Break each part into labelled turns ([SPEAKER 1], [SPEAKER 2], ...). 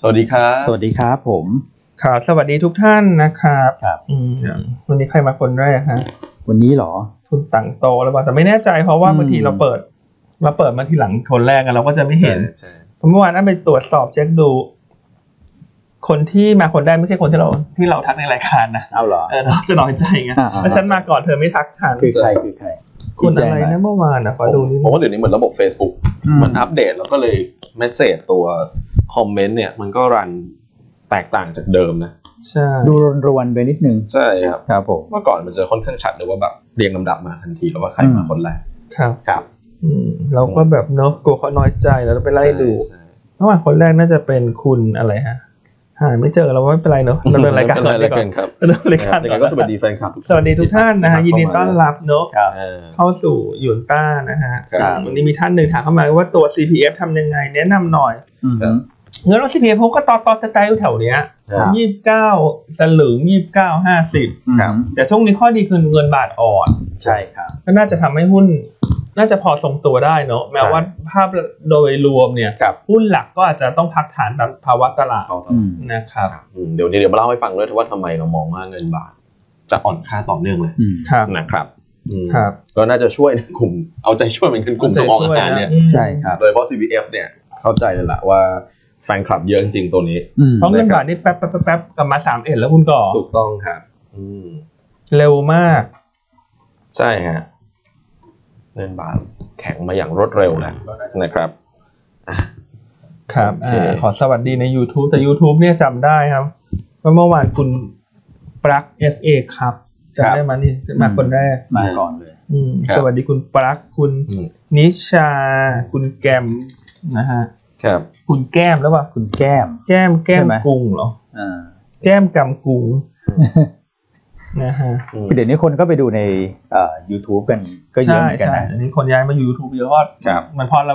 [SPEAKER 1] สวัสดีครับ
[SPEAKER 2] สวัสดีครับผม
[SPEAKER 3] ครับสวัสดีทุกท่านนะครับ
[SPEAKER 2] ครับ
[SPEAKER 3] อืมวันนี้ใครมาคนแรกฮะ
[SPEAKER 2] วันนี้เหรอ
[SPEAKER 3] คุณต่างโตหรือเปล่าแต่ไม่แน่ใจเพราะว่า
[SPEAKER 2] อืม
[SPEAKER 3] บางทีเราเปิดเราเปิดมาทีหลังคนแรกอะเราก็จะไม่เห็น
[SPEAKER 1] ใช่
[SPEAKER 3] เพราะเมื่อวานนั้นไปตรวจสอบเช็คดู คนที่มาคนแรกไม่ใช่คนที่เราที่เราทักในรายการนะ
[SPEAKER 2] เอาเหรอ
[SPEAKER 3] เออเราจะน้อยใจไง
[SPEAKER 2] อ่าๆ
[SPEAKER 3] แล้วฉันมาก่อนเธอไม่ทักฉัน
[SPEAKER 2] คือใครคือใคร
[SPEAKER 3] คุณอะไร
[SPEAKER 2] ชี้แจงห
[SPEAKER 3] นะ
[SPEAKER 2] ย
[SPEAKER 3] เมื่อวานนะขอ
[SPEAKER 1] ผม
[SPEAKER 3] ดูนิด
[SPEAKER 1] ผม
[SPEAKER 3] นึง
[SPEAKER 1] ว่าเดี๋ยวนี้เหมือนระบบ Facebook
[SPEAKER 2] อื
[SPEAKER 1] มันอัปเดตแล้วก็เลยเมสเซจตัวคอมเมนต์เนี่ย มันก็รันแตกต่างจากเดิมนะ
[SPEAKER 3] ใช่
[SPEAKER 2] ดูรวนๆไปนิดนึง
[SPEAKER 1] ใช่ครับ
[SPEAKER 2] ครับผม
[SPEAKER 1] เมื่อก่อนมันจะค่อนข้างชัดเลยว่าแบบเรียงลำดับมาทันทีแล้วว่าใครมาคนแรก
[SPEAKER 3] ครับ
[SPEAKER 1] ครับ
[SPEAKER 3] อืมเราก็แบบเนาะกลัวเขาน้อยใจแล้วเราไปไล่ดู
[SPEAKER 1] ใช่
[SPEAKER 3] ระหว่างคนแรกน่าจะเป็นคุณอะไรฮะ หาไม่เจอเราไม่เป็นไรเนอะ
[SPEAKER 1] ใช่
[SPEAKER 3] ดำเนินรายการก่อน
[SPEAKER 1] ดำเนิน
[SPEAKER 3] ดี
[SPEAKER 1] รายกา
[SPEAKER 3] กว่าร
[SPEAKER 1] ครับ
[SPEAKER 3] ดำเนินรายการ
[SPEAKER 1] ยังไง
[SPEAKER 3] ก่อน
[SPEAKER 1] ก็สวัสดีแฟนคลับ
[SPEAKER 3] สวัสดีทุกท่านนะฮะยินดีต้อนรับเนอะ
[SPEAKER 2] ครับ
[SPEAKER 1] เออ
[SPEAKER 3] เข้าสู่หยุนต้านะฮะ
[SPEAKER 1] ครับ
[SPEAKER 3] วันนี้มีท่านหนึ่งถามเข้ามาว่าตัว CPF ทำยังไง แนะนำหน่อย
[SPEAKER 2] อืม
[SPEAKER 1] ครับ
[SPEAKER 3] เงินรถ CPF พวกก็ตอตอตะไตอยู่แถวเนี้ย
[SPEAKER 2] ครับ
[SPEAKER 3] ยี่สิบเก้าสลึงยี่สิบเก้าห้าสิบ
[SPEAKER 1] ครับ
[SPEAKER 3] แต่ช่วงนี้ข้อดีคือเงินบาทอ่อน
[SPEAKER 1] ใช่ครับ
[SPEAKER 3] ก็น่าจะทำให้หุ้น น่าจะพอทรงตัวได้เนอะแม้
[SPEAKER 1] ใช่
[SPEAKER 3] ว่าภาพโดยรวมเนี่ย
[SPEAKER 1] ครับ
[SPEAKER 3] หุ้นหลักก็อาจจะต้องพักฐานตามภาวะตลาด
[SPEAKER 1] เอาต่อ
[SPEAKER 2] อืม
[SPEAKER 3] นะครับ
[SPEAKER 1] อืมเดี๋ยวนี้เดี๋ยวมาเล่าให้ฟังด้วยว่าทำไมเรามองว่าเงินบาท จะอ่อนค่าต่อเนื่องเลย
[SPEAKER 2] อืม
[SPEAKER 3] ครับ
[SPEAKER 1] นะครับอืม
[SPEAKER 3] ครับ
[SPEAKER 1] ก็น่าจะช่วยนะกลุ่ม เอาใจช่วยเหมือนกันกลุ่มส่งออกอาหารเนี่ย
[SPEAKER 2] ใช่ครับ
[SPEAKER 1] โดยเฉพาะ CBF เนี่ย เข้าใจเลยละว่าแฟนคลับเยอะจริงๆตัวนี้
[SPEAKER 2] อืม
[SPEAKER 3] เพราะเงินบาทนี่แป๊บแป๊บแป๊บแป๊บกลับมาสามเอ็ดแล้วคุณก่อ
[SPEAKER 1] ถูกต้องครับ อืม
[SPEAKER 3] เร็วมาก
[SPEAKER 1] ใช่ฮะ เงินบาทแข็งมาอย่างรวดเร็วนะนะครับ
[SPEAKER 3] ครับ
[SPEAKER 1] โอเค
[SPEAKER 3] อาขอสวัสดีใน YouTube แต่ YouTube เนี่ยจำได้ครับว่าเมื่อวานคุณปลั๊ก FA ครับจำได้ไหมานี่มาคนแรก
[SPEAKER 2] มาก่อนเลย
[SPEAKER 3] อืม
[SPEAKER 1] ครับ
[SPEAKER 3] สวัสดีคุณปลั๊กคุณ
[SPEAKER 1] อืม
[SPEAKER 3] นิชา คุณแกมนะฮะ
[SPEAKER 1] ครับ
[SPEAKER 3] คุณแก้มแล้วป่ะ
[SPEAKER 2] คุณแก้ม
[SPEAKER 3] แก้มแก้ม
[SPEAKER 2] ใช่ไหม
[SPEAKER 3] กุงเหรอ
[SPEAKER 2] อ่า
[SPEAKER 3] แก้มกำกุงนะฮะ
[SPEAKER 1] อืม
[SPEAKER 2] เดี๋ยวนี้คนก็ไปดูในเอ่อ YouTube กันก็เยอะ
[SPEAKER 3] ใช่
[SPEAKER 2] เหมือนกัน
[SPEAKER 3] ใช่
[SPEAKER 2] นะ
[SPEAKER 3] อันนี้คนย้ายมาอยู่ YouTube เยอะเพราะ
[SPEAKER 1] ครับ
[SPEAKER 3] มันพอเรา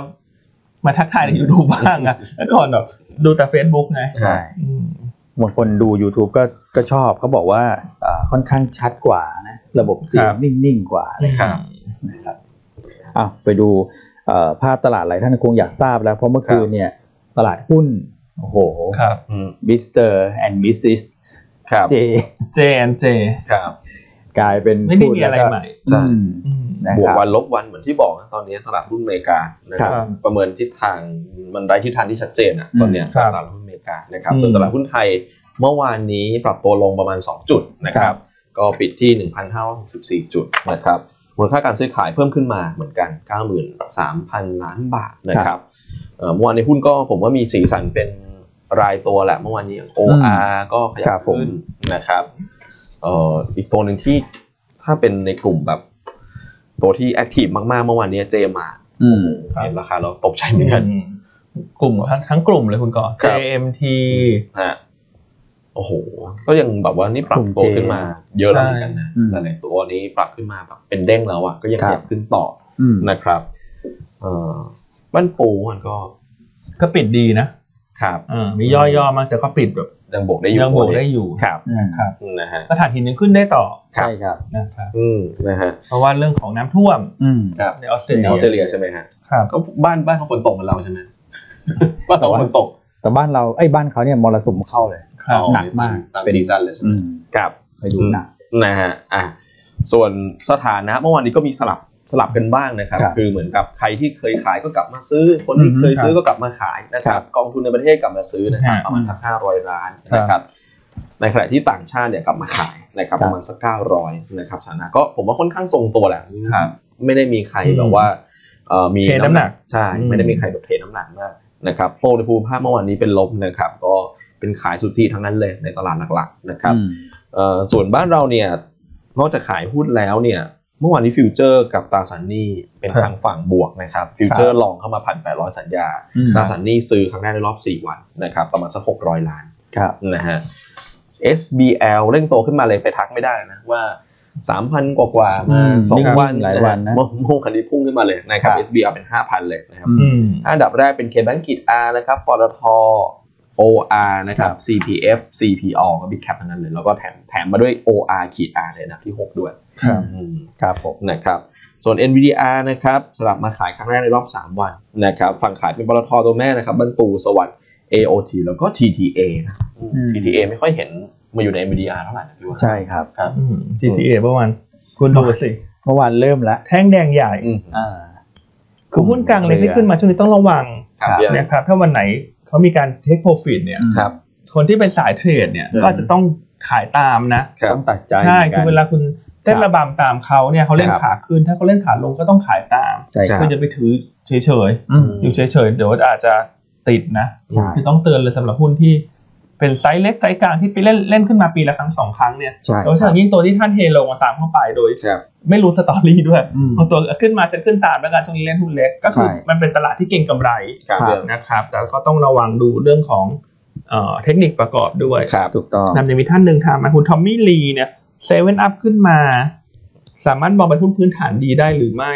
[SPEAKER 3] มาทักทายใน YouTube บ้างอะแล้วก่อนแบบดูแต่ Facebook ไง
[SPEAKER 1] ใช่
[SPEAKER 3] อืม
[SPEAKER 2] บางคนดู YouTube ก็ก็ชอบเขาบอกว่าเอ่อค่อนข้างชัดกว่านะระบบเสียงนิ่งๆกว่า
[SPEAKER 1] ครับ
[SPEAKER 2] นะครับอ่ะไปดูเอ่อภาพตลาดหลายท่านคงอยากทราบแล้วเพราะเมื่อคืนเนี่ยตลาดหุ้น โอ้โห
[SPEAKER 3] ครับ
[SPEAKER 1] อืม
[SPEAKER 2] มิสเตอร์แอนด์มิสซิส
[SPEAKER 1] ครับ
[SPEAKER 2] เจ
[SPEAKER 3] เจนเจ
[SPEAKER 1] ครับ
[SPEAKER 2] กลายเป็น
[SPEAKER 3] ไม่ได้
[SPEAKER 2] พู
[SPEAKER 3] มีอะไร
[SPEAKER 2] แล้วก็
[SPEAKER 3] ใหม่
[SPEAKER 1] ใช่
[SPEAKER 2] อืม
[SPEAKER 3] อืม
[SPEAKER 2] นะ
[SPEAKER 1] บวก
[SPEAKER 2] ครับ
[SPEAKER 1] วันลบวันเหมือนที่บอกนะตอนนี้ตลาดหุ้นอเมริกานะครั
[SPEAKER 3] ครับ บ
[SPEAKER 1] ประเมินทิศทางมันได้ทิศทางที่ชัดเจนอะ
[SPEAKER 2] อืม
[SPEAKER 1] ตอนเนี้ย
[SPEAKER 3] ครับ
[SPEAKER 1] ตลาดหุ้นอเมริกานะครับ
[SPEAKER 3] อืม
[SPEAKER 1] ส่วนตลาดหุ้นไทยเมื่อวานนี้ปรับตัวลงประมาณ 2 จุดนะครับ ก็ปิดที่ 1,564 จุดนะครับมูลค่าการซื้อขายเพิ่มขึ้นมาเหมือนกัน 93,000 ล้านบาทนะครับเอ่อเมื่อวานในหุ้นก็ผมว่ามีสีสันเป็นรายตัวแหละเมื่อวานนี้ OR ก็ขยั
[SPEAKER 2] ครับ บผม
[SPEAKER 1] ขึ้นนะครับเอ่ออีกตัวหนึ่งที่ ถ้าเป็นในกลุ่มแบบ ตัวที่แอคทีฟมากๆ เมื่อวานเนี้เจมา
[SPEAKER 2] อืม
[SPEAKER 3] ครับ
[SPEAKER 1] เห็นราคาแล้วตกใจเหมือนกัน
[SPEAKER 3] อืมกลุ่มทั้งทั้งกลุ่มเลยคุณก่อ
[SPEAKER 1] ครับ
[SPEAKER 3] JMT
[SPEAKER 1] ฮะโอ้โห ก็ยังแบบว่านี่ปรับ
[SPEAKER 2] กลุ่ม
[SPEAKER 1] ตัว
[SPEAKER 2] J
[SPEAKER 1] ขึ้นมา เยอะแล้วเหมือนกันนะ
[SPEAKER 2] อืม
[SPEAKER 1] แต่ในตัวนี้ปรับขึ้นมาแบบเป็นเด้งแล้วอ่ะก็ยัง
[SPEAKER 2] ครับ
[SPEAKER 1] เก็บขึ้นต่อ
[SPEAKER 2] อืม
[SPEAKER 1] นะครับเอ่อบ้านปูมันก็
[SPEAKER 3] ก็ปิดดีนะครับ อ่ามีย่อยๆมากแต่ก็ปิดแบบ
[SPEAKER 1] ยังบวกได้อยู่
[SPEAKER 3] ยังบวกได้อยู่
[SPEAKER 1] ครับ
[SPEAKER 3] นะครับ
[SPEAKER 1] นะฮะ
[SPEAKER 3] ก็ถ่านหินยังขึ้นได้ต่อ
[SPEAKER 1] ครับ
[SPEAKER 2] ใช่ครับ
[SPEAKER 3] นะครับ
[SPEAKER 1] อืมนะฮะ
[SPEAKER 3] เพราะว่าเรื่องของน้ำท่วม
[SPEAKER 2] อืม
[SPEAKER 1] ครับ
[SPEAKER 3] ในออสเตรเลี
[SPEAKER 1] อยอสเตรเลียใช่ไหมฮะ
[SPEAKER 3] ครับ
[SPEAKER 1] ก็บ้านบ้านเขาฝนตกเหมือนเราใช่ไหม บ้านเราฝนตก
[SPEAKER 2] แต่บ้านเราไอ้ยบ้านเขาเนี่ยมรสุมเข้าเลย
[SPEAKER 3] ครับ
[SPEAKER 2] หนักมาก
[SPEAKER 1] ตามซีซั่นเลยใช่ไหม
[SPEAKER 2] อืม
[SPEAKER 1] ครับ
[SPEAKER 2] ไปดูหนัก
[SPEAKER 1] นะฮะ อ่ะ ส่วนสถานะเมื่อวานนี้ก็มีสลับสลับกันบ้างนะครับ
[SPEAKER 2] ครับ
[SPEAKER 1] คือเหมือนกับใครที่เคยขายก็กลับมาซื้อ คนที่
[SPEAKER 2] อืม
[SPEAKER 1] เคยซื้อ
[SPEAKER 3] ครับ
[SPEAKER 1] ก็กลับมาขายนะครับ กองทุนในประเทศกลับมาซื้อนะครับ
[SPEAKER 3] ฮะ
[SPEAKER 1] ประมาณสักห้าร้อยล้าน
[SPEAKER 3] ครับ
[SPEAKER 1] นะครับ ในขณะที่ต่างชาติเนี่ยกลับมาขายนะครับ
[SPEAKER 2] ครับ
[SPEAKER 1] ประมาณสักเก้าร้อยนะครับสถานะก็ผมว่าค่อนข้างทรงตัวแหละ
[SPEAKER 3] ครับ
[SPEAKER 1] ไม่ได้มีใครแบบว่าเอ่อมี
[SPEAKER 3] เทน้ำหนัก
[SPEAKER 1] ใช่
[SPEAKER 3] อืม
[SPEAKER 1] ไม่ได้มีใครแบบเทน้ำหนักมากนะครับโฟในภูมิภาคเมื่อวานนี้เป็นลบนะครับ ก็เป็นขายสุทธิทั้งนั้นเลยในตลาดหลักๆนะครับ
[SPEAKER 2] อืม
[SPEAKER 1] เอ่อส่วนบ้านเราเนี่ยนอกจากขายหุ้นแล้วเนี่ยเมื่อวานนี้ฟิวเจอร์กับตราสารหนี้เป็น
[SPEAKER 3] ครับ
[SPEAKER 1] ทางฝั่งบวกนะครับฟิวเจอร์ลองเข้ามาพันแปดร้อยสัญญา
[SPEAKER 2] อืม
[SPEAKER 1] ตราสารหนี้ซื้อครั้งแรกในรอบ 4 วันนะครับประมาณสักหกร้อยล้าน
[SPEAKER 2] ครับ
[SPEAKER 1] นะฮะ SBL เร่งโตขึ้นมาเลยไปทักไม่ได้นะว่า 3,000 กว่ากว่าๆมา
[SPEAKER 2] อืม
[SPEAKER 1] สอง
[SPEAKER 2] ครับ
[SPEAKER 1] วัน
[SPEAKER 2] หลายวันนะ
[SPEAKER 1] เมื่อเมื่อวานนี้พุ่งขึ้นมาเลยนะครับ
[SPEAKER 2] ครับ
[SPEAKER 1] SBL เป็น 5,000 เลยนะครับ
[SPEAKER 2] อืม
[SPEAKER 3] อืม
[SPEAKER 1] อันดับแรกเป็นเคบังกิจ R นะครับ ปตท OR นะครับ
[SPEAKER 2] ครับ
[SPEAKER 1] CPF CPO ก็บิ๊กแคปทั้งนั้นเลย แล้วก็แถมแถมมาด้วย OR ขีด R ในอันดับที่ 6 ด้วย
[SPEAKER 3] ครับ
[SPEAKER 1] อืม
[SPEAKER 2] ครับผม
[SPEAKER 1] นะครับ ส่วน NVDR นะครับสลับมาขายครั้งแรกในรอบ 3 วันนะครับ ฝั่งขายเป็นปตทตัวแม่นะครับบรรปูสวัสด์ AOT แล้วก็ TTA นะ
[SPEAKER 2] อืม
[SPEAKER 1] TTA ไม่ค่อยเห็นมาอยู่ใน MDR เท่าไหร่นะพี่ว่า
[SPEAKER 2] ใช่ครับ
[SPEAKER 1] ครับ
[SPEAKER 3] อืม GTA เมื่อวานคุณดูสิ
[SPEAKER 2] เมื่อวานเริ่มแล้ว
[SPEAKER 3] แท่งแดงใหญ่
[SPEAKER 1] อืม
[SPEAKER 2] อ่า
[SPEAKER 3] คือหุ้นกลางเล็กที่ขึ้นมาช่วงนี้ต้องระวัง
[SPEAKER 1] ครับ
[SPEAKER 2] ครับ
[SPEAKER 1] พี่อัน
[SPEAKER 3] นะครับ ถ้าวันไหนเขามีการเทคโปรฟิตเนี่ย
[SPEAKER 1] ครับ
[SPEAKER 3] คนที่เป็นสายเทรดเนี่ย
[SPEAKER 2] อืม
[SPEAKER 3] ก็อาจจะต้องขายตามนะ
[SPEAKER 1] ครับ
[SPEAKER 2] ต้องตัดใจ
[SPEAKER 3] ใช่
[SPEAKER 2] หมืนกัน
[SPEAKER 3] คือเวลาคุณเต้นระบำตามเขาเนี่ยเขาเล่น
[SPEAKER 2] ครับ
[SPEAKER 3] ขาขึ้น ถ้าเขาเล่นขาลงก็ต้องขายตาม
[SPEAKER 2] ใช่ครั
[SPEAKER 3] คุ
[SPEAKER 2] บ
[SPEAKER 3] ณจะไปถือเฉย
[SPEAKER 2] อืม
[SPEAKER 3] ๆอยู่เฉยๆเดี๋ยวอาจจะติดนะ
[SPEAKER 2] ใช่
[SPEAKER 3] คือต้องเตือนเลยสำหรับหุ้นที่เป็นไซส์เล็กไซส์กลางที่ไปเล่นเล่นขึ้นมาปีละครั้งสองครั้งเนี่ย
[SPEAKER 2] ใช่ค
[SPEAKER 3] แล้
[SPEAKER 2] รับ
[SPEAKER 3] วฉะนั้นยิ่งตัวที่ท่านเทลงมาตามเข้าไปโดย
[SPEAKER 1] ครับ
[SPEAKER 3] ไม่รู้สตอรี่ด้วย
[SPEAKER 2] อืม
[SPEAKER 3] บางตัวขึ้นมาฉันขึ้นตามแล้วกันช่วงนี้เล่นหุ้นเล็กก็คือ
[SPEAKER 2] ใช่
[SPEAKER 3] มันเป็นตลาดที่เก่งกำไร
[SPEAKER 1] ครับ
[SPEAKER 2] ครับ
[SPEAKER 1] พี่อัน
[SPEAKER 3] นะครับ แต่ก็ต้องระวังดูเรื่องของเอ่อเทคนิคประกอบด้วย
[SPEAKER 1] ครับ
[SPEAKER 2] ถูกต้อง
[SPEAKER 3] นำจะมีท่านหนึ่งทำมาคุณทอมมี่ลีเนี่ยเซเว่นอัพขึ้นมา สามารถมองเป็นหุ้นพื้นฐานดีได้หรือไม่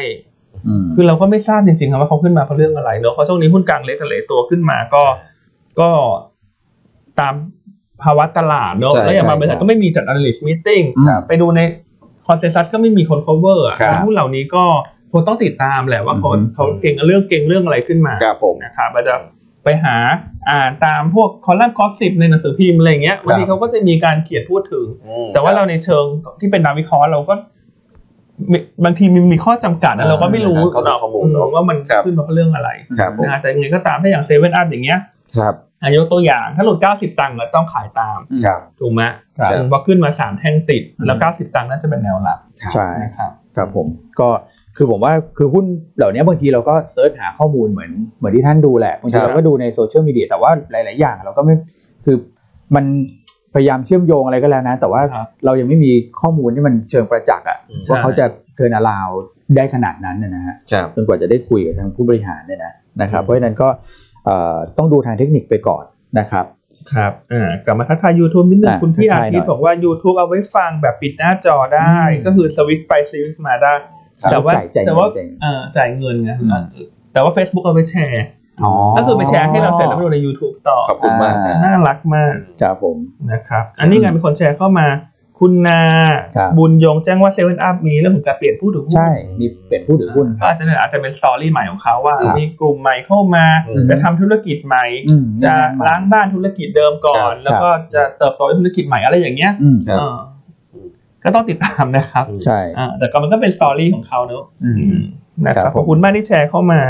[SPEAKER 2] อืม
[SPEAKER 3] คือเราก็ไม่ทราบจริงๆครับว่าเขาขึ้นมาเพราะเรื่องอะไรเนอะเพราะช่วงนี้หุ้นกลางเล็กกับหลายตัวขึ้นมาก็ก็ตามภาวะตลาดเนอะ
[SPEAKER 1] ใช่
[SPEAKER 3] แล้วอย่างบาง
[SPEAKER 2] ใช่
[SPEAKER 3] บริษัทก็ไม่มีจัด analyst meeting
[SPEAKER 2] ครับ
[SPEAKER 3] ไปดูในคอนเซน s ัสก็ไม่มีคน cover อะ
[SPEAKER 1] ครับ
[SPEAKER 3] หุ้นเหล่านี้ก็คงต้องติดตามแหละว่าเขา
[SPEAKER 2] อือฮึ
[SPEAKER 3] เขาเก่งเรื่องเก่งเรื่องอะไรขึ้นมา
[SPEAKER 1] ครับผม
[SPEAKER 3] นะครับอาจจะไปหาอ่านตามพวกคอลัมน์กอสซิบในหนังสือพิมพ์อะไรอย่างเงี้ยบางทีเขาก็จะมีการเขียนพูดถึง
[SPEAKER 1] อืม
[SPEAKER 3] แต่ว่าเราในเชิงที่เป็นนักวิเคราะห์เราก็มีบางทีมันมีข้อจำกัดนะเราก็ไม่รู้
[SPEAKER 1] ข้อมูลข้อมูลเนอะ
[SPEAKER 3] ว่ามัน
[SPEAKER 1] ครับ
[SPEAKER 3] ขึ้นมาเพราะเรื่องอะไร
[SPEAKER 1] ครับผม
[SPEAKER 3] นะฮะแต่ยังไงก็ตามถ้าอย่างเซเว่นอัพอย่างเงี้ย
[SPEAKER 1] ครับ
[SPEAKER 3] อายกตัวอย่างถ้าหลุด 90 ตังค์ก็ต้องขายตาม
[SPEAKER 1] ครับ
[SPEAKER 3] ถูกไหม
[SPEAKER 2] ครับ
[SPEAKER 3] ถึงว่าขึ้นมาสามแท่งติด แล้ว
[SPEAKER 2] อืม
[SPEAKER 3] 90 ตังค์น่าจะเป็นแนวหลัก
[SPEAKER 2] ใช่
[SPEAKER 3] นะครับ
[SPEAKER 2] ครับผมก็คือผมว่าคือหุ้นเหล่านี้บางทีเราก็เซิร์ชหาข้อมูลเหมือนเหมือนที่ท่านดูแหละบางที
[SPEAKER 1] ครับ
[SPEAKER 2] เราก็ดูในโซเชียลมีเดียแต่ว่าหลาย ๆ อย่างเราก็ไม่คือมันพยายามเชื่อมโยงอะไรก็แล้วนะ แต่ว่า
[SPEAKER 3] ครับ
[SPEAKER 2] เรายังไม่มีข้อมูลที่มันเชิงประจักษ์อะ
[SPEAKER 1] อืม
[SPEAKER 2] ว่า
[SPEAKER 3] ใช่
[SPEAKER 2] เขาจะเทิร์นอราวได้ขนาดนั้นนะนะฮะ
[SPEAKER 1] ครับ
[SPEAKER 2] จนกว่าจะได้คุยกับทางผู้บริหารเนี่ยนะนะครับ
[SPEAKER 1] อืม
[SPEAKER 2] เพราะฉะนั้นก็เอ่อต้องดูทางเทคนิคไปก่อนนะครับ
[SPEAKER 3] ครับอ่ากลับมาทักทาย YouTube นิดนึง
[SPEAKER 2] อ่ะ
[SPEAKER 3] คุณพี่
[SPEAKER 2] ทั
[SPEAKER 3] อาก
[SPEAKER 2] ทายหน่อย
[SPEAKER 3] ทิตย์บอกว่า YouTube เอาไว้ฟังแบบปิดหน้าจอได้
[SPEAKER 2] อืม
[SPEAKER 3] ก็คือสวิตช์ไปสวิตช์มาได้
[SPEAKER 2] ครับ
[SPEAKER 3] แต่ว่า
[SPEAKER 2] จ่ายจ่าย
[SPEAKER 3] แต่ว่า
[SPEAKER 2] เงินจ่ายเงิน
[SPEAKER 3] เอ่อจ่ายเงินไง
[SPEAKER 2] อืม
[SPEAKER 3] แต่ว่า Facebook เอาไปแชร์
[SPEAKER 2] อ๋อ
[SPEAKER 3] ก็คือไปแชร์ให้เราเสร็จแล้วไปดูใน YouTube ต่อ
[SPEAKER 1] ขอบคุณมากนะ
[SPEAKER 3] น่ารักมาก
[SPEAKER 2] ครับผม
[SPEAKER 3] นะครับ อันนี้ไงมีคนแชร์เข้ามา คุณนา
[SPEAKER 2] ครับ
[SPEAKER 3] บุญยงแจ้งว่าเซเว่นอัพมีเรื่องของการเปลี่ยนผู้ถือหุ้น
[SPEAKER 2] ใช่มีเปลี่ยนผู้ถือหุ้นค
[SPEAKER 3] ก็
[SPEAKER 2] รับ
[SPEAKER 3] อาจจะอาจจะเป็นสตอรี่ใหม่ของเขาว่า
[SPEAKER 2] ครับ
[SPEAKER 3] มีกลุ่มใหม่เข้ามา
[SPEAKER 1] อืม
[SPEAKER 3] จะทำธุรกิจใหม่
[SPEAKER 2] อืม
[SPEAKER 3] จะ
[SPEAKER 2] ใหม่
[SPEAKER 3] ล้างบ้านธุรกิจเดิมก่อน
[SPEAKER 2] ครับ
[SPEAKER 3] แล้วก็จะเติบโตในธุรกิจใหม่อะไรอย่างเงี้ย
[SPEAKER 2] อืม
[SPEAKER 1] ครับ
[SPEAKER 3] เออก็ต้องติดตามนะครับ
[SPEAKER 1] อืม
[SPEAKER 2] ใช่
[SPEAKER 3] อ่าแต่ก็มันก็เป็นสตอรี่ของเขาเนอะ
[SPEAKER 2] อืม
[SPEAKER 3] นะค
[SPEAKER 2] ครั
[SPEAKER 3] รับบ
[SPEAKER 2] ผม
[SPEAKER 3] ขอบคุณมากที่แชร์เข้ามา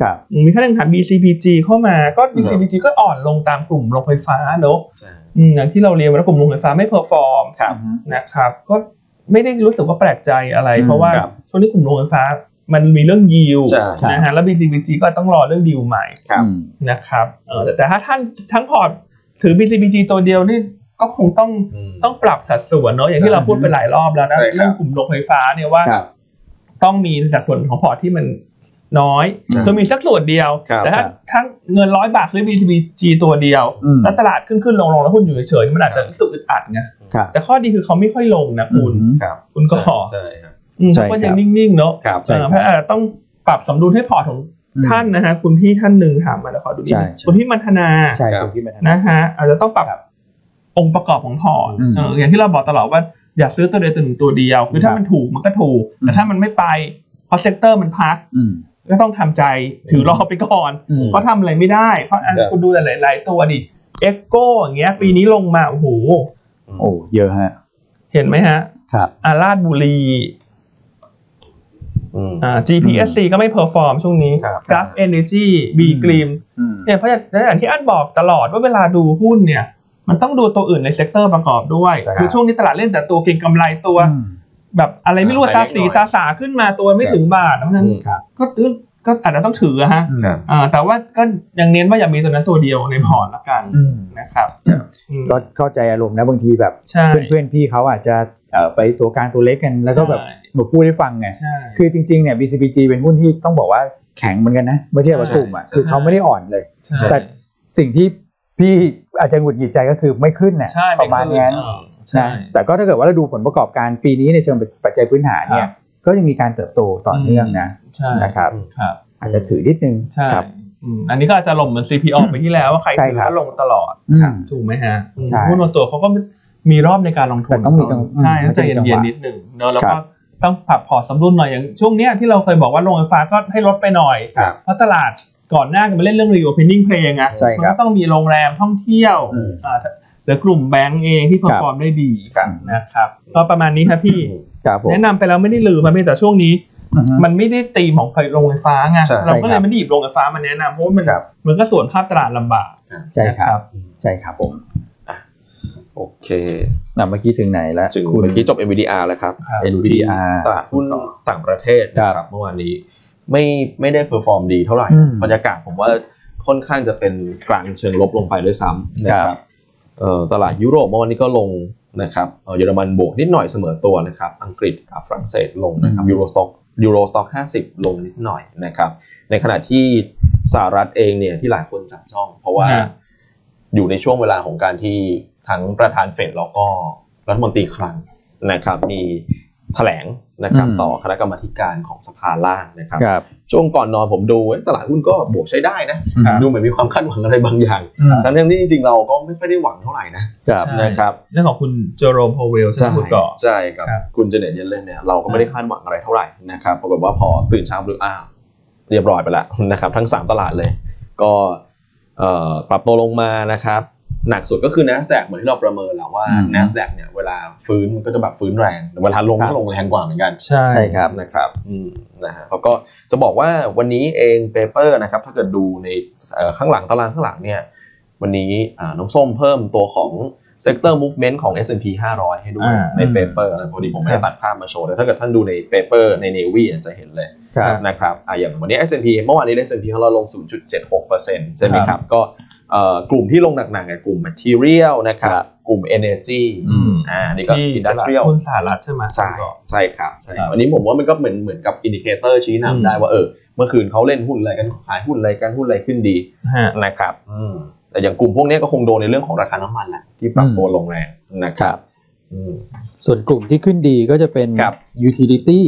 [SPEAKER 2] ครับ
[SPEAKER 3] มีท่านหนึ่งถาม BCPG เข้ามาก็ BCPG ก็อ่อนลงตามกลุ่มโรงไฟฟ้าเนอะ
[SPEAKER 1] ใช่
[SPEAKER 3] อืมอย่างที่เราเรียนว่ากลุ่มโรงไฟฟ้าไม่เพอร์ฟอร์ม
[SPEAKER 1] ครับ
[SPEAKER 3] นะครับ ก็ไม่ได้รู้สึกว่าแปลกใจอะไร
[SPEAKER 2] อืม
[SPEAKER 3] เพราะว่า
[SPEAKER 1] ครับ
[SPEAKER 3] ช่วงนี้กลุ่มโรงไฟฟ้ามันมีเรื่องยิว
[SPEAKER 1] ใช่
[SPEAKER 3] นะฮะแล้ว BCPG ก็ต้องรอเรื่องดิวใหม่
[SPEAKER 1] ครับ
[SPEAKER 2] อืม
[SPEAKER 3] นะครับเออแต่แต่ถ้าท่านทั้งพอร์ตถือ BCPG ตัวเดียวนี่ก็คงต้อง
[SPEAKER 1] ม
[SPEAKER 3] ต้องปรับสัดส่วนเนอะอย่างที่เราพูดไปหลายรอบแล้วนะ
[SPEAKER 1] ใช่ครับ
[SPEAKER 3] เรื่องกลุ่มโรงไฟฟ้าเนี่ยว่า
[SPEAKER 2] ครับ
[SPEAKER 3] ต้องมีสัดส่วนของพอร์ตที่มันน้อย
[SPEAKER 2] อืม
[SPEAKER 3] คือมีสักส่วนเดียว
[SPEAKER 1] ครับ
[SPEAKER 3] แต่ถ้า
[SPEAKER 2] ครับ
[SPEAKER 3] ทั้งเงินร้อยบาทซื้อ BTBG ตัวเดียว
[SPEAKER 2] อืม
[SPEAKER 3] แล้วตลาดขึ้นขึ้นลงลงแล้วหุ้นอยู่เฉยๆมันอาจจะรู้สึกอึดอัดไง
[SPEAKER 2] ครับ
[SPEAKER 3] แต่ข้อดีคือเขาไม่ค่อยลงนะคุณ
[SPEAKER 2] อืม
[SPEAKER 1] ครับ
[SPEAKER 3] คุณก็
[SPEAKER 1] ใช่ครับ
[SPEAKER 3] อืม
[SPEAKER 2] ใช่
[SPEAKER 3] เขาก็ยัง
[SPEAKER 2] ครับ
[SPEAKER 3] นิ่งๆเนาะ
[SPEAKER 1] ครับ
[SPEAKER 2] ใช่ครับ
[SPEAKER 3] เออเพราะอาจจะต้องปรับสมดุลให้พอร์ตของท่านนะฮะคุณพี่ท่านหนึ่งถามมาแล้วขอดูนิดนึง
[SPEAKER 2] ใช่ใช่
[SPEAKER 3] คุณพี่มันธนา
[SPEAKER 2] ใช่
[SPEAKER 1] ครับ
[SPEAKER 2] คนที่มาทำ
[SPEAKER 3] นะฮะอาจจะต้องปรับ
[SPEAKER 2] ครับ
[SPEAKER 3] องค์ประกอบของพอร์ต
[SPEAKER 2] อืม
[SPEAKER 3] เอออย่างที่เราบอกตลอดว่าอย่าซื้อตัวใดตัวหนึ่งตัวเดียว คือ
[SPEAKER 2] ค
[SPEAKER 3] ถ้า
[SPEAKER 2] รับ
[SPEAKER 3] มันถูกมันก็ถูก
[SPEAKER 2] อืม
[SPEAKER 3] แต่ถ้ามันไม่ไปเพราะเซกเตอร์มันพัก
[SPEAKER 2] อืม
[SPEAKER 3] ก็ต้องทำใจถือรอไปก่อน
[SPEAKER 2] อืม
[SPEAKER 3] เพราะทำอะไรไม่ได้ เพราะอัน
[SPEAKER 1] ครับ
[SPEAKER 3] คุณดูหลายๆตัวดิเอ็กโกอย่างเงี้ย ปีนี้ลงมาโอ้โห
[SPEAKER 2] โอ้เยอะฮะ
[SPEAKER 3] เห็นไหมฮะ
[SPEAKER 2] ครับ
[SPEAKER 3] อาราดบุรี
[SPEAKER 1] อืม
[SPEAKER 3] อ่า GPSC ก็ไม่เพอร์ฟอร์มช่วงนี้
[SPEAKER 1] ครับ
[SPEAKER 3] กราฟเอเนจีบี
[SPEAKER 2] อืม
[SPEAKER 3] กรีม
[SPEAKER 2] อืม
[SPEAKER 3] เนี่ยเพราะฉะนั้นอย่างที่อันบอกตลอดว่าเวลาดูหุ้นเนี่ย มันต้องดูตัวอื่นในเซกเตอร์ประกอบด้วย
[SPEAKER 1] ใช่ครับ
[SPEAKER 3] คือช่วงนี้ตลาดเล่นแต่ตัวเก่งกำไรตัว แบบอะไรไม่รู้
[SPEAKER 1] ใช่
[SPEAKER 3] ตาสี
[SPEAKER 1] เล็กน้อย
[SPEAKER 3] ตาสาขึ้นมาตัวไม่
[SPEAKER 1] ครับ
[SPEAKER 3] ถึงบาทเพราะฉะนั้น
[SPEAKER 1] อืมครับ
[SPEAKER 3] ก็ก็ก็อาจจะต้องถืออะฮะ
[SPEAKER 1] ครับ
[SPEAKER 3] อ่าแต่ว่าก็ยังเน้นว่าอย่ามีตัวนั้นตัวเดียวในพอร์ตละกัน
[SPEAKER 2] อืม
[SPEAKER 3] นะครับ
[SPEAKER 1] ครับ
[SPEAKER 3] อืม
[SPEAKER 2] ก็เข้าใจอารมณ์นะบางทีแบบ
[SPEAKER 3] ใช่
[SPEAKER 2] เพื่อนเพื่อนพี่เขาอาจจะเอ่อไปตัวกลางตัวเล็กกัน แล้วก็แบบมาพูดให้ฟังไง
[SPEAKER 3] ใช่
[SPEAKER 2] คือจริงๆเนี่ย BCPG เป็นหุ้นที่ต้องบอกว่าแข็งเหมือนกันนะเมื่อเทียบกับ
[SPEAKER 1] ใช่
[SPEAKER 2] กลุ่มอ่ะ
[SPEAKER 1] ใช่
[SPEAKER 2] คือเขาไม่ได้อ่อนเลย
[SPEAKER 3] ใช่
[SPEAKER 2] แต่ สิ่งที่พี่อาจจะหงุดหงิดใจก็คือไม่ขึ้นน่ะ
[SPEAKER 3] ใช่
[SPEAKER 2] ประมาณนั้น
[SPEAKER 3] เอ
[SPEAKER 2] น
[SPEAKER 3] อ
[SPEAKER 2] ะ
[SPEAKER 3] ใช่
[SPEAKER 2] แต่ก็ถ้าเกิดว่าเราดูผลประกอบการปีนี้ในเชิงปัจจัยพื้นฐานเนี่
[SPEAKER 3] ค
[SPEAKER 2] ย
[SPEAKER 3] รับ
[SPEAKER 2] ก็ยังมีการเติบโตต่อเนื่องนะ
[SPEAKER 3] ใช่
[SPEAKER 2] นะครับ
[SPEAKER 3] ครับ
[SPEAKER 2] อาจจะถือนิดนึง
[SPEAKER 3] ใช่
[SPEAKER 2] ครับ
[SPEAKER 3] อืมอันนี้ก็อาจจะลงเหมือน CPO ไปที่แล้วว่าใคร
[SPEAKER 2] ใช่
[SPEAKER 3] ถือ
[SPEAKER 2] ครับ
[SPEAKER 3] ก็ลงตลอด
[SPEAKER 2] อืม
[SPEAKER 3] ถูกไหมฮะ
[SPEAKER 2] ใช่
[SPEAKER 3] หุ้นบางตัวเขาก็มีรอบในการลงทุน
[SPEAKER 2] แต่ต้องมีจัง
[SPEAKER 3] ใช่
[SPEAKER 2] อืม
[SPEAKER 3] ต้องใจ
[SPEAKER 2] มันจะมีจังห
[SPEAKER 3] เย็น
[SPEAKER 2] วะ
[SPEAKER 3] ๆนิดหนึ่งเนอะแล้ว
[SPEAKER 2] ค
[SPEAKER 3] ก็
[SPEAKER 2] รับ
[SPEAKER 3] ต้องปรับพอร์ตสมดุลหน่อยอย่างช่วงเนี้ยที่เราเคยบอกว่าโรงไฟฟ้าก็ให้ลดไปหน่อย
[SPEAKER 1] ครับ
[SPEAKER 3] เพราะตลาด ก่อนหน้าจะมาเล่นเรื่อง reopening play ไง
[SPEAKER 2] ใช่ครับ
[SPEAKER 3] มัก็ต้องมีโรงแรมท่องเที่ยว
[SPEAKER 2] อืม
[SPEAKER 3] อ่าหรือกลุ่มแบงก์เองที่ perform ได้ดี
[SPEAKER 2] ครับ
[SPEAKER 3] นะครับก็ประมาณนี้ครับพี่
[SPEAKER 2] ครับผม
[SPEAKER 3] แนะนำไปแล้วไม่ได้ลืมมาเพียงแต่ช่วงนี้
[SPEAKER 2] อือฮึ
[SPEAKER 3] มันไม่ได้ตีมของไฟโรงไฟฟ้าไง
[SPEAKER 1] ใช่
[SPEAKER 3] เราก็เล
[SPEAKER 2] ใช่ครั
[SPEAKER 3] ย
[SPEAKER 2] บ
[SPEAKER 3] ไม่ได้หยิบโรงไฟฟ้ามาแนะนำเพราะว่ามัน
[SPEAKER 1] ครับ
[SPEAKER 3] มันก็ส่วนภาพตลาดลำบาก
[SPEAKER 2] ใช่ครับ
[SPEAKER 3] นะ
[SPEAKER 2] ใช่ครับผม
[SPEAKER 1] โอเค
[SPEAKER 2] นะเมื่อกี้ถึงไหนแล้ว
[SPEAKER 1] จึง
[SPEAKER 2] คุณ
[SPEAKER 1] เมื่อกี้จบ NVDR แล้วครับ
[SPEAKER 3] ครับ
[SPEAKER 2] NVDR
[SPEAKER 1] ตลาดหุ้นต่างประเทศนะค
[SPEAKER 2] ครั
[SPEAKER 1] รับบ เมื่อวานนี้ไม่ไม่ได้เพอร์ฟอร์มดีเท่าไหร่
[SPEAKER 2] อืม
[SPEAKER 1] บรรยากาศผมว่าค่อนข้างจะเป็นกลางเชิงลบลงไปด้วยซ้ำนะค
[SPEAKER 2] ครั
[SPEAKER 1] รับบ เอ่อตลาดยุโรปเมื่อวานนี้ก็ลงนะครับเอ่อเยอรมันบวกนิดหน่อยเสมอตัวนะครับ อังกฤษกับฝรั่งเศสลงนะครับยูโรสต็อกยูโรสต็อก50 ลงนิดหน่อยนะครับ ในขณะที่สหรัฐเองเนี่ยที่หลายคนจับจ้อง เพราะว่า
[SPEAKER 3] อ่า
[SPEAKER 1] อยู่ในช่วงเวลาของการที่ทั้งประธานเฟดแล้วก็รัฐมนตรีคลังนะครับ มีแถลงนะครับ
[SPEAKER 2] อืม
[SPEAKER 1] ต่อคณะกรรมาธิการของสภาล่างนะครับ
[SPEAKER 2] ครับ
[SPEAKER 1] ช่วงก่อนนอนผมดูเอ๊ะตลาดหุ้นก็บวกใช้ได้นะ
[SPEAKER 3] ครับ
[SPEAKER 1] ดูเหมือนมีความคาดหวังอะไรบางอย่าง
[SPEAKER 3] อืม
[SPEAKER 1] ทั้งๆที่จริงๆเราก็ไม่ค่อยได้หวังเท่าไหร่นะครับ
[SPEAKER 3] ใช่
[SPEAKER 1] นะครับ
[SPEAKER 3] เรื่องของคุณโจโรมโพเวลใช่ไหมคุณก่อ
[SPEAKER 1] ใช่ครับ
[SPEAKER 3] ครับ
[SPEAKER 1] คุณเจเน็ตเยนเลนเนี่ยเราก็ไม่ได้คาดหวังอะไรเท่าไหร่นะครับปรากฏว่าพอตื่นเช้าดูอ้าวเรียบร้อยไปแล้ว นะครับทั้ง 3 ตลาดเลย ก็เอ่อปรับตัวลงมานะครับ หนักสุดก็คือ NASDAQ เหมือนที่เราประเมินแหละว่า
[SPEAKER 2] อืม
[SPEAKER 1] NASDAQ เนี่ยเวลาฟื้นมันก็จะแบบฟื้นแรงแต่เวลาลง
[SPEAKER 2] ครั
[SPEAKER 1] ก็
[SPEAKER 2] บ
[SPEAKER 1] ลงแรงกว่าเหมือนกัน
[SPEAKER 3] ใช่
[SPEAKER 2] ใช่ครับ
[SPEAKER 1] นะครับอืมนะฮะแล้วก็จะบอกว่าวันนี้เองเปเปอร์นะครับ ถ้าเกิดดูในเอ่อข้างหลังตารางข้างหลังเนี่ย วันนี้อ่าน้องส้มเพิ่มตัวของ sector movement ของ S&P 500 ให้ด้วย
[SPEAKER 3] อ่า
[SPEAKER 1] ในเปเปอร์นะพอดีผมไม่ได้ตัดภาพมาโชว์แต่ถ้าเกิดท่านดูในเปเปอร์ใน Navy อ่ะจะเห็นเลย
[SPEAKER 2] ครับ
[SPEAKER 1] นะครับอ่าอย่างวันนี้ S&P เมื่อวานนี้ S&P ของเราลง 0.76%ใช่ไหมครับ ก็เอ่อกลุ่มที่ลงหนักๆเนี่ยกลุ่ม material นะครับ
[SPEAKER 2] ครับ
[SPEAKER 1] กลุ่ม energy
[SPEAKER 2] อืม
[SPEAKER 1] อ่านี่ก็
[SPEAKER 3] ที่ตลาด
[SPEAKER 1] industrial
[SPEAKER 3] หุ้นสหรัฐใช่ไหม
[SPEAKER 1] ใช่
[SPEAKER 3] คุณก่อ
[SPEAKER 1] ใช่ครับใช่ค
[SPEAKER 3] ค
[SPEAKER 1] รั
[SPEAKER 3] รั
[SPEAKER 1] บบ อันนี้ผมว่ามันก็เหมือนเหมือนกับอินดิเคเตอร์ชี้นำ
[SPEAKER 3] อืม
[SPEAKER 1] ได้ว่าเออเมื่อคืนเขาเล่นหุ้นอะไรกันขายหุ้นอะไรกันหุ้นอะไรขึ้นดี
[SPEAKER 3] ฮะ
[SPEAKER 1] นะครับอืมแต่อย่างกลุ่มพวกเนี้ยก็คงโดนในเรื่องของราคาน้ำมันแหละที่ปรับตัวลงแรงนะค
[SPEAKER 2] ค
[SPEAKER 1] รั
[SPEAKER 2] รั
[SPEAKER 1] บบ อืม
[SPEAKER 2] ส่วนกลุ่มที่ขึ้นดีก็จะเป็น
[SPEAKER 1] ครับ
[SPEAKER 2] utility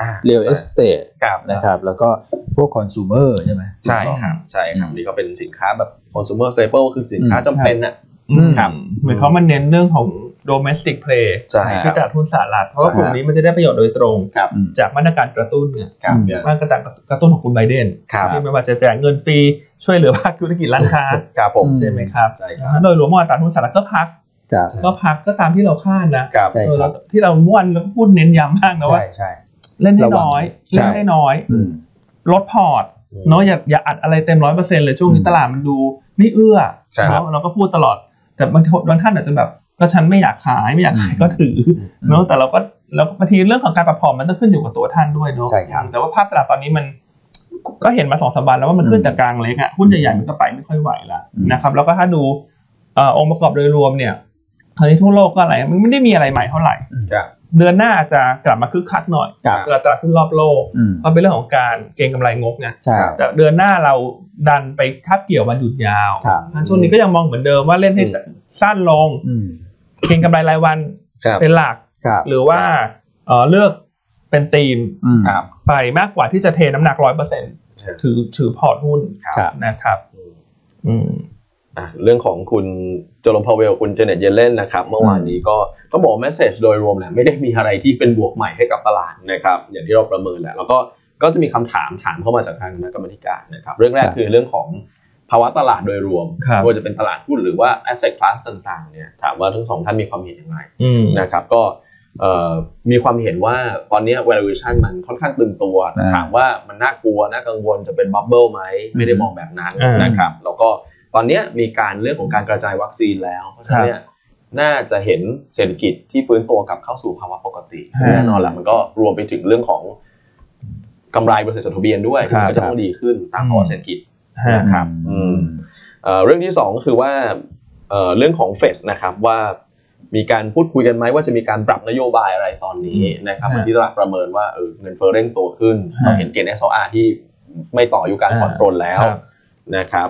[SPEAKER 1] อ่า
[SPEAKER 2] real estate
[SPEAKER 1] ครับ
[SPEAKER 2] นะครับ แล้วก็พวก consumer ใช่ไหม
[SPEAKER 1] ใช่ครับใช่ครับ
[SPEAKER 2] อืม
[SPEAKER 1] นี่ก็เป็นสินค้าแบบ consumer staple ก็คือสินค้า
[SPEAKER 2] อืม
[SPEAKER 1] จำเป็นน่ะ
[SPEAKER 3] อืม
[SPEAKER 1] ครับ
[SPEAKER 3] เหมือนเขามันเน้นเรื่องของ domestic play
[SPEAKER 1] ใช่ครับ
[SPEAKER 3] ที่ตลาดหุ้นสหรัฐเพราะว่า
[SPEAKER 1] ใช่
[SPEAKER 3] กลุ่มนี้มันจะได้ประโยชน์โดยตรง
[SPEAKER 1] ครับ
[SPEAKER 2] อืม
[SPEAKER 3] จากมาตรการกระตุ้นเนี่ย
[SPEAKER 1] ครับ
[SPEAKER 2] อืม
[SPEAKER 1] เนี่ย
[SPEAKER 3] มาตรการกระตุ้นของคุณไบเดน
[SPEAKER 1] ครับ
[SPEAKER 3] ที่ไม่ว่าจะแจกเงินฟรีช่วยเหลือภาคธุรกิจร้านค้า
[SPEAKER 1] ครับผม
[SPEAKER 3] ใช่ไหมครับ
[SPEAKER 1] ใช่ครับ
[SPEAKER 3] โดยรวมเมื่อวานตลาดหุ้นสหรัฐก็พัก
[SPEAKER 2] ครับ
[SPEAKER 3] ก็พักก็ตามที่เราคาดนะครับ
[SPEAKER 2] ใช่
[SPEAKER 3] เออแล้วที่เราม้วนแล้วก็พูดเน้นย้ำมากนะ
[SPEAKER 2] ใช่
[SPEAKER 3] ว่า
[SPEAKER 2] ใช่
[SPEAKER 3] เล่นให้
[SPEAKER 2] ระวัง
[SPEAKER 3] น้อย
[SPEAKER 2] ใช่
[SPEAKER 3] เล่นให้น้อย
[SPEAKER 2] อืม
[SPEAKER 3] ลดพอร์ตเนาะอย่าอย่าอัดอะไรเต็มร้อยเปอร์เซ็นต์เลยช่วงนี้
[SPEAKER 2] อืม
[SPEAKER 3] ตลาดมันดูไม่เอื้อ
[SPEAKER 1] ครับ
[SPEAKER 3] เนาะเราก็พูดตลอด แต่บางคนบางท่านอาจจะแบบก็ฉันไม่อยากขายไม่อยากขาย
[SPEAKER 2] อืม
[SPEAKER 3] ก็ถืออเนาะแต่เราก็แล้วบางทีเรื่องของการประพอร์มมันต้องขึ้นอยู่กับตัวท่านด้วยเนาะ
[SPEAKER 2] ใช่ครับ
[SPEAKER 3] แต่ว่าภาพตลาดตอนนี้มัน ก็เห็นมาสองสามวันแล้วว่ามันขึ้นแต่กลางเล็กอะหุ้นใหญ่ๆมันก็ไปไม่ค่อยไหวละ
[SPEAKER 2] อืม
[SPEAKER 3] นะครับ แล้วก็ถ้าดูเอ่อองค์ประกอบโดยรวมเนี่ยตอนนี้ทั่วโลกก็อะไรมันไม่ได้มีอะไรใหม่เท่าไหร่
[SPEAKER 1] ครับ
[SPEAKER 3] เดือนหน้าจะกลับมาคึกคักหน่อย
[SPEAKER 2] ครับ
[SPEAKER 3] ตลาดหุ้นรอบโลก
[SPEAKER 2] อืม
[SPEAKER 3] เพราะเป็นเรื่องของการเก็งกำไรงบไง
[SPEAKER 2] ใช่
[SPEAKER 1] ครับ
[SPEAKER 3] แต่เดือนหน้าเราดันไปคาบเกี่ยววันหยุดยาว
[SPEAKER 2] ครับ
[SPEAKER 3] งั้นช่วงนี้ก็ยังมองเหมือนเดิมว่าเล่นให้สั้นลง
[SPEAKER 2] อืม
[SPEAKER 3] เก็งกำไรรายวัน
[SPEAKER 1] ครับ
[SPEAKER 3] เป็นหลัก
[SPEAKER 2] ครับ
[SPEAKER 3] หรือว่าเอ่อเลือกเป็นธีม
[SPEAKER 2] อืม
[SPEAKER 1] ครับ
[SPEAKER 3] ไปมากกว่าที่จะเทน้ำหนักร้อยเปอร์เซ็นต์
[SPEAKER 1] ครับ
[SPEAKER 3] ถือถือพอร์ตหุ้น
[SPEAKER 2] ครับ
[SPEAKER 3] นะครับ
[SPEAKER 1] อืม
[SPEAKER 3] อืม
[SPEAKER 1] อ่ะเรื่องของคุณโจลมพาเวลคุณเจเน็ตเยเลนนะครับ เมื่อวานนี้ก็ต้องบอกเมสเซจโดยรวมแหละไม่ได้มีอะไรที่เป็นบวกใหม่ให้กับตลาดนะครับ อย่างที่เราประเมินแหละแล้วก็ก็จะมีคำถามถามเข้ามาจากทางคณะกรรมาธิการนะครับ เรื่องแรก
[SPEAKER 2] ครับ
[SPEAKER 1] คือเรื่องของภาวะตลาดโดยรวม
[SPEAKER 3] ครับ
[SPEAKER 1] ไม่ว่าจะเป็นตลาดหุ้นหรือว่า asset class ต่างๆเนี่ยถามว่าทั้งสองท่านมีความเห็นอย่างไร
[SPEAKER 3] อืม
[SPEAKER 1] นะครับก็เอ่อมีความเห็นว่าตอนเนี้ย valuation มันค่อนข้างตึงตัว
[SPEAKER 2] อ่า
[SPEAKER 1] ถามว่ามันน่ากลัวน่ากังวลจะเป็นบับเบิลไหมไม่ได้มองแบบนั้น
[SPEAKER 3] อ่าน
[SPEAKER 1] นะครับแล้วก็ตอนเนี้ยมีการเรื่องของการกระจายวัคซีนแล้วเพราะฉะนั้นเนี่ยน่าจะเห็นเศรษฐกิจที่ฟื้นตัวกลับเข้าสู่ภาวะปกติซึ่ง
[SPEAKER 3] อ่า
[SPEAKER 1] แน่นอนแหละมันก็รวมไปถึงเรื่องของกำไรบริษัทจดทะเบียนด้วย
[SPEAKER 3] ครับ
[SPEAKER 1] ก็จะต้องดีขึ้นตามภาวะเศรษฐกิจ
[SPEAKER 3] ฮะ
[SPEAKER 1] นะครับอืม เอ่อเรื่องที่สองก็คือว่าเอ่อเรื่องของเฟดนะครับว่ามีการพูดคุยกันไหมว่าจะมีการปรับนโยบายอะไรตอนนี้นะครับ
[SPEAKER 3] ฮะ
[SPEAKER 1] เหมือนที่ตลาดประเมินว่าเออเงินเฟ้อเร่งตัวขึ้น
[SPEAKER 3] ฮะ
[SPEAKER 1] เราเห็นเกณฑ์ SOR ที่ไม่ต่ออายุการ
[SPEAKER 3] อ่า
[SPEAKER 1] ผ่อนปรนแล้ว
[SPEAKER 3] ครับ
[SPEAKER 1] นะครับ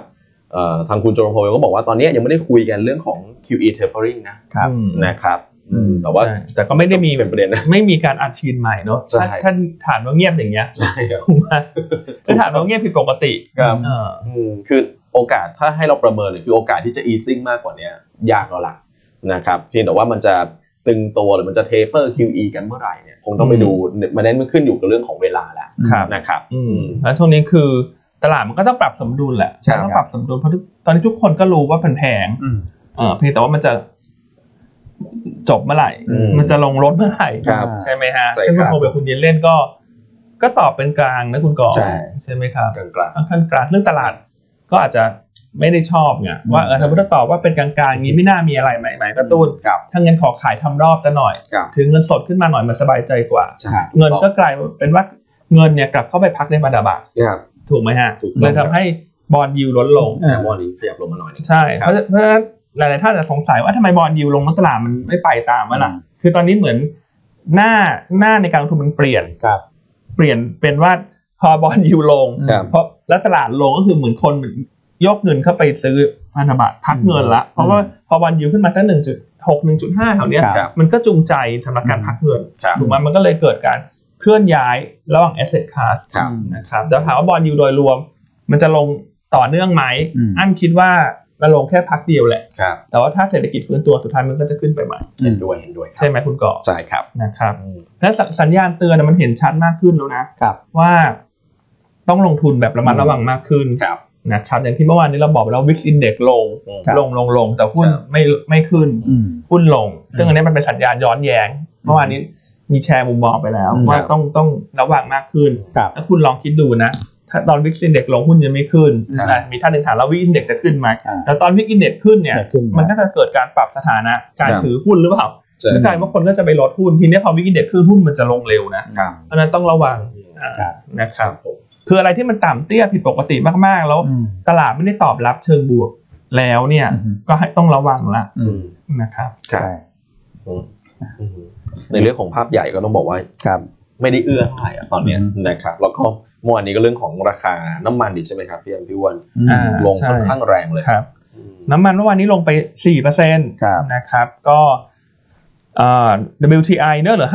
[SPEAKER 1] เอ่อทางคุณโจรมพลก็บอกว่าตอนนี้ยังไม่ได้คุยกันเรื่องของ QE tapering นะครับ
[SPEAKER 3] อืม
[SPEAKER 1] นะครับ
[SPEAKER 2] อืม
[SPEAKER 1] แต่ว่า
[SPEAKER 3] ใช่แต่ก็ไม่ได้มี
[SPEAKER 1] เป็นประเด็นนะ
[SPEAKER 3] ไม่มีการอัดฉีดใหม่เนาะ
[SPEAKER 1] ใช่
[SPEAKER 3] ถ้าถ้าฐานว่าเงียบอย่างเงี้ย
[SPEAKER 1] ใช่ครับ
[SPEAKER 3] ถูกไหมถ้าฐานว่าเงียบผิดปกติ
[SPEAKER 1] ครับ
[SPEAKER 3] เออ
[SPEAKER 1] อืมคือโอกาสถ้าให้เราประเมินเนี่ยคือโอกาสที่จะ easing มากกว่าเนี้ยยากแล้วล่ะนะครับเพียงแต่ว่ามันจะตึงตัวหรือมันจะ taper QE กันเมื่อไหร่เนี่ยคงต้องไปดูมันเน้นมันขึ้นอยู่กับเรื่องของเวลาแหละ
[SPEAKER 3] ครับ
[SPEAKER 1] นะครับ
[SPEAKER 3] อืมแล้วช่วงนี้คือ ตลาดมันก็ต้องปรับสมดุลแหละ
[SPEAKER 1] ใช่ครับ
[SPEAKER 3] ต้องปรับสมดุลเพราะทุกตอนนี้ทุกคนก็รู้ว่ามันแพง
[SPEAKER 2] อืม
[SPEAKER 3] เออเพียงแต่ว่ามันจะจบเมื่อไหร่
[SPEAKER 1] อืม
[SPEAKER 3] มันจะลงรถเมื่อไหร่
[SPEAKER 1] ครับ
[SPEAKER 3] ใช่ไหมฮะ
[SPEAKER 1] ใช่
[SPEAKER 3] ซึ่ง
[SPEAKER 1] ครั
[SPEAKER 3] คุณ
[SPEAKER 1] บ
[SPEAKER 3] โทรไปคุณเย็นเล่นก็ ก็ตอบเป็นกลางนะคุณก่อ
[SPEAKER 1] ใช่
[SPEAKER 3] ใช่ไหมครับ
[SPEAKER 1] กลาง
[SPEAKER 3] ค่อนข้างกลางเรื่องตลาด ก็อาจจะไม่ได้ชอบไงว่าเออถ้าพุทธตอบว่าเป็นกลางๆอย่างนี้ไม่น่ามีอะไรใหม่ ๆ กระตุ้น
[SPEAKER 1] ๆครับ
[SPEAKER 3] ถ้าเงินขอขายทำรอบซะหน่อย
[SPEAKER 1] ครับ
[SPEAKER 3] ถือเงินสดขึ้นมาหน่อยมันสบายใจกว่า
[SPEAKER 1] ใช่
[SPEAKER 3] เงินก็กลายเป็นว่าเงินเนี่ยกลับเข้าไปพักในพันธบัตร
[SPEAKER 1] ครับ
[SPEAKER 3] ถูกไหมฮะ
[SPEAKER 1] ถูกต้อง
[SPEAKER 3] เลยทำให้บอลยิวลดลง
[SPEAKER 2] อ่า
[SPEAKER 1] แต่วันนี้ขยับลงมาหน่อยหนึง
[SPEAKER 3] ใช่
[SPEAKER 1] ค
[SPEAKER 3] เพ
[SPEAKER 1] รับ
[SPEAKER 3] ราะเพราะฉะนั้นหลายๆท่านอาจจะสงสัยว่าทำไมบอลยิวลงแล้วตลาดมันไม่ไปตามวะล่ะ
[SPEAKER 2] อืม
[SPEAKER 3] คือตอนนี้เหมือนหน้าหน้าในการลงทุนมันเปลี่ยน
[SPEAKER 2] ครับ
[SPEAKER 3] เปลี่ยนเป็นว่าพอบอลยูลง
[SPEAKER 1] ครับ
[SPEAKER 3] เพราะแล้วตลาดลงก็คือเหมือนคนยกเงินเข้าไปซื้อพันธบัตรพักเงินละ เพราะว่าพอบอลยูขึ้นมาสักหนึ่งจุดหกหนึ่งจุดห้าแถวเนี้ย
[SPEAKER 1] ครับ
[SPEAKER 3] มันก็จูงใจสำหรับการพักเงิน
[SPEAKER 1] ครับ
[SPEAKER 3] ถูกไหมมันก็เลยเกิดการเคลื่อนย้ายระหว่าง asset class
[SPEAKER 1] ครับ
[SPEAKER 3] นะครับแล้วถามว่าบอลยูโดยรวม มันจะลงต่อเนื่องไหม
[SPEAKER 2] อืม
[SPEAKER 3] อันคิดว่ามันลงแค่พักเดียวแหละ
[SPEAKER 1] ครับ
[SPEAKER 3] แต่ว่าถ้าเศรษฐกิจฟื้นตัวสุดท้ายมันก็จะขึ้นไปใหม่
[SPEAKER 1] เห็นด้วยเห็นด้วยครั
[SPEAKER 3] ใช่ไหมคุณก่อ
[SPEAKER 1] ใช่ครับ
[SPEAKER 3] นะครับและสสัญญาณเตือนนะมันเห็นชัดมากขึ้นแล้วนะ
[SPEAKER 2] ครับ
[SPEAKER 3] ว่าต้องลงทุนแบบระมัดระวังมากขึ้น
[SPEAKER 1] ครับ
[SPEAKER 3] นะครับอย่างที่เมื่อวานนี้เราบอกไปแล้ววิกอินเด็กลง
[SPEAKER 2] ครับ
[SPEAKER 3] ลงลงลง แต่หุ้น
[SPEAKER 1] ครับ
[SPEAKER 3] ไม่ไม่ขึ้น
[SPEAKER 2] อืม
[SPEAKER 3] หุ้นลง ซึ่งอันนี้มันเป็นสัญญาณย้อนแย้ง เมื่อวานนี้มีแชร์มุมมองไปแล้ว
[SPEAKER 1] ครับ
[SPEAKER 3] ว่าต้องต้องระวังมากขึ้น
[SPEAKER 2] ครับ
[SPEAKER 3] ถ้าคุณลองคิดดูนะ ถ้าตอนวิกอินเด็กลงหุ้นจะไม่ขึ้น
[SPEAKER 1] ครับ
[SPEAKER 3] นะมีท่านหนึ่งถามแล้ววิกอินเด็กจะขึ้นไหม
[SPEAKER 2] อ่า
[SPEAKER 3] แต่ตอนวิกอินเด็กขึ้นเนี่ย
[SPEAKER 2] จะขึ้น
[SPEAKER 3] มันก็จะเกิดการปรับสถานะการถือหุ้นหรือเปล่า
[SPEAKER 1] ใช่
[SPEAKER 3] ก็กลายว่าคนก็จะไปลดหุ้นทีนี้พอวิกอินเด็กขึ้นหุ้นมันจะลงเร็วนะ
[SPEAKER 1] ครับ
[SPEAKER 3] เพราะฉะนั้นต้องระวังอ่า
[SPEAKER 2] ครับ
[SPEAKER 3] นะครับ คืออะไรที่มันต่ำเตี้ยผิดปกติมากๆ แล้ว
[SPEAKER 2] อืม
[SPEAKER 3] ตลาดไม่ได้ตอบรับเชิงบวก แล้วเนี่ย
[SPEAKER 2] อือฮึ
[SPEAKER 3] ก็ให้ต้องระวังละ
[SPEAKER 2] อื
[SPEAKER 1] อื
[SPEAKER 2] ม
[SPEAKER 1] ม
[SPEAKER 3] นะครับ
[SPEAKER 1] ครับ
[SPEAKER 2] ใช่
[SPEAKER 1] อืมอืมในเรื่องของภาพใหญ่ก็ต้องบอกว่า
[SPEAKER 2] ครับ
[SPEAKER 1] ไม่ได้เอื้อเท่าไหร่อะตอนเนี้ย
[SPEAKER 2] อืม
[SPEAKER 1] นะครับแล้วก็เมื่อวานนี้ก็เรื่องของราคาน้ำมันดิใช่ไหมครับพี่อันพี่อ้วัน
[SPEAKER 2] อ่า
[SPEAKER 3] า
[SPEAKER 1] ลง
[SPEAKER 3] ใช่
[SPEAKER 1] ค่อนข้างแรงเลย
[SPEAKER 3] ครับ
[SPEAKER 1] อืม
[SPEAKER 3] น้ำมันเมื่อวานนี้ลงไป 4%น
[SPEAKER 2] ครับ
[SPEAKER 3] ะครับ ก็เอ่อ WTI เนอะเหลือ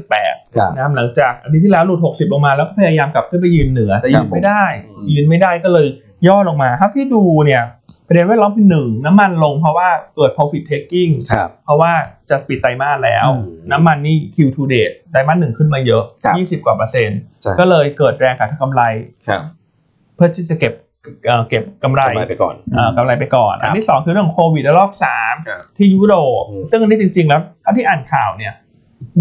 [SPEAKER 3] 58.8
[SPEAKER 2] ครับ
[SPEAKER 3] นะครับหลังจากอาทิตย์ที่แล้วหลุด 60 ลงมาแล้วก็พยายามกลับขึ้นไปยืนเหนือ แต่
[SPEAKER 1] ครั
[SPEAKER 3] ยื
[SPEAKER 1] บ
[SPEAKER 3] นไม่ได้
[SPEAKER 1] ผม
[SPEAKER 3] ยืนไม่ได้ก็เลยย่อลงมาเท่าที่ดูเนี่ยประเด็นแว่าล้อมเป็นหนึ่งน้ำมันลงเพราะว่าเกิด profit taking
[SPEAKER 2] ครับ
[SPEAKER 3] เพราะว่าจะปิดไตรมาสแล้ว
[SPEAKER 2] อืม
[SPEAKER 3] น้ำมันนี่ Q2 date ไตรมาสหนึ่งขึ้นมาเยอะ
[SPEAKER 1] ครับ
[SPEAKER 3] 20 กว่าเปอร์เซ็นต์
[SPEAKER 1] ใช่
[SPEAKER 3] ก็เลยเกิดแรงขาดทุนกำไร
[SPEAKER 1] ครับ
[SPEAKER 3] เพื่อที่จะเก็บเอ่อเก็บกำไร
[SPEAKER 1] สบายไปก่อน
[SPEAKER 3] เอ่อกำไรไปก่อน
[SPEAKER 1] ครับ
[SPEAKER 3] อันที่ 2 คือเรื่องของโควิดระลอก
[SPEAKER 1] ครับ
[SPEAKER 3] 3 ที่ยุโรป
[SPEAKER 1] อืม
[SPEAKER 3] ซึ่งอันนี้จริง ๆ แล้วเท่าที่อ่านข่าวเนี่ย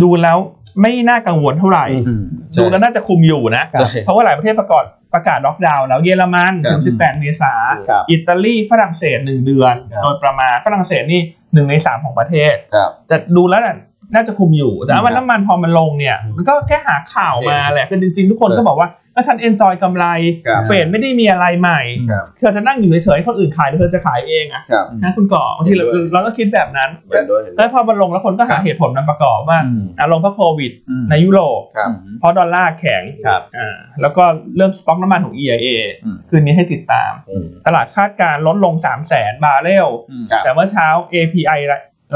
[SPEAKER 3] ดูแล้วไม่น่ากังวลเท่าไหร่
[SPEAKER 1] อืม
[SPEAKER 2] อืม
[SPEAKER 1] ใช่
[SPEAKER 3] ดูแล้วน่าจะคุมอยู่นะ
[SPEAKER 2] ครับ
[SPEAKER 1] ใช่
[SPEAKER 3] เพราะว่าหลายประเทศประกาศประกาศล็อกดาวน์แล้วเยอรมัน
[SPEAKER 1] ครับ
[SPEAKER 3] ถึง18 เมษา
[SPEAKER 2] ครับ
[SPEAKER 3] อิตาลีฝรั่งเศสหนึ่งเดือน
[SPEAKER 1] ครับ
[SPEAKER 3] โดยประมาณฝรั่งเศสนี่หนึ่งในสามของประเทศ
[SPEAKER 1] ครับ
[SPEAKER 3] แต่ดูแล้วน่ะน่าจะคุมอยู่ แต่ว่า
[SPEAKER 2] อืมครับ
[SPEAKER 3] น้ำมันพอมันลงเนี่ย
[SPEAKER 1] อืม
[SPEAKER 3] มันก็แค่หาข่าวมาแหละคือจริงๆ ทุกคน
[SPEAKER 1] ครับ
[SPEAKER 3] ก็บอกว่าถ้าฉันเอนจอยกำไร
[SPEAKER 1] ครับ
[SPEAKER 3] เฟดไม่ได้มีอะไรใหม่
[SPEAKER 1] ครับ
[SPEAKER 3] เธอจะนั่งอยู่เฉยๆคนอื่นขายเดี๋ยวเธอจะขายเองอะ
[SPEAKER 1] ครับ
[SPEAKER 3] นะคุณก่อบางทีเรา
[SPEAKER 1] เห็นด้วย
[SPEAKER 3] เราก็คิดแบบนั้น
[SPEAKER 1] เห็นด้วยเห็นด้
[SPEAKER 3] แล้ว
[SPEAKER 1] ยว
[SPEAKER 3] พอมันลงแล้วคนก็หาเหตุผลนั้นประกอบว่า
[SPEAKER 2] อืม
[SPEAKER 3] อ่ะลงเพราะโควิด
[SPEAKER 2] อืม
[SPEAKER 3] ในยุโรป
[SPEAKER 1] ครับ
[SPEAKER 3] เพราะดอลลาร์แข็ง
[SPEAKER 2] ครับ
[SPEAKER 3] อ่าแล้วก็เรื่องสต็อกน้ำมันของ EIA
[SPEAKER 2] อืม
[SPEAKER 3] คืนนี้ให้ติดตาม
[SPEAKER 1] อืม
[SPEAKER 3] ตลาดคาดการณ์ลดลง 3 0 0แสนบาร์เรล
[SPEAKER 2] อืม
[SPEAKER 1] ครับ
[SPEAKER 3] แต่เมื่อเช้า API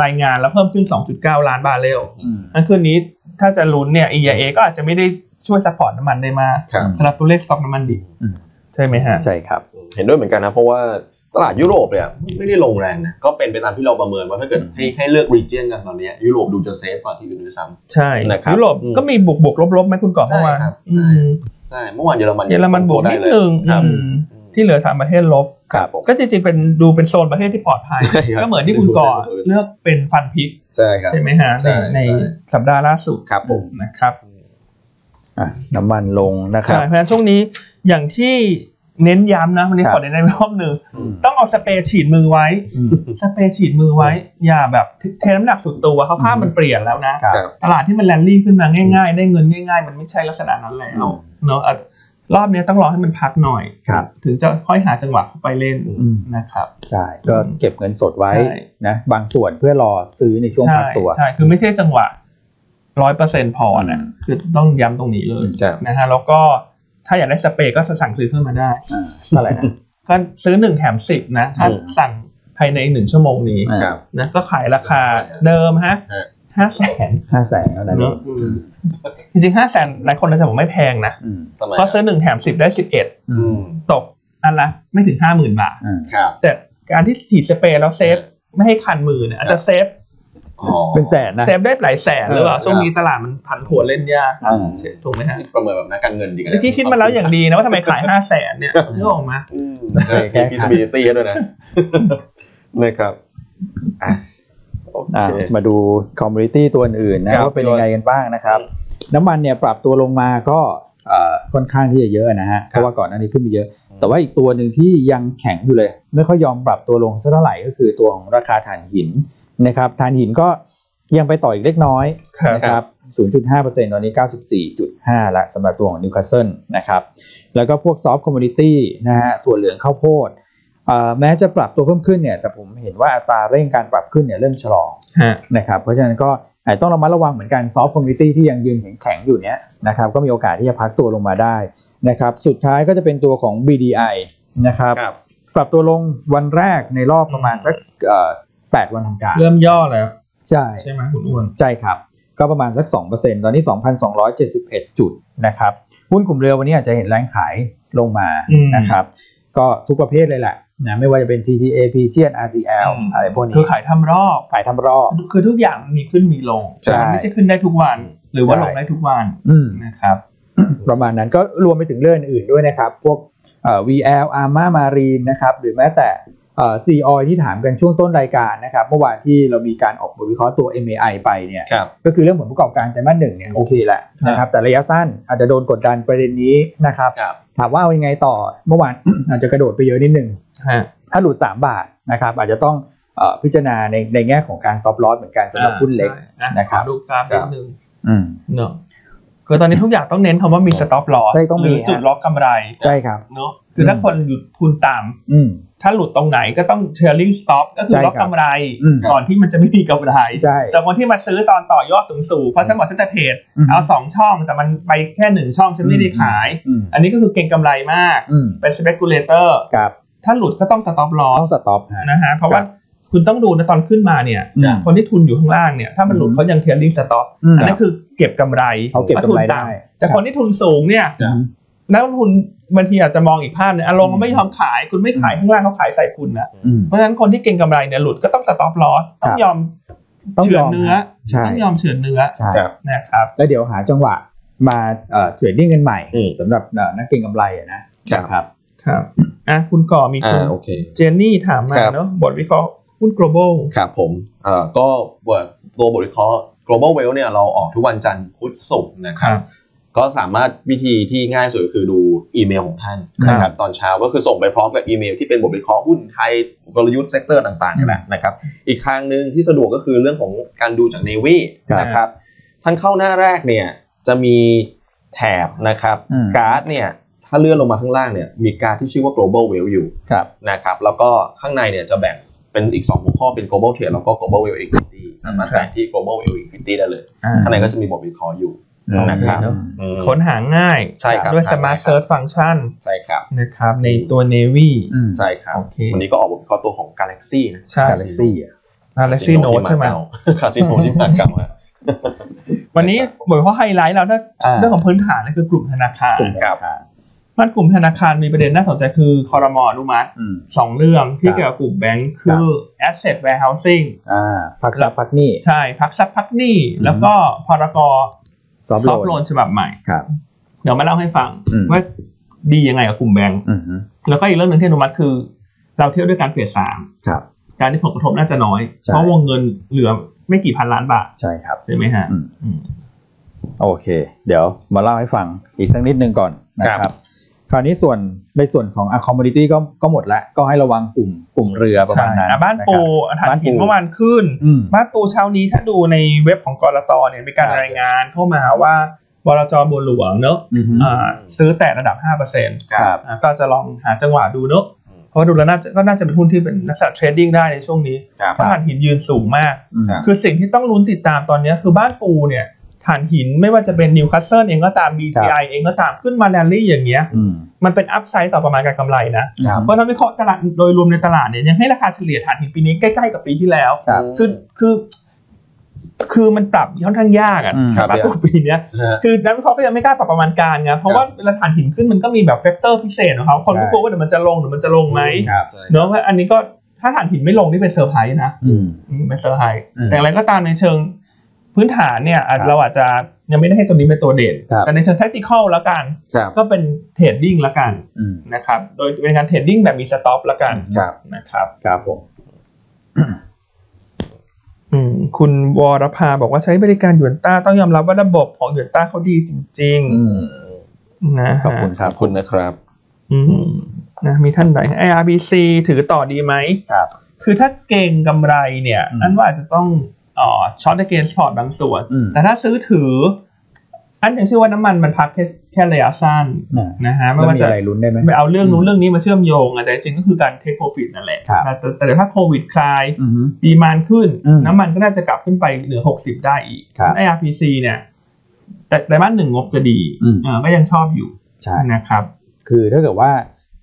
[SPEAKER 3] รายงานแล้วเพิ่มขึ้น 2.9 ล้านบาร์เรล
[SPEAKER 2] อืม
[SPEAKER 3] งั้นคืนนี้ถ้าจะลุ้นเนี่ย EIA ก็อาจจะไม่ได้ช่วยสปอร์ตน้ำมันได้มาก
[SPEAKER 1] ครับ
[SPEAKER 3] สำหรับตัวเลขสต็อกน้ำมันดิบ
[SPEAKER 2] อืม
[SPEAKER 3] ใช่ไหมฮะ
[SPEAKER 2] ใช่ครับ
[SPEAKER 1] เห็นด้วยเหมือนกันนะเพราะว่าตลาดยุโรปเนี่ยไม่ได้ลงแรงนะก็เป็นไปตามที่เราประเมินว่าถ้าเกิดให้ให้เลือกรีเจนกันตอนเนี้ยยุโรปดูจะเซฟกว่าที่อื่นด้วยซ้
[SPEAKER 3] ใช่
[SPEAKER 1] นะครับ
[SPEAKER 3] ยุโรป
[SPEAKER 1] อืม
[SPEAKER 3] ก็มีบวกบวกลบลบๆไหมคุณก่อน
[SPEAKER 1] ใช่
[SPEAKER 3] เมื่อวาน
[SPEAKER 1] ครับ
[SPEAKER 3] อืม
[SPEAKER 1] ำใช่เมื่อวานเยอรมัน
[SPEAKER 3] เยอรมันบวกนิดนึง
[SPEAKER 1] ครับ
[SPEAKER 3] อืมที่เหลือสามประเทศลบ
[SPEAKER 1] ครับผม
[SPEAKER 3] ก็จริงๆ เป็นดูเป็นโซนประเทศที่ปลอดภัย
[SPEAKER 1] ใช่ครับ
[SPEAKER 3] ก็เหมือนที่คุณก่อ
[SPEAKER 1] เป็นโซนประเทศ
[SPEAKER 3] เลือกเป็นฟันพิก
[SPEAKER 1] ใช่ครับ
[SPEAKER 3] ใช่ไหมฮะ
[SPEAKER 1] ใช่
[SPEAKER 3] ในใน
[SPEAKER 1] ใช่
[SPEAKER 3] สัปดาห์ล่าสุด
[SPEAKER 1] ครับผม
[SPEAKER 3] นะครับ
[SPEAKER 2] อ่ะน้ำมันลงนะครั
[SPEAKER 3] ใช่
[SPEAKER 2] บ
[SPEAKER 3] เพราะฉะนั้นช่วงนี้อย่างที่เน้นย้ำนะวันนี้
[SPEAKER 2] ครับ
[SPEAKER 3] ขอเน้นในรอบหนึ่ง
[SPEAKER 1] อืม
[SPEAKER 3] ต้องเอาสเปรย์ฉีดมือไว้
[SPEAKER 2] อืม
[SPEAKER 3] สเปรย์ฉีดมือไว้ อย่าแบบเทน้ำหนักสุดตัวเขาภาพมันเปลี่ยนแล้วนะ
[SPEAKER 2] ครับ
[SPEAKER 3] ตลาดที่มันแลนดี้ขึ้นมาง่ายๆ ได้เงินง่ายๆ มันไม่ใช่ลักษณะนั้นแล้วเนอะอ่ะรอบเนี้ยต้องรอให้มันพักหน่อย
[SPEAKER 2] ครับ
[SPEAKER 3] ถึงจะค่อยหาจังหวะเข้าไปเล่น
[SPEAKER 2] อืม
[SPEAKER 3] นะครับ
[SPEAKER 2] ใช่ก็เก็บเงินสดไว้
[SPEAKER 3] ใช่
[SPEAKER 2] นะ บางส่วนเพื่อรอซื้อในช่วง
[SPEAKER 3] ใช่
[SPEAKER 2] พักตัว
[SPEAKER 3] ใช่คือไม่ใช่จังหวะร้อยเปอร์เซ็นพอนะ
[SPEAKER 2] อืม
[SPEAKER 3] คือต้องย้ำตรงนี้เลย
[SPEAKER 1] ครับ
[SPEAKER 3] นะฮะแล้วก็ถ้าอยากได้สเปรย์ก็สั่งซื้อเข้ามาได้
[SPEAKER 2] อ่าเท่าไหร่นะ
[SPEAKER 3] ก็ซื้อหนึ่งแถมสิบนะถ้า
[SPEAKER 1] อืม
[SPEAKER 3] สั่งภายในหนึ่งชั่วโมงนี้
[SPEAKER 2] อ่า
[SPEAKER 1] ครับ
[SPEAKER 3] นะก็ขายราคาเดิมฮะ
[SPEAKER 1] ฮะ
[SPEAKER 3] ห้าแสน
[SPEAKER 2] ห้าแสนเท่านั้น
[SPEAKER 3] เนอะจริงๆห้าแสนหลายคนอาจจะบอกไม่แพงนะ
[SPEAKER 2] อืม
[SPEAKER 1] ทำไม
[SPEAKER 3] เพราะซื้อหนึ่งแถมสิบได้สิบเอ็ด
[SPEAKER 1] อืม
[SPEAKER 3] ตกอันละไม่ถึงห้าหมื่นบาท
[SPEAKER 2] อ่า
[SPEAKER 1] ครับ
[SPEAKER 3] แต่การที่ฉีดสเปรย์แล้วเซฟ ไม่ให้คันมือเนี่ยอาจจะเซฟ
[SPEAKER 1] อ๋อ
[SPEAKER 2] เป็นแสนนะ
[SPEAKER 3] เซฟได้หลายแสนหรือเปล่า
[SPEAKER 2] เออ
[SPEAKER 3] ช่วงนี้ตลาดมันผันผวนเล่นยาก
[SPEAKER 2] อ่า
[SPEAKER 3] ถูกไหมฮะ
[SPEAKER 1] ประเมินแบบนักการเงินดีกั
[SPEAKER 3] เมื่อกี้คิดมาแล้วอย่างดีนะว่าทำไมขายห้าแสนเนี่ยนึกออกไหม
[SPEAKER 1] มี feasibility ให้ด้วยนะ นะครับอ่ะโอ
[SPEAKER 2] อ่ะ
[SPEAKER 1] เค
[SPEAKER 2] มาดูคอมมูนิตี้ตัวอื่นๆนะครับ ว่าเป็นยังไงกันบ้างนะครับ น้ำมันเนี่ยปรับตัวลงมาก็เอ่อค่อนข้างที่จะเยอะนะฮะเพราะว่าก่อนหน้านี้ขึ้นไปเยอะ แต่ว่าอีกตัวหนึ่งที่ยังแข็งอยู่เลย ไม่ค่อยยอมปรับตัวลงสักเท่าไหร่ก็คือตัวของราคาถ่านหินนะครับถ่านหินก็ยังไปต่ออีกเล็กน้อย
[SPEAKER 3] ครับ
[SPEAKER 2] นะครับ 0.5%ตอนนี้ 94.5 ละสำหรับตัวของนิวคาสเซิลนะครับ แล้วก็พวกซอฟต์คอมมูนิตี้นะฮะถั่วเหลืองข้าวโพดเอ่อแม้จะปรับตัวเพิ่มขึ้นเนี่ยแต่ผมเห็นว่าอัตราเร่งการปรับขึ้นเนี่ยเริ่มชะลอ
[SPEAKER 3] ฮะ
[SPEAKER 2] นะครับเพราะฉะนั้นก็อาจต้องระมัดระวังเหมือนกันซอฟต์คอมมิตี้ที่ยังยืนแข็งๆอยู่เนี้ยนะครับก็มีโอกาสที่จะพักตัวลงมาได้นะครับสุดท้ายก็จะเป็นตัวของ BDI นะครับ
[SPEAKER 1] ครับ
[SPEAKER 2] ปรับตัวลงวันแรกในรอบประมาณสักเอ่อแปดวันทำการ
[SPEAKER 3] เริ่มย่อแล้ว
[SPEAKER 2] ใช่
[SPEAKER 3] ใช่ไหมคุณอ้วน
[SPEAKER 2] ใช่ครับ ก็ประมาณสัก 2%ตอนนี้ 2,271 จุดนะครับหุ้นกลุ่มเรือวันนี้อาจจะเห็นแรงขายลงมา
[SPEAKER 3] อืม
[SPEAKER 2] นะครับก็ทุกประเภทเลยแหละนะไม่ว่าจะเป็น TTA p c n RCL อะไรพวก
[SPEAKER 3] คือ
[SPEAKER 2] นี้
[SPEAKER 3] ขายทำรอบ
[SPEAKER 2] ขายทำรอบ
[SPEAKER 3] คือทุกอย่างมีขึ้นมีลง
[SPEAKER 1] ใช่
[SPEAKER 3] มันไม่ใช่ขึ้นได้ทุกวัน หรือว่า
[SPEAKER 2] ใช่
[SPEAKER 3] ลงได้ทุกวัน
[SPEAKER 2] อืม
[SPEAKER 3] นะครับ
[SPEAKER 2] ประมาณนั้นก็รวมไปถึงเรื่องอื่นๆด้วยนะครับ พวกเอ่อ VL Arma Marine นะครับ หรือแม้แต่เอ่อ C o ที่ถามกันช่วงต้นรายการนะครับ เมื่อวานที่เรามีการออกบทวิเคราะห์ตัว MAI ไปเนี่ย
[SPEAKER 1] ครับ
[SPEAKER 2] ก็คือเรื่องผลประกอบการไตรมาสหนึ่งเนี่ยโอเคแหละนะครับ แต่ระยะสั้นอาจจะโดนกดดันประเด็นนี้นะครับ
[SPEAKER 1] ครับ
[SPEAKER 2] ถามว่าเอายังไงต่อเมื่อวาน อาจจะกระโดดไปเยอะนิดหนึ่ง
[SPEAKER 3] ฮะ
[SPEAKER 2] ถ้าหลุด 3 บาทนะครับ อาจจะต้องเอ่อพิจารณาในในแง่ของการ stop loss เหมือนกันสำหรับหุ้นเล็ก
[SPEAKER 3] ใช่อ่
[SPEAKER 2] นะครับ
[SPEAKER 3] ขอดูกราฟนิดนึง
[SPEAKER 2] อืม
[SPEAKER 3] เนาะคือตอนนี้ทุกอย่างต้องเน้นคำว่ามีสต็อปลอส
[SPEAKER 2] ใช่ต้องมี
[SPEAKER 3] หรืจุด
[SPEAKER 2] ฮะ
[SPEAKER 3] ล็อกกำไร
[SPEAKER 2] ใช่ครับ
[SPEAKER 3] เนาะคือถ้าคนหยุดทุนต่
[SPEAKER 2] อืม
[SPEAKER 3] ำถ้าหลุดตรงไหนก็ต้องเชอร์ลิงสต็อปก็คื
[SPEAKER 2] ใช่
[SPEAKER 3] อ
[SPEAKER 2] ครับ
[SPEAKER 3] ล็อกกำไร
[SPEAKER 2] อืม
[SPEAKER 3] ก่อนที่มันจะไม่มีกำไร
[SPEAKER 2] ใช่
[SPEAKER 3] แต่คนที่มาซื้อตอนต่อยอดสูงสูงๆเพราะฉันบอกฉันจะเทรด
[SPEAKER 2] อืม
[SPEAKER 3] เอาสองช่องแต่มันไปแค่หนึ่งช่องฉันไม่ได้ขาย
[SPEAKER 2] อืม
[SPEAKER 3] อันนี้ก็คือเก่งกำไรมาก
[SPEAKER 2] อืม
[SPEAKER 3] เป็น speculator
[SPEAKER 2] ครับ
[SPEAKER 3] ถ้าหลุดก็ต้อง stop
[SPEAKER 2] ต้อ
[SPEAKER 3] loss
[SPEAKER 2] ง stop ฮะ
[SPEAKER 3] นะฮะเพราะว่าคุณต้องดูนะตอนขึ้นมาเนี่ย
[SPEAKER 2] อืม
[SPEAKER 3] คนที่ทุนอยู่ข้างล่างเนี่ยถ้ามันหลุด
[SPEAKER 2] อืม
[SPEAKER 3] เขายังเทรลลิ่งสต็อป
[SPEAKER 2] อืม
[SPEAKER 3] อันนั้นคือเก็บกำไร
[SPEAKER 2] เขาเก็บกำไรได้
[SPEAKER 3] ว่ทุนต่ำแต่คนที่ทุนสูงเนี่ย
[SPEAKER 2] อืม
[SPEAKER 3] นักลงทุนบางทีอาจจะมองอีกภาพหนึงอารมณ์ไม่ยอมขายคุณไม่ขายข้างล่างเขาขายใส่คุณนะ
[SPEAKER 2] อืม
[SPEAKER 3] เพราะฉะนั้นคนที่เก็งกำไรเนี่ยหลุดก็ต้อง stop loss ต้อ
[SPEAKER 2] ค
[SPEAKER 3] ง
[SPEAKER 2] รับ
[SPEAKER 3] ยอม
[SPEAKER 2] ต้อง
[SPEAKER 3] เฉื
[SPEAKER 2] ย
[SPEAKER 3] อ
[SPEAKER 2] อน ม
[SPEAKER 3] เนื้อ
[SPEAKER 2] ใช่
[SPEAKER 3] ต้องยอมเฉือนเนื้อ
[SPEAKER 2] ใช่
[SPEAKER 1] ครับ
[SPEAKER 3] นะครับ
[SPEAKER 2] แล้วเดี๋ยวหาจังหวะมาเอ่อเทรดดิ้งกันใหม่
[SPEAKER 1] อืม
[SPEAKER 2] สำหรับเอ่อนักเก็งกำไรอะนะครับ ครับ
[SPEAKER 3] ครับอ่ะคุณก่อมี
[SPEAKER 1] อ่า
[SPEAKER 3] คุณ
[SPEAKER 1] โอเค
[SPEAKER 3] เจนนี่ถามมา
[SPEAKER 1] ครับ
[SPEAKER 3] เนาะบทวิเคราะห์หุ้น global
[SPEAKER 1] ครับผมเอ่อก็บทตัวบทวิเคราะห์ global wealth เนี่ยเราออกทุกวันจันทร์พุธศุกร์นะค
[SPEAKER 3] ครับ รับ
[SPEAKER 1] ก็สามารถวิธีที่ง่ายสุดก็คือดูอีเมลของท่าน
[SPEAKER 3] ครับ
[SPEAKER 1] นะครับตอนเช้าก็คือส่งไปพร้อมกับอีเมลที่เป็นบทวิเคราะห์หุ้นไทยกลยุทธ์เซกเตอร์ต่างๆนี่แหละนะครับอีกทางหนึ่งที่สะดวกก็คือเรื่องของการดูจาก Navy
[SPEAKER 2] ครับ
[SPEAKER 1] นะครับทางเข้าหน้าแรกเนี่ยจะมีแถบนะครับ
[SPEAKER 2] อืม
[SPEAKER 1] การ์ดเนี่ยถ้าเลื่อนลงมาข้างล่างเนี่ยมีการ์ดที่ชื่อว่า global wealth อยู่
[SPEAKER 2] ครับ
[SPEAKER 1] นะครับแล้วก็ข้างในเนี่ยจะแบ่งเป็นอีก 2 หัวข้อเป็น global trade แล้วก็ global wealth equity สามารถ
[SPEAKER 3] ครับ
[SPEAKER 1] แตะที่ global wealth equity ได้เลย
[SPEAKER 3] อ่า
[SPEAKER 1] ข้างในก็จะมีบทวิเคราะห์อยู่ นะครับ
[SPEAKER 3] โอเคเนอะ
[SPEAKER 1] อืม
[SPEAKER 3] ค้นหาง่าย
[SPEAKER 1] ใช่ครับ
[SPEAKER 3] ด้วย
[SPEAKER 1] หาง่าย
[SPEAKER 3] Smart Search Function
[SPEAKER 1] ใช่ครับ
[SPEAKER 3] นะครับ ในตัว Navy
[SPEAKER 2] อืม
[SPEAKER 1] ใช่ครับ
[SPEAKER 3] โอเค
[SPEAKER 1] วันนี้ก็ออกบทวิเคราะห์ตัวของ Galaxy นะ
[SPEAKER 3] ใช่
[SPEAKER 2] Galaxy อะ
[SPEAKER 3] Galaxy
[SPEAKER 1] Casino
[SPEAKER 3] Note ใช่ไหม
[SPEAKER 1] ที่าเก๊า Casino ที่มาเก่าอะ
[SPEAKER 3] วันนี้เหมือนเขาไฮไลท์เราถ้า
[SPEAKER 2] อ่า
[SPEAKER 3] เรื่องของพื้นฐานนั่นคือกลุ่มธนาคาร
[SPEAKER 2] กลุ่ม
[SPEAKER 1] ครับ
[SPEAKER 2] ธนาาร
[SPEAKER 3] มันกลุ่มธนาคารมีประเด็นน่าสนใจคือคอรมอนุมัติ
[SPEAKER 2] อืม
[SPEAKER 3] สองเรื่องที่
[SPEAKER 2] ครับ
[SPEAKER 3] เกี่ยวกับกลุ่มแบงค์คือ Asset Warehousing
[SPEAKER 2] อ่าพักซับพักหนี่
[SPEAKER 3] ใช่พักซับพักหนี้
[SPEAKER 2] อืม
[SPEAKER 3] แล้วก็พรก
[SPEAKER 2] ซอฟ
[SPEAKER 3] ซอฟ
[SPEAKER 2] ต์
[SPEAKER 3] โล
[SPEAKER 2] โล
[SPEAKER 3] น
[SPEAKER 2] น
[SPEAKER 3] ฉบับใหม่
[SPEAKER 2] ครับ
[SPEAKER 3] เดี๋ยวมาเล่าให้ฟัง
[SPEAKER 2] อืม
[SPEAKER 3] ว่าดียังไงกับกลุ่มแบงค์
[SPEAKER 2] อืม
[SPEAKER 3] แล้วก็อีกเรื่องหนึ่งที่อนุมัติคือ เราเที่ยวด้วยการเฟสสาม
[SPEAKER 2] ครับ
[SPEAKER 3] การที่ผลกระทบน่าจะน้อย
[SPEAKER 2] ใช่
[SPEAKER 3] เพราะวงเงินเหลือไม่กี่พันล้านบาท
[SPEAKER 2] ใช่ครับ
[SPEAKER 3] ใช่ไหมฮะ
[SPEAKER 2] อืม
[SPEAKER 3] อืม
[SPEAKER 2] โอเค เดี๋ยวมาเล่าให้ฟังอีกสักนิดหนึงก่อนนะ
[SPEAKER 1] ค
[SPEAKER 2] ค
[SPEAKER 1] รั
[SPEAKER 2] รับ
[SPEAKER 1] บ
[SPEAKER 2] คราวนี้ส่วนในส่วนของอะคอมมูนิตี้ก็ก็หมดแล้ว ก็ให้ระวังกลุ่มกลุ่มเรือประ
[SPEAKER 3] ใช่
[SPEAKER 2] มาณนั้น
[SPEAKER 3] อ่ะบ้านปู
[SPEAKER 2] ะครับ
[SPEAKER 3] อาถาน
[SPEAKER 2] บ้านปู
[SPEAKER 3] หินเมื่อวานขึ้น
[SPEAKER 2] อืม
[SPEAKER 3] บ้านปูเช้านี้ถ้าดูในเว็บของกรตเนี่ยมีการ
[SPEAKER 1] ครับ
[SPEAKER 3] รายงานเข้ามาว่าบลจบัวหลวงเนอะ
[SPEAKER 2] อืม
[SPEAKER 3] อ่าซื้อแต่ระดับ 5%อ
[SPEAKER 2] ครับ
[SPEAKER 3] ่ะก็จะลองหาจังหวะดูเนอะเพราะว่าดูแล้วน่าจะก็น่าจะเป็นหุ้นที่เป็นลักษณะเทรดดิ้งได้ในช่วงนี้
[SPEAKER 1] ครับ
[SPEAKER 3] เพราะฐานหินยืนสูงมาก
[SPEAKER 2] อืม
[SPEAKER 1] ครับ
[SPEAKER 3] คือสิ่งที่ต้องลุ้นติดตามตอนนี้คือบ้านปูเนี่ยฐานหินไม่ว่าจะเป็นนิวคาสเซิลเองก็ตาม BGI เองก็ตามขึ้นมาแรลลี่อย่างเงี้ย
[SPEAKER 2] อืม
[SPEAKER 3] มันเป็นอัพไซด์ต่อประมาณการกำไรนะ
[SPEAKER 2] ครับ
[SPEAKER 3] เพราะนักวิเคราะห์ตลาดโดยรวมในตลาดเนี่ยยังให้ราคาเฉลี่ยฐานหินปีนี้ใกล้ๆกับปีที่แล้ว
[SPEAKER 2] ครับ
[SPEAKER 3] คือคือ คือมันปรับค่อนข้างยากอ่ะ
[SPEAKER 2] อืม
[SPEAKER 1] ครับ
[SPEAKER 3] ปรับปีเนี้ย
[SPEAKER 1] ฮะ
[SPEAKER 3] คือนักวิเคราะห์ก็ยังไม่กล้าปรับประมาณการไงเพราะว่าเวลาฐานหินขึ้นมันก็มีแบบแฟกเตอร์พิเศษของเขาคนก็กลัวว่าเดี๋ยวมันจะลงเดี๋ยวมันจะลงไหม
[SPEAKER 2] ครับ
[SPEAKER 3] เนอะเพราะอันนี้ก็ ถ้าถ่านหินไม่ลงนี่เป็นเซอร์ไพรส์นะ
[SPEAKER 2] อืม
[SPEAKER 3] อืมเป็นเซอร์ไพรส์
[SPEAKER 2] อืม
[SPEAKER 3] แต่อย่างไรก็ตามในเชิงพื้นฐานเนี่ยอาจ
[SPEAKER 2] ครับ
[SPEAKER 3] เราอาจจะยังไม่ได้ให้ตัวนี้เป็นตัวเด่น
[SPEAKER 2] ครับ
[SPEAKER 3] แต่ในเชิง tactical ละกัน
[SPEAKER 1] ครับ
[SPEAKER 3] ก็เป็นเทรดดิ้งละกัน
[SPEAKER 2] อืม
[SPEAKER 3] นะครับโดยเป็นการเทรดดิ้งแบบมีสต็อปละกัน
[SPEAKER 1] ครับ
[SPEAKER 3] นะครับ
[SPEAKER 2] ครับผม
[SPEAKER 3] อืมคุณวรพาบอกว่าใช้บริการหยวนต้าต้องยอมรับว่าระบบของหยวนต้าเขาดีจริง
[SPEAKER 2] อืม
[SPEAKER 3] ๆ นะฮะ
[SPEAKER 2] ขอบคุณค
[SPEAKER 1] ข
[SPEAKER 2] รั
[SPEAKER 1] อ
[SPEAKER 2] บบ
[SPEAKER 1] คุณนะครับ
[SPEAKER 3] อืมนะมีท่านใด IRBC ถือต่อดีไหม
[SPEAKER 2] ครับ
[SPEAKER 3] คือถ้าเก่งกำไรเนี่ย
[SPEAKER 2] อืม
[SPEAKER 3] อันว่าอาจจะต้องช็อตในเกณฑ์พอร์ตบางส่วน
[SPEAKER 2] อืม
[SPEAKER 3] แต่ถ้าซื้อถือ อันอย่างเชื่อว่าน้ำมันมันพักแค่แค่ระยะสั้น
[SPEAKER 2] นะ
[SPEAKER 3] นะฮะไม่
[SPEAKER 2] แล้ว
[SPEAKER 3] ว่า
[SPEAKER 2] มี
[SPEAKER 3] จะ
[SPEAKER 2] อะไรลุ้นได้ไหม
[SPEAKER 3] ไปเอาเรื่องนู้นเรื่องนี้มาเชื่อมโยงอะแต่จริงก็คือการเทคโปรฟิตนั่นแหละ
[SPEAKER 2] ครับ
[SPEAKER 3] แต่แต่เดี๋ยวถ้าโควิดคลาย
[SPEAKER 2] อือฮึ
[SPEAKER 3] ดีมานขึ้น
[SPEAKER 2] อืม
[SPEAKER 3] น้ำมันก็น่าจะกลับขึ้นไปเหลือ 60 ได้อีก
[SPEAKER 2] ครับ
[SPEAKER 3] ไอ RPC เนี่ย แต่ไตรมาสหนึ่งงบจะดี
[SPEAKER 2] อืม
[SPEAKER 3] เอ่อก็ยังชอบอยู่
[SPEAKER 2] ใช่
[SPEAKER 3] นะครับ
[SPEAKER 2] คือถ้าเกิดว่า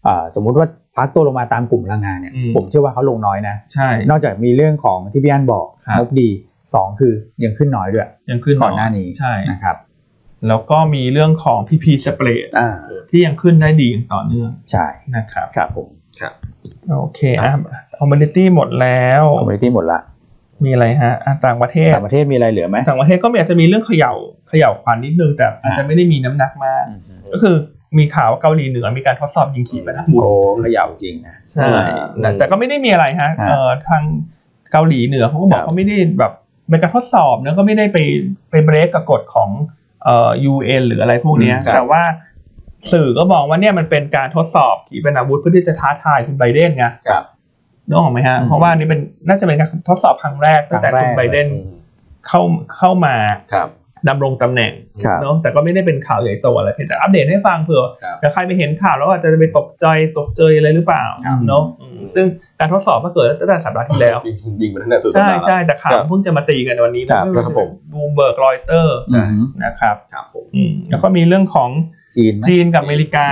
[SPEAKER 2] อ่าสมมุติว่าพักตัวลงมาตามกลุ่มพลังงานเนี่ย
[SPEAKER 3] อืม
[SPEAKER 2] ผมเชื่อว่าเขาลงน้อยนะ
[SPEAKER 3] ใช่
[SPEAKER 2] นอกจากมีเรื่องของที่พี่อันบอก
[SPEAKER 3] ครับ
[SPEAKER 2] งบดีสองคือยังขึ้นน้อยด้วย
[SPEAKER 3] ยังขึ้น
[SPEAKER 2] ก่อนหน้านี้
[SPEAKER 3] ใช่
[SPEAKER 2] นะครับ
[SPEAKER 3] แล้วก็มีเรื่องของ PP Spread
[SPEAKER 2] อ่า
[SPEAKER 3] ที่ยังขึ้นได้ดีอย่างต่อเนื่อง
[SPEAKER 2] ใช่
[SPEAKER 3] นะครับ
[SPEAKER 2] ครับผม
[SPEAKER 3] โอเคอ่ะคอมมูนิตี้หมดแล้ว
[SPEAKER 2] คอมมูนิตี้หมดละ
[SPEAKER 3] มีอะไรฮะอ่ะต่างประเทศ
[SPEAKER 2] ต่างประเทศมีอะไรเหลือไหม
[SPEAKER 3] ต่างประเทศก็มีอาจจะมีเรื่องเขย่าเขย่าขวัญนิดนึง แต่อาจจะไม่ได้มีน้ำหนักมาก ก็คือมีข่าวว่าเกาหลีเหนือมีการทดสอบยิงขีปนาวุธ
[SPEAKER 2] โอ้เขย่าจริงนะ
[SPEAKER 3] ใช่
[SPEAKER 1] อ่า
[SPEAKER 3] นะแต่ก็ไม่ได้มีอะไรฮะ
[SPEAKER 2] ฮะ
[SPEAKER 3] เอ่อทางเกาหลีเหนือเขาก็บอ
[SPEAKER 2] ครั
[SPEAKER 3] ก
[SPEAKER 2] บ
[SPEAKER 3] เขาไม่ได้แบบเป็นการทดสอบนะก็ไม่ได้ไปไปเบรกกับกฎของเอ่อ UN หรืออะไรพวกเนี้ย
[SPEAKER 2] อืมครับ
[SPEAKER 3] แต่ว่าสื่อก็มองว่าเนี่ยมันเป็นการทดสอบขีปนาวุธเพื่อที่จะท้าทายคุณไบเดนไง
[SPEAKER 2] ครับ
[SPEAKER 3] นึกออกไหมฮะ
[SPEAKER 2] อืม
[SPEAKER 3] เพราะว่านี่เป็นน่าจะเป็นการทดสอบครั้งแรกตั้งแต่
[SPEAKER 2] ครั้
[SPEAKER 3] คุ
[SPEAKER 2] ง
[SPEAKER 3] ณ
[SPEAKER 2] แรก
[SPEAKER 3] ไบเดนเข้าเข้ามา
[SPEAKER 1] ครับ
[SPEAKER 3] ดำรงตำแหน่ง
[SPEAKER 2] ครับ
[SPEAKER 3] เนาะแต่ก็ไม่ได้เป็นข่าวใหญ่โตอะไรเพียงแต่อัปเดตให้ฟังเผื่อ
[SPEAKER 1] ครับ
[SPEAKER 3] เดี๋ยวใครไปเห็นข่าวแล้วอาจจะไปตกใจตกเจยอะไรหรือเปล่า
[SPEAKER 2] ครับ
[SPEAKER 3] เนาะอืมซึ่งการทดสอบก็เกิดตั้งแต่สัปดาห์ที่แล้ว
[SPEAKER 1] จริงๆยิงไปตั้งแต่สุดสัป
[SPEAKER 3] ใช่
[SPEAKER 1] ดาห์แล้ว
[SPEAKER 3] ใช่แต่ข่า
[SPEAKER 1] คว รับ
[SPEAKER 3] เพิ่งจะมาตีกันวันนี้
[SPEAKER 2] ครับ
[SPEAKER 3] นะครับ
[SPEAKER 1] ผม
[SPEAKER 3] บูมเบิร์กรอยเตอร์
[SPEAKER 1] ใช่
[SPEAKER 2] อืม
[SPEAKER 3] นะครับ
[SPEAKER 1] ครับผม
[SPEAKER 3] อืมแล้วก็มีเรื่องของ
[SPEAKER 2] จีนไหม
[SPEAKER 3] จีนกับอเมริกา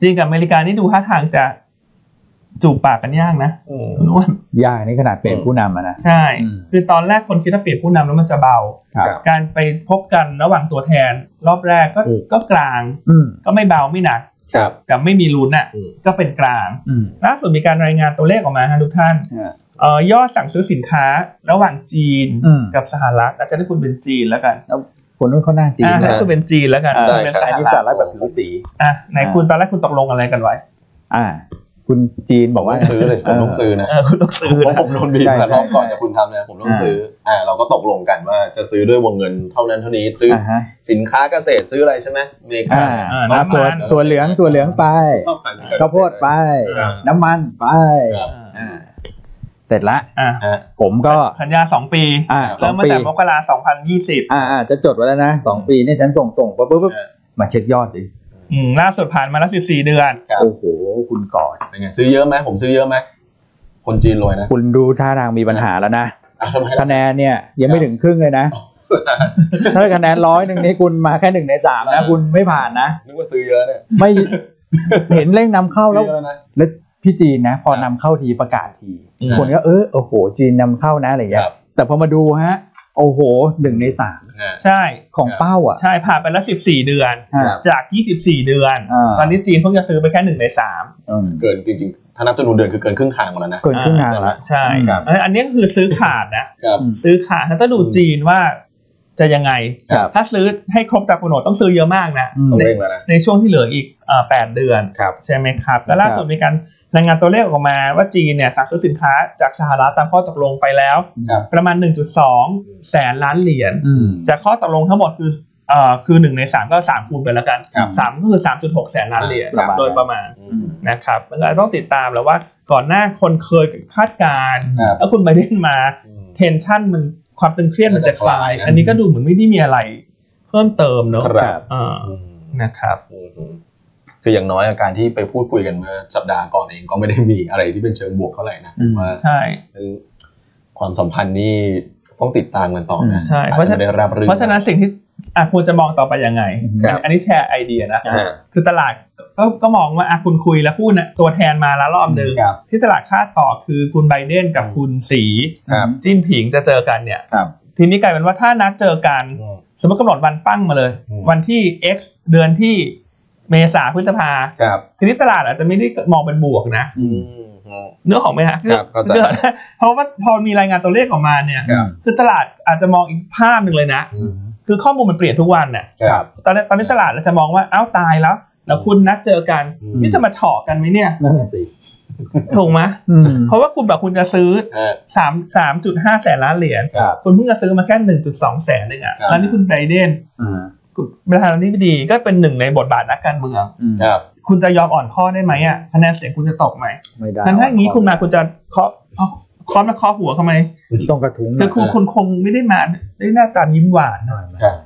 [SPEAKER 3] จีนกับอเมริกานี่ดูท่าทางจะจูบปากกันยากนะคุณอ้วน
[SPEAKER 2] ยากนี่ขนาดเป็นผู้นำอะนะ
[SPEAKER 3] ใช่
[SPEAKER 2] อืม
[SPEAKER 3] คือตอนแรกคนคิดว่าเปลี่ยนผู้นำแล้วมันจะเบา
[SPEAKER 2] ครับ
[SPEAKER 1] ครับ
[SPEAKER 3] การไปพบกันระหว่างตัวแทน รอบแรกก็
[SPEAKER 1] อืม
[SPEAKER 3] ก็กลาง
[SPEAKER 2] อืม
[SPEAKER 3] ก็ไม่เบาไม่หนัก
[SPEAKER 1] ครับ
[SPEAKER 3] แต่ไม่มีลุ้นอ่ะ
[SPEAKER 1] อืม
[SPEAKER 3] ก็เป็นกลาง
[SPEAKER 2] อืม
[SPEAKER 3] ล่าสุดมีการรายงานตัวเลขออกมาฮะทุกท่าน
[SPEAKER 2] อ่า
[SPEAKER 3] เอ่อยอดสั่งซื้อสินค้าระหว่างจีน
[SPEAKER 2] อืม
[SPEAKER 3] กับสหรัฐอาจจะได้คุณเป็นจีนแล้วกัน
[SPEAKER 2] คนนู้นเขาหน้าจีน
[SPEAKER 3] อ่า
[SPEAKER 2] นะ
[SPEAKER 3] ให้คุณเป็นจีนแล้วกัน
[SPEAKER 2] อ่า
[SPEAKER 1] ได้
[SPEAKER 3] คุณเป็น
[SPEAKER 1] ครับ
[SPEAKER 2] อั
[SPEAKER 3] สห
[SPEAKER 2] นนี้สา
[SPEAKER 3] รัฐ
[SPEAKER 2] ระแบบผิวสี
[SPEAKER 3] อ่ะไหนคุณตอนแรกคุณตกลงอะไรกันไว้
[SPEAKER 2] อ่า คุณจีน
[SPEAKER 1] บบ อ
[SPEAKER 2] อก ก
[SPEAKER 1] ว่า
[SPEAKER 2] ว่า
[SPEAKER 1] ซื้อเลยผมต้องซื้อนะ
[SPEAKER 3] เออคุณต้องซื้อ
[SPEAKER 1] เพราะ
[SPEAKER 3] นะ
[SPEAKER 1] ผมโดนบีบมาลอบก่อนจากคุณทำนะผมต้องซื้ออ่าเราก็ตกลงกันว่าจะซื้อด้วยวงเงินเท่านั้นเท่านี้ซื้ออ
[SPEAKER 2] อ่าฮะ
[SPEAKER 1] สินค้าเกษตรซื้ออะไรใช่ไหมอเมริกา
[SPEAKER 2] อ่า
[SPEAKER 3] า
[SPEAKER 2] อ่า
[SPEAKER 3] น้ำ
[SPEAKER 2] ตั
[SPEAKER 3] มัน
[SPEAKER 2] วตัวเหลืองตัวเหลืองไป
[SPEAKER 1] เข้าไปเหมือนน
[SPEAKER 2] ข้าวโพดไป
[SPEAKER 1] ครับ
[SPEAKER 2] น้ำมันไป
[SPEAKER 1] ครับ
[SPEAKER 2] อ่าเสร็จละ
[SPEAKER 3] อ่ะ
[SPEAKER 1] ฮะ
[SPEAKER 2] ผมก็
[SPEAKER 3] สัญญาสองปี
[SPEAKER 2] อ่าสอ
[SPEAKER 3] เริ่
[SPEAKER 2] ง
[SPEAKER 3] มตั้
[SPEAKER 2] ปี
[SPEAKER 3] งแต่มกราสองพันยี่สิบ
[SPEAKER 2] อ่าอ่าจะจดไว้แล้วนะสองปีเนี่ยฉันส่งส่งปุ๊บปุ๊บปุ๊บ
[SPEAKER 1] เออ
[SPEAKER 2] มาเช็คยอดดิ
[SPEAKER 3] ล่าสุดผ่านมาแล้วสิบสี่เดือน
[SPEAKER 1] ครับ
[SPEAKER 2] โอ้โห คุณก่อด
[SPEAKER 1] เป็นไงซื้อเยอะไหมผมซื้อเยอะไหมคนจีนรวยนะ
[SPEAKER 2] คุณดูท่าทางมีปัญหาแล้วนะ
[SPEAKER 1] อ่ะทำไมล่ะ
[SPEAKER 2] คะแนนเนี่ยยังไม่ถึงครึ่งเลยนะ ถ้าคะแนนร้อยหนึ่งนี้คุณมาแค่หนึ่งในสาม
[SPEAKER 1] เอ
[SPEAKER 2] นะ
[SPEAKER 1] อ
[SPEAKER 2] คุณไม่ผ่านนะ
[SPEAKER 1] นึกว่าซื้อเยอะเนี่ย
[SPEAKER 2] ไม่ เห็นเร่งนำเข้าแล้ว
[SPEAKER 1] ซื้อเยอะนะ
[SPEAKER 2] แล้วพี่จีนนะ พอนำเข้าทีประกาศที
[SPEAKER 3] อืม
[SPEAKER 2] คนก็เออโอ้โห จีนนำเข้านะอะไรอย่างเงี้
[SPEAKER 1] ค
[SPEAKER 2] ย
[SPEAKER 1] รับ
[SPEAKER 2] แต่พอมาดูฮะ โอ้โหหนึ่งในสาม
[SPEAKER 1] ฮะ
[SPEAKER 3] ใช่
[SPEAKER 2] ของ
[SPEAKER 1] ครับ
[SPEAKER 2] เป้าอ่ะ
[SPEAKER 3] ใช่ผ่านไปแล้วสิบสี่เดือน
[SPEAKER 2] อ่า
[SPEAKER 1] ครับ
[SPEAKER 3] จากยี่สิบสี่เดือน
[SPEAKER 2] อ่า
[SPEAKER 3] ตอนนี้จีนเพิ่งจะซื้อไปแค่หนึ่งในสาม
[SPEAKER 2] อืม
[SPEAKER 1] เกินจริงๆถ้านับจำนวนเดือนคือเกินครึ่งทางหมดแล้วนะ
[SPEAKER 2] เกินครึ่งทางละ
[SPEAKER 3] ใช่
[SPEAKER 1] ครับ
[SPEAKER 3] เอ้ยอันนี้คือซื้อขาดนะ
[SPEAKER 1] ครับ
[SPEAKER 2] อืม
[SPEAKER 3] ซื้อขาดถ้าต้องดู
[SPEAKER 1] อืม
[SPEAKER 3] จีนว่าจะยังไง
[SPEAKER 1] ครับ
[SPEAKER 3] ถ้าซื้อให้ครบตามกำหนดต้องซื้อเยอะมากนะ
[SPEAKER 2] อืม
[SPEAKER 1] ต้องเร่งแล้วนะ
[SPEAKER 3] ในช่วงที่เหลืออีกเอ่อแปดเดือน
[SPEAKER 1] ครับ
[SPEAKER 3] ใช่ไหมครับ แล้วล่าสุดมีการรายงานตัวเลขออกมาว่าจีนเนี่ยสั่งซื้อสินค้าจากสหรัฐตามข้อตกลงไปแล้ว
[SPEAKER 1] ครับ
[SPEAKER 3] ประมาณ 1.2 แสนล้านเหรียญ
[SPEAKER 2] อืม
[SPEAKER 3] จากข้อตกลงทั้งหมดคือเอ่อคือหนึ่งในสามก็สามคูณไปแล้วกัน
[SPEAKER 1] ครับ
[SPEAKER 3] สามก็คือ 3.6 แสนล้านเหรียญ
[SPEAKER 2] ประมาณ
[SPEAKER 3] โดยประมาณ
[SPEAKER 1] อืม
[SPEAKER 3] นะครับมันก็ต้องติดตามแล้วว่าก่อนหน้าคนเคยคาดการณ์
[SPEAKER 1] ครับ
[SPEAKER 3] แล้วคุณไบเดนมา
[SPEAKER 1] อืม
[SPEAKER 3] เทนชันมันความตึงเครียดมันจะคลา
[SPEAKER 1] มันจะคลา
[SPEAKER 3] ย
[SPEAKER 1] ยนะ
[SPEAKER 3] อันนี้ก็ดูเหมือนไม่ได้มีอะไร เพิ่มเติมเนอะ
[SPEAKER 1] ครับ
[SPEAKER 3] เอ่านะครับ
[SPEAKER 1] คืออย่างน้อยอาการที่ไปพูดคุยกันเมื่อสัปดาห์ก่อนเองก็ไม่ได้มีอะไรที่เป็นเชิงบวกเท่าไหร่นะ
[SPEAKER 2] อืม
[SPEAKER 1] ว่า
[SPEAKER 3] ใช่
[SPEAKER 1] ความสัมพันธ์นี่ต้องติดตามกันต่อนะ
[SPEAKER 3] ใช่
[SPEAKER 1] อา
[SPEAKER 3] เพราะ
[SPEAKER 1] จจะ
[SPEAKER 3] ฉะ
[SPEAKER 1] ไม่ได้รับรื่น
[SPEAKER 3] เพราะฉะนั้นสิ่งที่อ่ะควรจะมองต่อไปยังไง
[SPEAKER 1] ครับ
[SPEAKER 3] อันนี้แชร์ไอเดียนะ
[SPEAKER 1] อ่า
[SPEAKER 3] คือตลาดก็ก็มองว่าอ่ะคุณคุยแล้วพูดนะตัวแทนมาแล้วรอบหนึ่ง
[SPEAKER 1] ครับ
[SPEAKER 3] ที่ตลาดคาดต่อคือคุณไบเดนกับ
[SPEAKER 1] อืม
[SPEAKER 3] คุณสี
[SPEAKER 1] ครับ
[SPEAKER 3] จิ้นผิงจะเจอกันเนี่ย
[SPEAKER 1] ครับ
[SPEAKER 3] ทีนี้กลายเป็นว่าถ้านัดเจอกัน สมมติกำหนดวันปั้งมาเลย
[SPEAKER 1] อืม
[SPEAKER 3] วันที่ x เดือนที่เมษาพฤษภา
[SPEAKER 1] ครับ
[SPEAKER 3] ทีนี้ตลาดอาจจะไม่ได้มองเป็นบวกนะ
[SPEAKER 1] อืม อืม
[SPEAKER 3] เนื้อของไหมฮะ
[SPEAKER 1] ครับเข้าใจ
[SPEAKER 3] เกิดเพราะว่าพอมีรายงานตัวเลขออกมาเนี่ย
[SPEAKER 1] ครับ
[SPEAKER 3] คือตลาดอาจจะมองอีกภาพหนึ่งเลยนะ
[SPEAKER 1] อืม
[SPEAKER 3] คือข้อมูลมันเปลี่ยนทุกวันน่ะ
[SPEAKER 1] ครับ
[SPEAKER 3] ตอนนี้ตอนนี้ตลาดเราจะมองว่าอ้าวตายแล้ว แล้วคุณนัดเจอกัน
[SPEAKER 1] อืม
[SPEAKER 3] นี่จะมาเฉาะกันไหมเนี่ย
[SPEAKER 2] นั่นแหละสิ
[SPEAKER 3] ถูกไหม
[SPEAKER 2] อืม
[SPEAKER 3] เพราะว่าคุณแบบคุณจะซื้อ
[SPEAKER 1] เออ
[SPEAKER 3] สามสามจุดห้าแสนล้านเหรียญ
[SPEAKER 2] ครับ
[SPEAKER 3] คุณเพิ่งจะซื้อมาแค่หนึ่งจุดสองแสนเองอ่ะ
[SPEAKER 1] ครับ
[SPEAKER 3] แล้วนี่คุณไบเดน
[SPEAKER 2] อืม
[SPEAKER 3] คุณประธานาธิบดีก็เป็นหนึ่งในบทบาทนักการเมือง
[SPEAKER 2] อืม
[SPEAKER 1] ครับ
[SPEAKER 3] คุณจะยอมอ่อนข้อได้ไหมอ่ะคะแนนเสียงคุณจะตกไหม
[SPEAKER 2] ไม่ได้
[SPEAKER 3] งั้นถ้าอย่างนี้คุณมาคุณจะเคาะเคาะเคาะมาเคาะหัวเขาไหม
[SPEAKER 2] ต้องกระทุ้ง
[SPEAKER 3] คือคุณคุณคงไม่ได้มาได้หน้าตายิ้มหวาน
[SPEAKER 2] หน่อ
[SPEAKER 3] นะ
[SPEAKER 2] ย
[SPEAKER 1] ครับ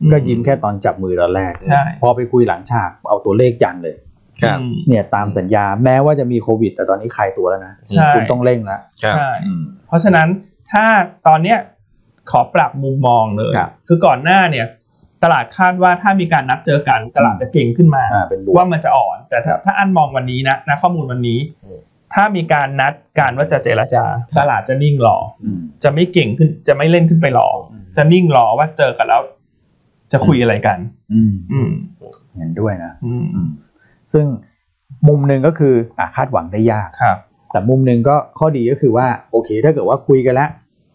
[SPEAKER 3] อื
[SPEAKER 2] ก็ยิ้มแค่ตอนจับมือตอนแรก
[SPEAKER 3] ใช่
[SPEAKER 2] พอไปคุยหลังฉากเอาตัวเลขยันเลย
[SPEAKER 1] ครับ
[SPEAKER 3] อืม
[SPEAKER 2] เนี่ยตามสัญญาแม้ว่าจะมีโควิด แต่ตอนนี้คลายตัวแล้วนะ
[SPEAKER 3] ใช่
[SPEAKER 2] คุณต้องเร่งแล้ว
[SPEAKER 1] ครับ
[SPEAKER 3] ใช่
[SPEAKER 2] อืม
[SPEAKER 3] เพราะฉะนั้นถ้าตอนเนี้ยขอปรับมุมมองเลย
[SPEAKER 2] ครับ
[SPEAKER 3] อก่อนหน้าเนี่ยตลาดคาดว่าถ้ามีการนัดเจอกัน ตลาดจะเก่งขึ้นมา
[SPEAKER 2] อ่าเป็นบวก
[SPEAKER 3] ว่ามันจะอ่อน แต่ถ้า
[SPEAKER 2] ครับ
[SPEAKER 3] ถ้าอันมองวันนี้นะนะข้อมูลวันนี้
[SPEAKER 1] อืม
[SPEAKER 3] ถ้ามีการนัดการว่าจะเจรจา
[SPEAKER 2] ครับ
[SPEAKER 3] ตลาดจะนิ่งรอ
[SPEAKER 2] อืม
[SPEAKER 3] จะไม่เก่งขึ้น จะไม่เล่นขึ้นไปรออ
[SPEAKER 2] ม
[SPEAKER 3] จะนิ่งรอว่าเจอกันแล้ว จะคุยอะไรกัน
[SPEAKER 2] อืม
[SPEAKER 3] อืม
[SPEAKER 2] เห็นด้วยนะ
[SPEAKER 3] อืม
[SPEAKER 2] อืมซึ่งมุมหนึ่งก็คืออ่ะคาดหวังได้ยาก
[SPEAKER 3] ครับ
[SPEAKER 2] แต่มุมหนึ่งก็ข้อดีก็คือว่าโอเค ถ้าเกิดว่าคุยกันแล้ว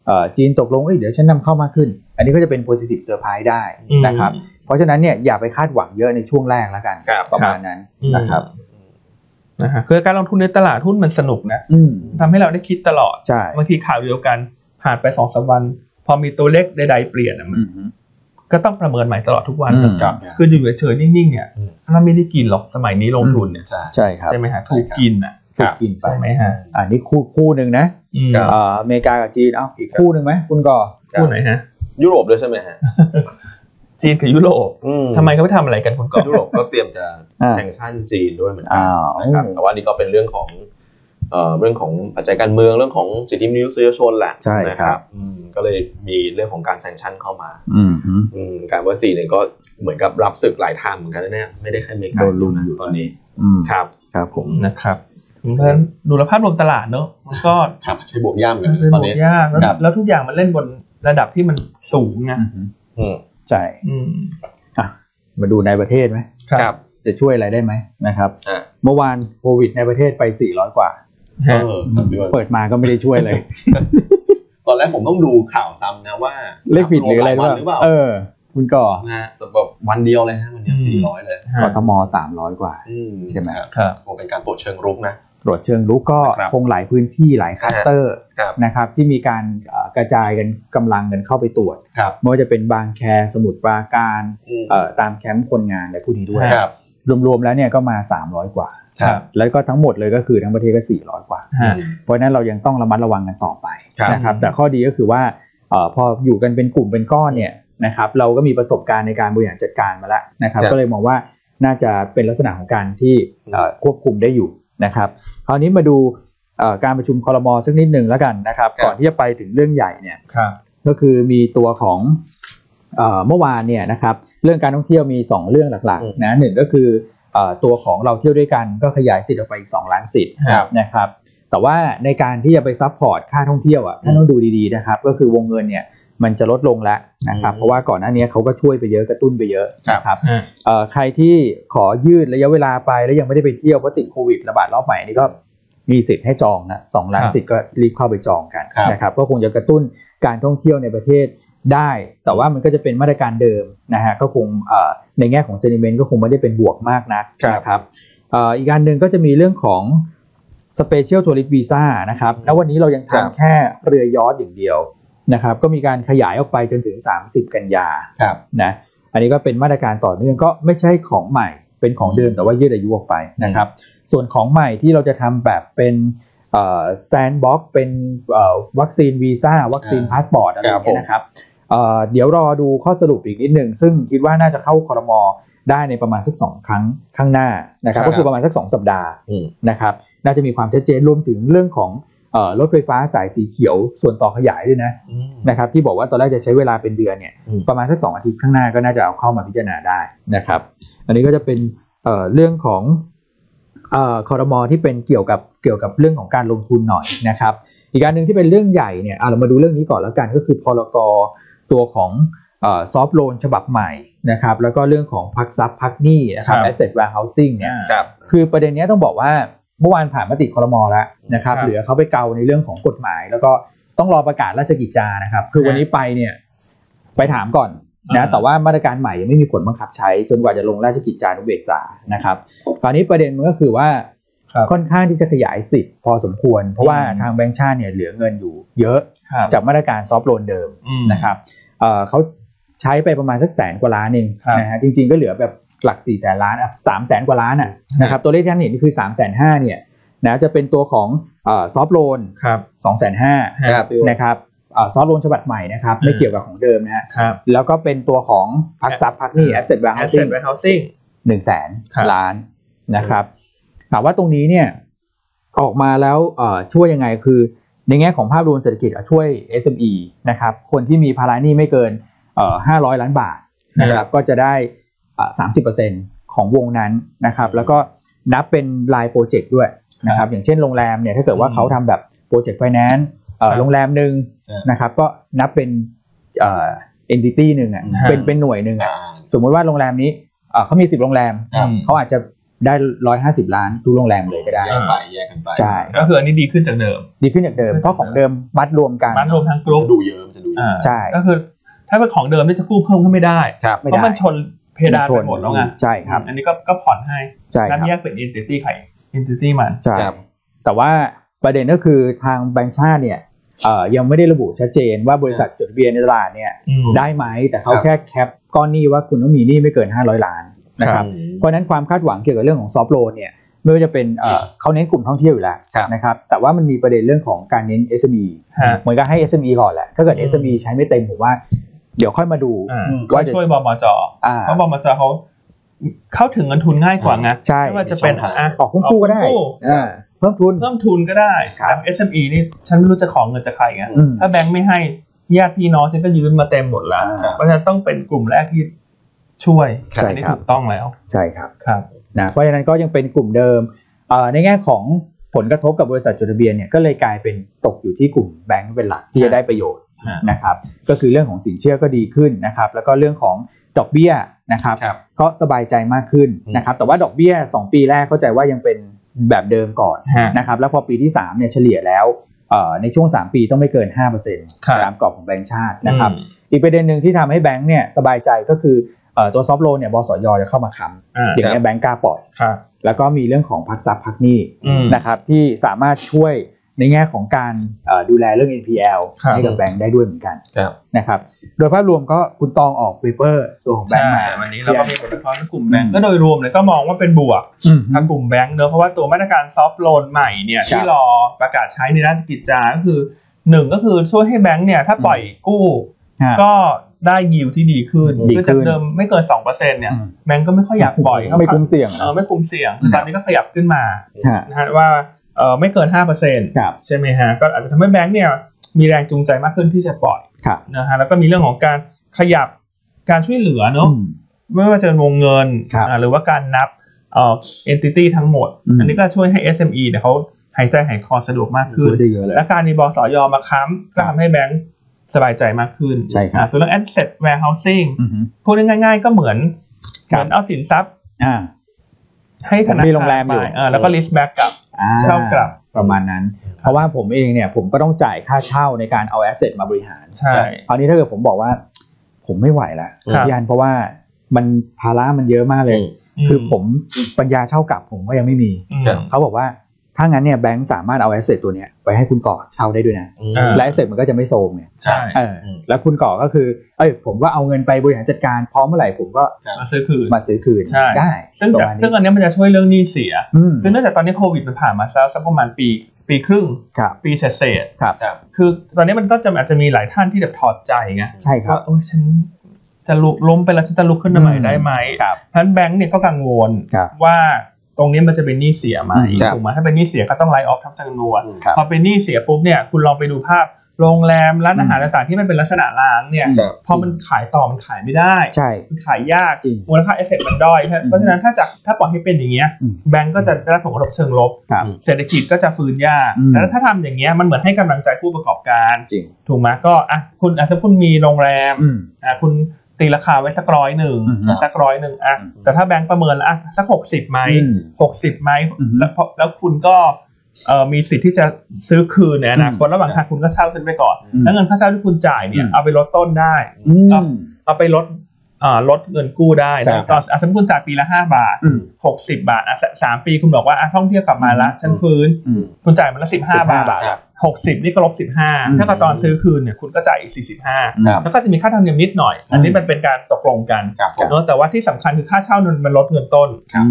[SPEAKER 2] เอ่อจีนตกลงเอ้ยเดี๋ยวฉันนำเข้ามากขึ้น อันนี้ก็จะเป็น positive surprise ได้นะครับ เพราะฉะนั้นเนี่ยอย่าไปคาดหวังเยอะในช่วงแรกแล้วกัน
[SPEAKER 1] ครับ
[SPEAKER 2] ประมาณนั้น
[SPEAKER 3] อืม
[SPEAKER 2] นะครับ
[SPEAKER 3] นะฮะคือการลงทุนในตลาดหุ้นมันสนุกนะ
[SPEAKER 2] อืม
[SPEAKER 3] ทำให้เราได้คิดตลอด
[SPEAKER 2] ใช่
[SPEAKER 3] บางทีข่าวเดียวกันผ่านไปสองสามวัน พอมีตัวเลขใดๆเปลี่ยนอะมัน
[SPEAKER 2] อืม
[SPEAKER 3] ก็ต้องประเมินใหม่ตลอดทุกวัน
[SPEAKER 2] อืม
[SPEAKER 1] ครับ
[SPEAKER 3] คืออยู่เฉยๆนิ่งๆเนี่ย
[SPEAKER 1] อืม
[SPEAKER 3] เราไม่ได้กินหรอกสมัยนี้ลงทุนเนี่ย
[SPEAKER 1] ใช่
[SPEAKER 2] ใช่ครับ
[SPEAKER 3] ใช่ไหมฮะ
[SPEAKER 1] ใช่ครับ
[SPEAKER 3] ถูกกินอ่ะ
[SPEAKER 1] ครับ
[SPEAKER 2] กินไป
[SPEAKER 3] ใช่ไหมฮะ
[SPEAKER 2] อันนี้คู่คู่หนึ่งนะ
[SPEAKER 3] อืม
[SPEAKER 1] ครับ
[SPEAKER 2] เอ่ออเมริกากับจีนเอ้าอีกคู่หนึ่งไหมคุณก่อ
[SPEAKER 3] พูดหน่อยฮะ
[SPEAKER 1] ยุโรปด้วยใช่ไหมฮะ
[SPEAKER 3] จีนกับยุโรป
[SPEAKER 1] อื
[SPEAKER 3] ทำไมเขาไม่ทำอะไรกันคุณก่อน
[SPEAKER 1] ยุโรปก็เตรียมจะแซงชั่นจีนด้วยเหมือนกัน
[SPEAKER 2] อ้าว
[SPEAKER 1] นะครับแต่ว่านี่ก็เป็นเรื่องของเอ่อเรื่องของปัจจัยการเมืองเรื่องของสิทธิมนุษยชนแหละ
[SPEAKER 2] ใช่
[SPEAKER 1] นะ
[SPEAKER 2] ค
[SPEAKER 1] ค
[SPEAKER 2] รั
[SPEAKER 1] รั
[SPEAKER 2] บบ
[SPEAKER 1] อืมก็เลยมีเรื่องของการแซงชั่นเข้ามา
[SPEAKER 2] อืมฮึ
[SPEAKER 1] อืมการว่าจีนเนี่ยก็เหมือนกับรับศึกหลายทางเหมือนกันนะเนี่ยไม่ได้แค่อเมริกา
[SPEAKER 2] โดนลุมอยู่
[SPEAKER 1] ตอนนี้
[SPEAKER 2] อืม
[SPEAKER 1] ครับ
[SPEAKER 2] ครับผม
[SPEAKER 3] นะครับเพราะฉะนั้นดูแลวภาพรวมตลาดเนอะมันก็
[SPEAKER 1] ครับใช้บวกย่ามกัน
[SPEAKER 3] มันจะ
[SPEAKER 1] ต
[SPEAKER 3] บ
[SPEAKER 1] อน
[SPEAKER 3] วก
[SPEAKER 1] นี้
[SPEAKER 3] ยากแล้ว
[SPEAKER 1] ครับ
[SPEAKER 3] แล้วทุกอย่างมันเล่นบนระดับที่มันสูงไง
[SPEAKER 2] อืมฮึ
[SPEAKER 1] อืม
[SPEAKER 2] ใช่
[SPEAKER 3] อืม
[SPEAKER 2] อ่ะมาดูในประเทศไหม
[SPEAKER 1] ครับ
[SPEAKER 2] จะช่วยอะไรได้ไหมนะครับ
[SPEAKER 1] อ่ะ
[SPEAKER 2] เมื่อวานโควิดในประเทศไป 400 กว่า
[SPEAKER 1] เอ
[SPEAKER 3] ฮะ
[SPEAKER 1] อครับพี่บอล
[SPEAKER 2] เปิดมาก็ไม่ได้ช่วยเลย
[SPEAKER 1] ตอนแรกผมต้องดูข่าวซ้ำนะว่า
[SPEAKER 2] เลขผิดหรืออะไร
[SPEAKER 1] วมหรือเปล่า
[SPEAKER 2] เออ คุณก่อ
[SPEAKER 1] นะฮะแต่แบบวันเดียวเลยฮะวันเดียวสี่ร้อยเลย
[SPEAKER 2] กทม 300 กว่า
[SPEAKER 1] อืม
[SPEAKER 2] ใช่ไหม
[SPEAKER 1] ครับ
[SPEAKER 3] ครับ
[SPEAKER 1] คงเป็นการตรวจเชิงรุกนะ
[SPEAKER 2] ตรวจเชิงรุกก็
[SPEAKER 1] ครับ
[SPEAKER 2] คงหลายพื้นที่หลายคลัสเตอร์
[SPEAKER 1] ครับ
[SPEAKER 2] นะครับ ที่มีการเอ่อกระจายกันกำลังกันเข้าไปตรวจ
[SPEAKER 1] ครับ
[SPEAKER 2] ไม่ว่าจะเป็นบางแคสมุทรปราการ
[SPEAKER 1] อืม
[SPEAKER 2] เอ่อตามแคมป์คนงานและผู้นี้ด้วย
[SPEAKER 1] ครับ
[SPEAKER 2] รวมๆแล้วเนี่ยก็มา 300 กว่า
[SPEAKER 1] ครับ
[SPEAKER 2] แล้วก็ทั้งหมดเลยก็คือทั้งประเทศก็ 400 กว่า
[SPEAKER 3] ฮะ
[SPEAKER 2] เพราะฉะนั้นเรายังต้องระมัดระวังกันต่อไป
[SPEAKER 1] ครับ
[SPEAKER 2] นะครับ
[SPEAKER 3] อืม
[SPEAKER 2] แต่ข้อดีก็คือว่าเออพออยู่กันเป็นกลุ่มเป็นก้อนเนี่ยนะครับเราก็มีประสบการณ์ในการบริหารจัดการมาแล้วนะครับ
[SPEAKER 1] ครับ
[SPEAKER 2] ก็เลยมองว่าน่าจะเป็นลักษณะของการที่เอ่อควบคุมได้อยู่นะครับคราวนี้มาดูเอ่อการประชุมคอรมอสักนิดหนึ่งแล้วกันนะครับ
[SPEAKER 1] ครับ
[SPEAKER 2] ก่อนที่จะไปถึงเรื่องใหญ่เนี่ย
[SPEAKER 3] ครับ
[SPEAKER 2] ก็คือมีตัวของเอ่อเมื่อวานเนี่ยนะครับเรื่องการท่องเที่ยวมี 2 เรื่องหลักๆนะหนึ่งก็คือเอ่อตัวของเราเที่ยวด้วยกันก็ขยายสิทธิ์ออกไปอีก 2 ล้านสิทธิ
[SPEAKER 1] ครับ
[SPEAKER 2] นะครับแต่ว่าในการที่จะไปซัพพอร์ตค่าท่องเที่ยวอ่ะท่านต้องดูดีๆนะครับก็คือวงเงินเนี่ยมันจะลดลงแล้วนะครับ
[SPEAKER 1] อืม
[SPEAKER 2] เพราะว่าก่อนหน้านี้เขาก็ช่วยไปเยอะกระตุ้นไปเยอะ
[SPEAKER 1] ครับ
[SPEAKER 2] นะครับ
[SPEAKER 3] ฮะ
[SPEAKER 2] เอ่อใครที่ขอยืดระยะเวลาไปแล้วยังไม่ได้ไปเที่ยวเพราะติดโควิดระบาดรอบใหม่นี่ก็มีสิทธิ์ให้จองนะสองล้าน
[SPEAKER 3] ครับ
[SPEAKER 2] สิทธิ์ก็รีบเข้าไปจองกัน
[SPEAKER 1] ครับ
[SPEAKER 2] นะครับก็คงจะกระตุ้นการท่องเที่ยวในประเทศได้ แต่ว่ามันก็จะเป็นมาตรการเดิมนะฮะก็คงเอ่อในแง่ของเซนิเมนต์ก็คงไม่ได้เป็นบวกมากนักนะครับ เอ่ออีกการหนึ่งก็จะมีเรื่องของสเปเชียลทัวริสต์วีซ่านะครับณวันนี้เรายัง
[SPEAKER 1] ครับ
[SPEAKER 2] ทำแค่เรือยอทอย่างเดียวนะครับ ก็มีการขยายออกไปจนถึง 30 กันยา
[SPEAKER 1] ครับ
[SPEAKER 2] นะ อันนี้ก็เป็นมาตรการต่อเนื่องก็ไม่ใช่ของใหม่เป็นของเดิมแต่ว่ายืดอายุออกไปนะครับ ส่วนของใหม่ที่เราจะทำแบบเป็นแซนบ็อกเป็นเอ่อวัคซีนวีซ่าวัคซีนพาสปอร์ตอะไรอย่างเงี้ยนะครับเอ่อเดี๋ยวรอดูข้อสรุปอีกนิดหนึ่งซึ่งคิดว่าน่าจะเข้าคอรมอได้ในประมาณสักสองครั้งข้างหน้านะครับ
[SPEAKER 1] ครับ
[SPEAKER 2] ก็คือประมาณสักสองสัปดาห์
[SPEAKER 1] อืม
[SPEAKER 2] นะครับน่าจะมีความชัดเจนรวมถึงเรื่องของเอ่อรถไฟฟ้าสายสีเขียวส่วนต่อขยายด้วยนะนะครับที่บอกว่าตอนแรกจะใช้เวลาเป็นเดือนเนี่ย
[SPEAKER 1] อืม
[SPEAKER 2] ประมาณสักสองอาทิตย์ข้างหน้าก็น่าจะเอาเข้ามาพิจารณาได้นะครับอันนี้ก็จะเป็นเอ่อเรื่องของ เอ่อคอรมอที่เป็นเกี่ยวกับเกี่ยวกับเรื่องของการลงทุนหน่อยนะครับ อีกการหนึ่งที่เป็นเรื่องใหญ่เนี่ยอ่ะเรามาดูเรื่องนี้ก่อนแล้วกันก็คือพลกรตัวของซอฟโลนฉบับใหม่นะครับแล้วก็เรื่องของพักซับพักหนี้นะครับ
[SPEAKER 3] ครับ
[SPEAKER 2] asset warehousing เนี่ย
[SPEAKER 1] ครับ
[SPEAKER 2] คือประเด็นเนี้ยต้องบอกว่า เมื่อวานผ่านมติคอรมอแล้วนะครับ
[SPEAKER 3] ครับ
[SPEAKER 2] เหลือเขาไปเกาในเรื่องของกฎหมาย แล้วก็ต้องรอประกาศราชกิจจานะครับ คือวันนี้ไปเนี่ยไปถามก่อนนะ
[SPEAKER 3] อ่า
[SPEAKER 2] แต่ว่ามาตรการใหม่ยังไม่มีผลบังคับใช้จนกว่าจะลงราชกิจจานุเบกษานะครับคราวนี้ประเด็นมันก็คือว่า
[SPEAKER 3] ครับ
[SPEAKER 2] ค่อนข้างที่จะขยายสิทธิ์พอสมควร เพราะว่า
[SPEAKER 3] อืม
[SPEAKER 2] ทางแบงก์ชาติเนี่ยเหลือเงินอยู่เยอะ
[SPEAKER 3] ครับ
[SPEAKER 2] จากมาตรการซอฟต์โลนเดิม
[SPEAKER 3] อืม
[SPEAKER 2] นะครับเอ่อเขาใช้ไปประมาณสักแสนกว่าล้านเอง
[SPEAKER 3] ครับ
[SPEAKER 2] นะฮะจริงๆก็เหลือแบบหลัก4ี่แสนล้านสามแสนกว่าล้านอ่ะนะครับตัวเลขที่ท่านเห็นนี่คือ3ามแสนห้าเนี่ยนะจะเป็นตัวของซอฟต์โลน
[SPEAKER 3] ครับ
[SPEAKER 2] สองแสนห้า
[SPEAKER 1] ครับพี่โอ
[SPEAKER 2] นะครับซอฟต์โลนฉบับใหม่นะครับไม่เกี่ยวกับของเดิมนะฮะ
[SPEAKER 3] ครับ
[SPEAKER 2] แล้วก็เป็นตัวของพักทรัพย์พักหนี้ asset
[SPEAKER 3] asset
[SPEAKER 2] warehousing
[SPEAKER 3] warehousing
[SPEAKER 2] หนึ่งแสน
[SPEAKER 3] ครับ
[SPEAKER 2] ล้านนะครับถามว่าตรงนี้เนี่ยออกมาแล้วเอ่อช่วยยังไงคือ ในแง่ของภาพรวมเศรษฐกิจอ่ะช่วย SME นะครับคนที่มีภาระหนี้ไม่เกินเอ่อ500 ล้านบาทนะครับก็จะได้อ่ะ30%ของวงนั้นนะครับแล้วก็นับเป็นรายโปรเจกต์ด้วยนะครับอย่างเช่นโรงแรมเนี่ยถ้าเกิดว่าเขาทำแบบโปรเจกต์ไฟแนนซ์
[SPEAKER 3] ครับ
[SPEAKER 2] โรงแรมหนึ่ง
[SPEAKER 1] เออ
[SPEAKER 2] นะครับก็นับเป็นเอ่อ entity หนึ่งอ่ะ
[SPEAKER 3] ฮะ
[SPEAKER 2] เป็นเป็นหน่วยหนึ่งอ่ะ
[SPEAKER 1] อ่า
[SPEAKER 2] สมมุติว่าโรงแรมนี้เอ่อเขามีสิบโรงแรม
[SPEAKER 1] ครับ
[SPEAKER 2] เขาอาจจะได้ร้อยห้าสิบล้านทุกโรงแรมเลยก็ได้
[SPEAKER 1] แยกไปแยกกันไป
[SPEAKER 2] ใช่
[SPEAKER 3] ก็คืออันนี้ดีขึ้นจากเดิม
[SPEAKER 2] ดีขึ้นจากเดิม เพราะของเดิมมัดรวมกัน
[SPEAKER 3] มันรวมทั้งก
[SPEAKER 1] มั
[SPEAKER 3] รุ๊ป
[SPEAKER 1] นดูเยอะมันจะดูเย
[SPEAKER 3] อ่า
[SPEAKER 1] อะ
[SPEAKER 2] ใช่
[SPEAKER 3] ก็คือ ถ้าเป็นของเดิมนี่จะกู้เพิ่มก็ไม่ได้
[SPEAKER 1] ครับ
[SPEAKER 2] ไม่ได้
[SPEAKER 3] เพราะมันชนเพดานไปหมดแล้วไง
[SPEAKER 2] ใช่ครับ
[SPEAKER 3] อันนี้ก็ก็ผ่อนให้
[SPEAKER 2] ใช่ค
[SPEAKER 3] นั่นแย
[SPEAKER 2] รับ
[SPEAKER 3] กเป็น entity ใคร entity มัน
[SPEAKER 2] ใช่
[SPEAKER 1] ครับ
[SPEAKER 2] แต่ว่าประเด็นก็คือทางแบงก์ชาติเนี่ยเอ่อยังไม่ได้ระบุชัดเจนว่าบริษัทจดทะเบียนในตลาดเนี่ย
[SPEAKER 3] อืม
[SPEAKER 2] ได้ไหม แต่เขา
[SPEAKER 1] ครับ
[SPEAKER 2] แค่แคปก้อนหนี้ว่าคุณต้องมีหนี้ไม่เกิน 500 ล้านนะครับ
[SPEAKER 1] อืม
[SPEAKER 2] เพราะฉะนั้นความคาดหวังเกี่ยวกับเรื่องของซอฟต์โลนเนี่ยไม่ว่าจะเป็นเอ่อเขาเน้นกลุ่มท่องเที่ยวอยู่แล้ว
[SPEAKER 1] ครับ
[SPEAKER 2] นะครับแต่ว่ามันมีประเด็นเรื่องของการเน้น SME
[SPEAKER 3] ฮะ
[SPEAKER 2] เหมือนกับให้ SME ก่อนแหละ ถ้าเกิด
[SPEAKER 3] อืม
[SPEAKER 2] SME ใช้ไม่เต็มผมว่า เดี๋ยวค่อยมาดู
[SPEAKER 3] อ่า
[SPEAKER 2] ว่า
[SPEAKER 3] ว่า
[SPEAKER 2] จะ
[SPEAKER 3] ช่วยบมจ
[SPEAKER 2] อ่า
[SPEAKER 3] เพราะบมจเขาเข้าถึงเงินทุนง่ายกว่าไง
[SPEAKER 2] ใช่
[SPEAKER 3] ไม่ว่าจะเป็นอ่ะ
[SPEAKER 2] ออกหุ้นกู้ก็ได้
[SPEAKER 3] ออหุ้น
[SPEAKER 2] อ่าเพิ่มทุน
[SPEAKER 3] เพิ่มทุนก็ได้
[SPEAKER 2] ครับ
[SPEAKER 3] แต่ SME นี่ฉันไม่รู้จะขอเงินจากใครไง
[SPEAKER 2] อืม
[SPEAKER 3] ถ้าแบงค์ไม่ให้ญาติพี่น้องฉันก็ยืมมาเต็มหมดละ
[SPEAKER 2] อ่า
[SPEAKER 3] เพราะฉะนั้นต้องเป็นกลุ่มแรกที่ช่วย
[SPEAKER 2] ใช่ครับ
[SPEAKER 3] อันนี้ถูกต้องแล้ว
[SPEAKER 2] ใช่ครับ
[SPEAKER 3] ครับ
[SPEAKER 2] นะเพราะฉะนั้นก็ยังเป็นกลุ่มเดิมเอ่อในแง่ของผลกระทบกับบริษัทจดทะเบียนเนี่ยก็เลยกลายเป็นตกอยู่ที่กลุ่มแบงก์เป็นหลักที่จะได้ประโยชน์
[SPEAKER 3] ฮะ
[SPEAKER 2] นะครับก็คือเรื่องของสินเชื่อก็ดีขึ้นนะครับแล้วก็เรื่องของดอกเบี้ยนะครับ
[SPEAKER 1] ครับ
[SPEAKER 2] ก็สบายใจมากขึ้น
[SPEAKER 1] อืม
[SPEAKER 2] นะครับแต่ว่าดอกเบี้ย 2 ปีแรกเข้าใจว่ายังเป็นแบบเดิมก่อน
[SPEAKER 3] ฮะ
[SPEAKER 2] นะครับแล้วพอปีที่3เนี่ยเฉลี่ยแล้วเอ่อในช่วง 3 ปีต้องไม่เกิน 5%
[SPEAKER 3] ครับ
[SPEAKER 2] ตามกรอบของแบงก์ชาตินะครับอีกประเด็นหนึ่งที่ทำให้แบงก์เนี่ยสบายใจก็คือเอ่อตัวซอฟโลนเนี่ยบสยจะเข้ามาค้
[SPEAKER 3] อ่า
[SPEAKER 2] ำอย่างนี้ยแบงก์กล้าปล่อย
[SPEAKER 3] ครับ
[SPEAKER 2] แล้วก็มีเรื่องของพักทรัพย์พักหนี้
[SPEAKER 3] อืม
[SPEAKER 2] นะครับที่สามารถช่วยในแง่ของการเอ่อดูแลเรื่อง NPL
[SPEAKER 3] ครับ
[SPEAKER 2] ให้กับแบงก์ได้ด้วยเหมือนกัน
[SPEAKER 1] ครับ
[SPEAKER 2] นะครับโดยภาพรวมก็คุณตองออกเปเปอร์ตัวของแบ
[SPEAKER 3] ใช่
[SPEAKER 2] งก์มา
[SPEAKER 3] วันนี้เราก็มีผลวิเคราะห์ทั้งกลุ่มแบงก์ก็โดยรวมเลยก็มองว่าเป็นบวก
[SPEAKER 2] อืม
[SPEAKER 3] ทางกลุ่มแบงก์เนอะเพราะว่าตัวมาตรการซอฟท์โลนใหม่เนี่ย
[SPEAKER 2] ครับ
[SPEAKER 3] ที่รอประกาศใช้ในราชกิจจาก็คือหนึ่งก็คือช่วยให้แบงก์เนี่ยถ้าปล่อยกู้
[SPEAKER 2] ฮะ
[SPEAKER 3] ก็ได้ยิวที่ดีขึ้น
[SPEAKER 2] ดีขึ้น
[SPEAKER 3] คือจากเดิมไม่เกิน2%เนี่ย
[SPEAKER 2] อืม
[SPEAKER 3] แบงก์ก็ไม่ค่อยอยากปล่อย
[SPEAKER 2] ไม่คุ้มเสี่ยง
[SPEAKER 3] เออไม่คุ้มเสี่ยงคือตอนนี้ก็ขยับขึ้นมา
[SPEAKER 2] ฮะ
[SPEAKER 3] นะฮะว่าเออไม่เกิน 5%
[SPEAKER 2] ครับ
[SPEAKER 3] ใช่ไหมฮะก็อาจจะทำให้แบงก์เนี่ยมีแรงจูงใจมากขึ้นที่จะปล่อย
[SPEAKER 2] ครับ
[SPEAKER 3] นะฮะแล้วก็มีเรื่องของการขยับการช่วยเหลือเนอะ
[SPEAKER 2] อืม
[SPEAKER 3] ไม่ว่าจะเป็นวงเงิน
[SPEAKER 2] ครับ
[SPEAKER 3] อ่าหรือว่าการนับเอ่อ entity ทั้งหมด
[SPEAKER 2] อืม
[SPEAKER 3] อันนี้ก็ช่วยให้ SME เนี่ยเขาหายใจหายคอสะดวกมากขึ้
[SPEAKER 2] ช่
[SPEAKER 3] น
[SPEAKER 2] วยได้เยอะเลย
[SPEAKER 3] และการมีบสยมาค้ำก็ทำให้แบงก์สบายใจมากขึ้น
[SPEAKER 2] ใช่ครับ
[SPEAKER 3] อ่าส่วนเรื่อง asset warehousing
[SPEAKER 2] อือฮึ
[SPEAKER 3] พูดง่ายๆ ก็เหมือน
[SPEAKER 2] ครับ
[SPEAKER 3] เหมือนเอาสินทรัพย์
[SPEAKER 2] อ่า
[SPEAKER 3] ให้ธนา
[SPEAKER 2] ผมมี
[SPEAKER 3] คาร
[SPEAKER 2] โรงแรมอยู่
[SPEAKER 3] ไปอ่าแล้วก็ list back กลับ
[SPEAKER 2] อ่
[SPEAKER 3] เช่ากลับ
[SPEAKER 2] ประมาณนั้น เพราะว่าผมเองเนี่ยผมก็ต้องจ่ายค่าเช่าในการเอาแอสเซทมาบริหาร
[SPEAKER 3] ใช่
[SPEAKER 2] คราวนี้ถ้าเกิดผมบอกว่า ผมไม่ไหวละ
[SPEAKER 3] ครับ
[SPEAKER 2] ยานเพราะว่ามันภาระมันเยอะมากเลย คือผมปัญญาเช่ากลับผมก็ยังไม่มี
[SPEAKER 3] อืม
[SPEAKER 1] ครับ
[SPEAKER 2] เขาบอกว่าถ้างั้นเนี่ยแบงก์สามารถเอาแอสเซทตัวเนี้ยไปให้คุณก่อเช่าได้ด้วยนะ
[SPEAKER 1] อืม
[SPEAKER 3] อ่า
[SPEAKER 2] และแอสเซทมันก็จะไม่โซมไง
[SPEAKER 3] ใช่
[SPEAKER 2] เอออ
[SPEAKER 1] ม
[SPEAKER 2] แล้วคุณก่อก็คือเอ้ยผมก็เอาเงินไปบริหารจัดการพร้อมเมื่อไหร่ผมก็
[SPEAKER 3] มาซื้อคืน
[SPEAKER 2] มาซื้อคืน
[SPEAKER 3] ใช่
[SPEAKER 2] ได้
[SPEAKER 3] ซึ่ง
[SPEAKER 2] ประ
[SPEAKER 3] จาก
[SPEAKER 2] มาณนี้
[SPEAKER 3] ซึ่งอันเนี้ยมันจะช่วยเรื่องหนี้เสีย
[SPEAKER 2] อืม
[SPEAKER 3] คือเนื่องจากตอนนี้โควิดมันผ่านมาแล้วสักประมาณปีปีครึ่ง
[SPEAKER 2] ครับ
[SPEAKER 3] ปีเศษๆ
[SPEAKER 2] ครับ
[SPEAKER 1] ครับ
[SPEAKER 3] คือตอนนี้มันก็จะอาจจะมีหลายท่านที่แบบถอดใจไง
[SPEAKER 2] ใช่ครับ
[SPEAKER 3] ว่าโอ้ยฉันจะลุกล้มไปแล้วฉันจะลุกขึ้นมาใหม่ได้ไหม
[SPEAKER 2] ครับ
[SPEAKER 3] เพราะฉะนั้นแบงก์เนี่ยก็กังวล
[SPEAKER 2] ครับ
[SPEAKER 3] ว่าตรงนี้มันจะเป็นหนี้เสียไหม
[SPEAKER 1] ครับ
[SPEAKER 3] ถูกไหมถ้าเป็นหนี้เสียก็ต้องไล่ออฟทั้งจำนวน
[SPEAKER 2] ครับ
[SPEAKER 3] พอเป็นหนี้เสียปุ๊บเนี่ยคุณลองไปดูภาพโรงแรมร้านอาหารต่างๆที่มันเป็นลักษณะร้างเนี่ย
[SPEAKER 1] ครับ
[SPEAKER 3] พอมันขายต่อมันขายไม่ได้
[SPEAKER 2] ใช่
[SPEAKER 3] มันขายยาก
[SPEAKER 2] จริง
[SPEAKER 3] มูลค่าเอฟเฟกมันด้อยเพราะฉะนั้นถ้าจากถ้าปล่อยให้เป็นอย่างเงี้ย
[SPEAKER 2] อืม
[SPEAKER 3] แบงก์ก็จะได้รับผลกระทบเชิงลบ
[SPEAKER 2] ครับ
[SPEAKER 3] เศรษฐกิจก็จะฟื้นยาก
[SPEAKER 2] อืม
[SPEAKER 3] แต่ถ้าทำอย่างเงี้ยมันเหมือนให้กำลังใจผู้ประกอบการ
[SPEAKER 2] จริง
[SPEAKER 3] ถูกไหมก็อ่ะคุณอ่ะถ้าคุณมีโรงแรม
[SPEAKER 2] อืม
[SPEAKER 3] อ่ะคุณ ตีราคาไว้สักร้อยหนึ่ง
[SPEAKER 2] อือฮะ
[SPEAKER 3] สักร้อยหนึ่งอ่ะ
[SPEAKER 2] อือฮึ
[SPEAKER 3] แต่ถ้าแบงค์ประเมินแล้วอ่ะสักหกสิบไหม
[SPEAKER 2] อืม
[SPEAKER 3] หกสิบไหม
[SPEAKER 2] อือฮึ
[SPEAKER 3] แล้วพอแล้วคุณก็เอ่อมีสิทธิ์ที่จะซื้อคืนในอนาคตระหว่างทางคุณก็เช่าขึ้นไปก่อน
[SPEAKER 2] อืม
[SPEAKER 3] แล้วเงินค่าเช่าที่คุณจ่ายเนี่ย
[SPEAKER 2] อืม
[SPEAKER 3] เอาไปลดต้นได้
[SPEAKER 2] อืม
[SPEAKER 3] ครับ เอาไปลดอ่าลดเงินกู้ได้
[SPEAKER 2] ใช่
[SPEAKER 3] นะ
[SPEAKER 2] ค
[SPEAKER 3] ต
[SPEAKER 2] รั
[SPEAKER 3] อน
[SPEAKER 2] บ
[SPEAKER 3] อ่ะสมมติคุณจ่ายปีละห้าบาท
[SPEAKER 2] อืม
[SPEAKER 3] หกสิบาทอ่ะสสามปีคุณบอกว่าอ่ะท่องเที่ยวกลับมาละฉันฟื้น
[SPEAKER 2] อืม
[SPEAKER 3] คุณจ่ายมันละสิบห้า
[SPEAKER 2] 15
[SPEAKER 3] บาท
[SPEAKER 2] บาทครับ
[SPEAKER 3] หกสิบนี่ก็ลบสิบห้า
[SPEAKER 2] อืม
[SPEAKER 3] ถ้ากับตอนซื้อคืนเนี่ยคุณก็จ่ายสี่สิบห้า
[SPEAKER 1] ครับ
[SPEAKER 3] แล้วก็จะมีค่าธรรมเนียมนิดหน่อย อันนี้มันเป็นการตกลงกัน
[SPEAKER 1] ครับผม
[SPEAKER 3] เนอะแต่ว่าที่สำคัญคือค่าเช่านั้นมันลดเงินต้น
[SPEAKER 2] ครับ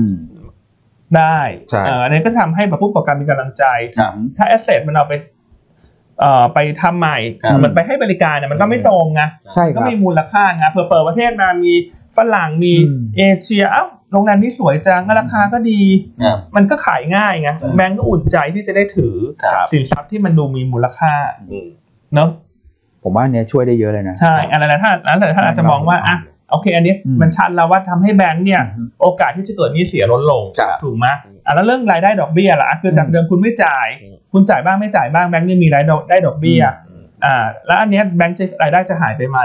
[SPEAKER 3] ได้
[SPEAKER 1] ใช่
[SPEAKER 3] เอ่ออันนี้ก็ทำให้แบบผู้ประกอบการมีกำลังใจ
[SPEAKER 1] ครับ
[SPEAKER 3] ถ้าแอสเซทมันเอาไปเอ่อไปทำใหม่
[SPEAKER 1] ครับ
[SPEAKER 3] มันไปให้บริการเนี่ยมันก็ไม่โทรมไง
[SPEAKER 2] ใช่ค
[SPEAKER 3] ก็
[SPEAKER 2] รับ
[SPEAKER 3] มีมูลค่าไงเผื่อเปิดประเทศมามีฝรั่งมี
[SPEAKER 2] อืม
[SPEAKER 3] เอเชียเอ้าโรงแรมนี้สวยจังราคาก็ดี
[SPEAKER 1] ครับ
[SPEAKER 3] มันก็ขายง่ายไง
[SPEAKER 1] ใช่
[SPEAKER 3] แบงก์ก็อุ่นใจที่จะได้ถือ
[SPEAKER 1] ครับ
[SPEAKER 3] สินทรัพย์ที่มันดูมีมูลค่า
[SPEAKER 1] อืม
[SPEAKER 3] เนอะ
[SPEAKER 2] ผมว่าอันเนี้ยช่วยได้เยอะเลยนะ
[SPEAKER 3] ใช่อะไรนะถ้าแล้วแต่ถ้าอาจจะมองว่าอ่ะโอเค อันนี้
[SPEAKER 2] อืม
[SPEAKER 3] มันชัดแล้วว่าทำให้แบงค์เนี่ย
[SPEAKER 2] อืม
[SPEAKER 3] โอกาสที่จะเกิดหนี้เสียลดลง
[SPEAKER 1] ครับ
[SPEAKER 3] ถูกไหมอ่ะแล้วเรื่องรายได้ดอกเบี้ยล่ะอ่ะคือจาก
[SPEAKER 2] อืม
[SPEAKER 3] เดิมคุณไม่จ่าย
[SPEAKER 1] อืม
[SPEAKER 3] คุณจ่ายบ้างไม่จ่ายบ้างแบงค์ยังมีรายได้ได้ดอกเบี้ยอ่าแล้วอันเนี้ยแบงค์จะรายได้จะหายไปไหม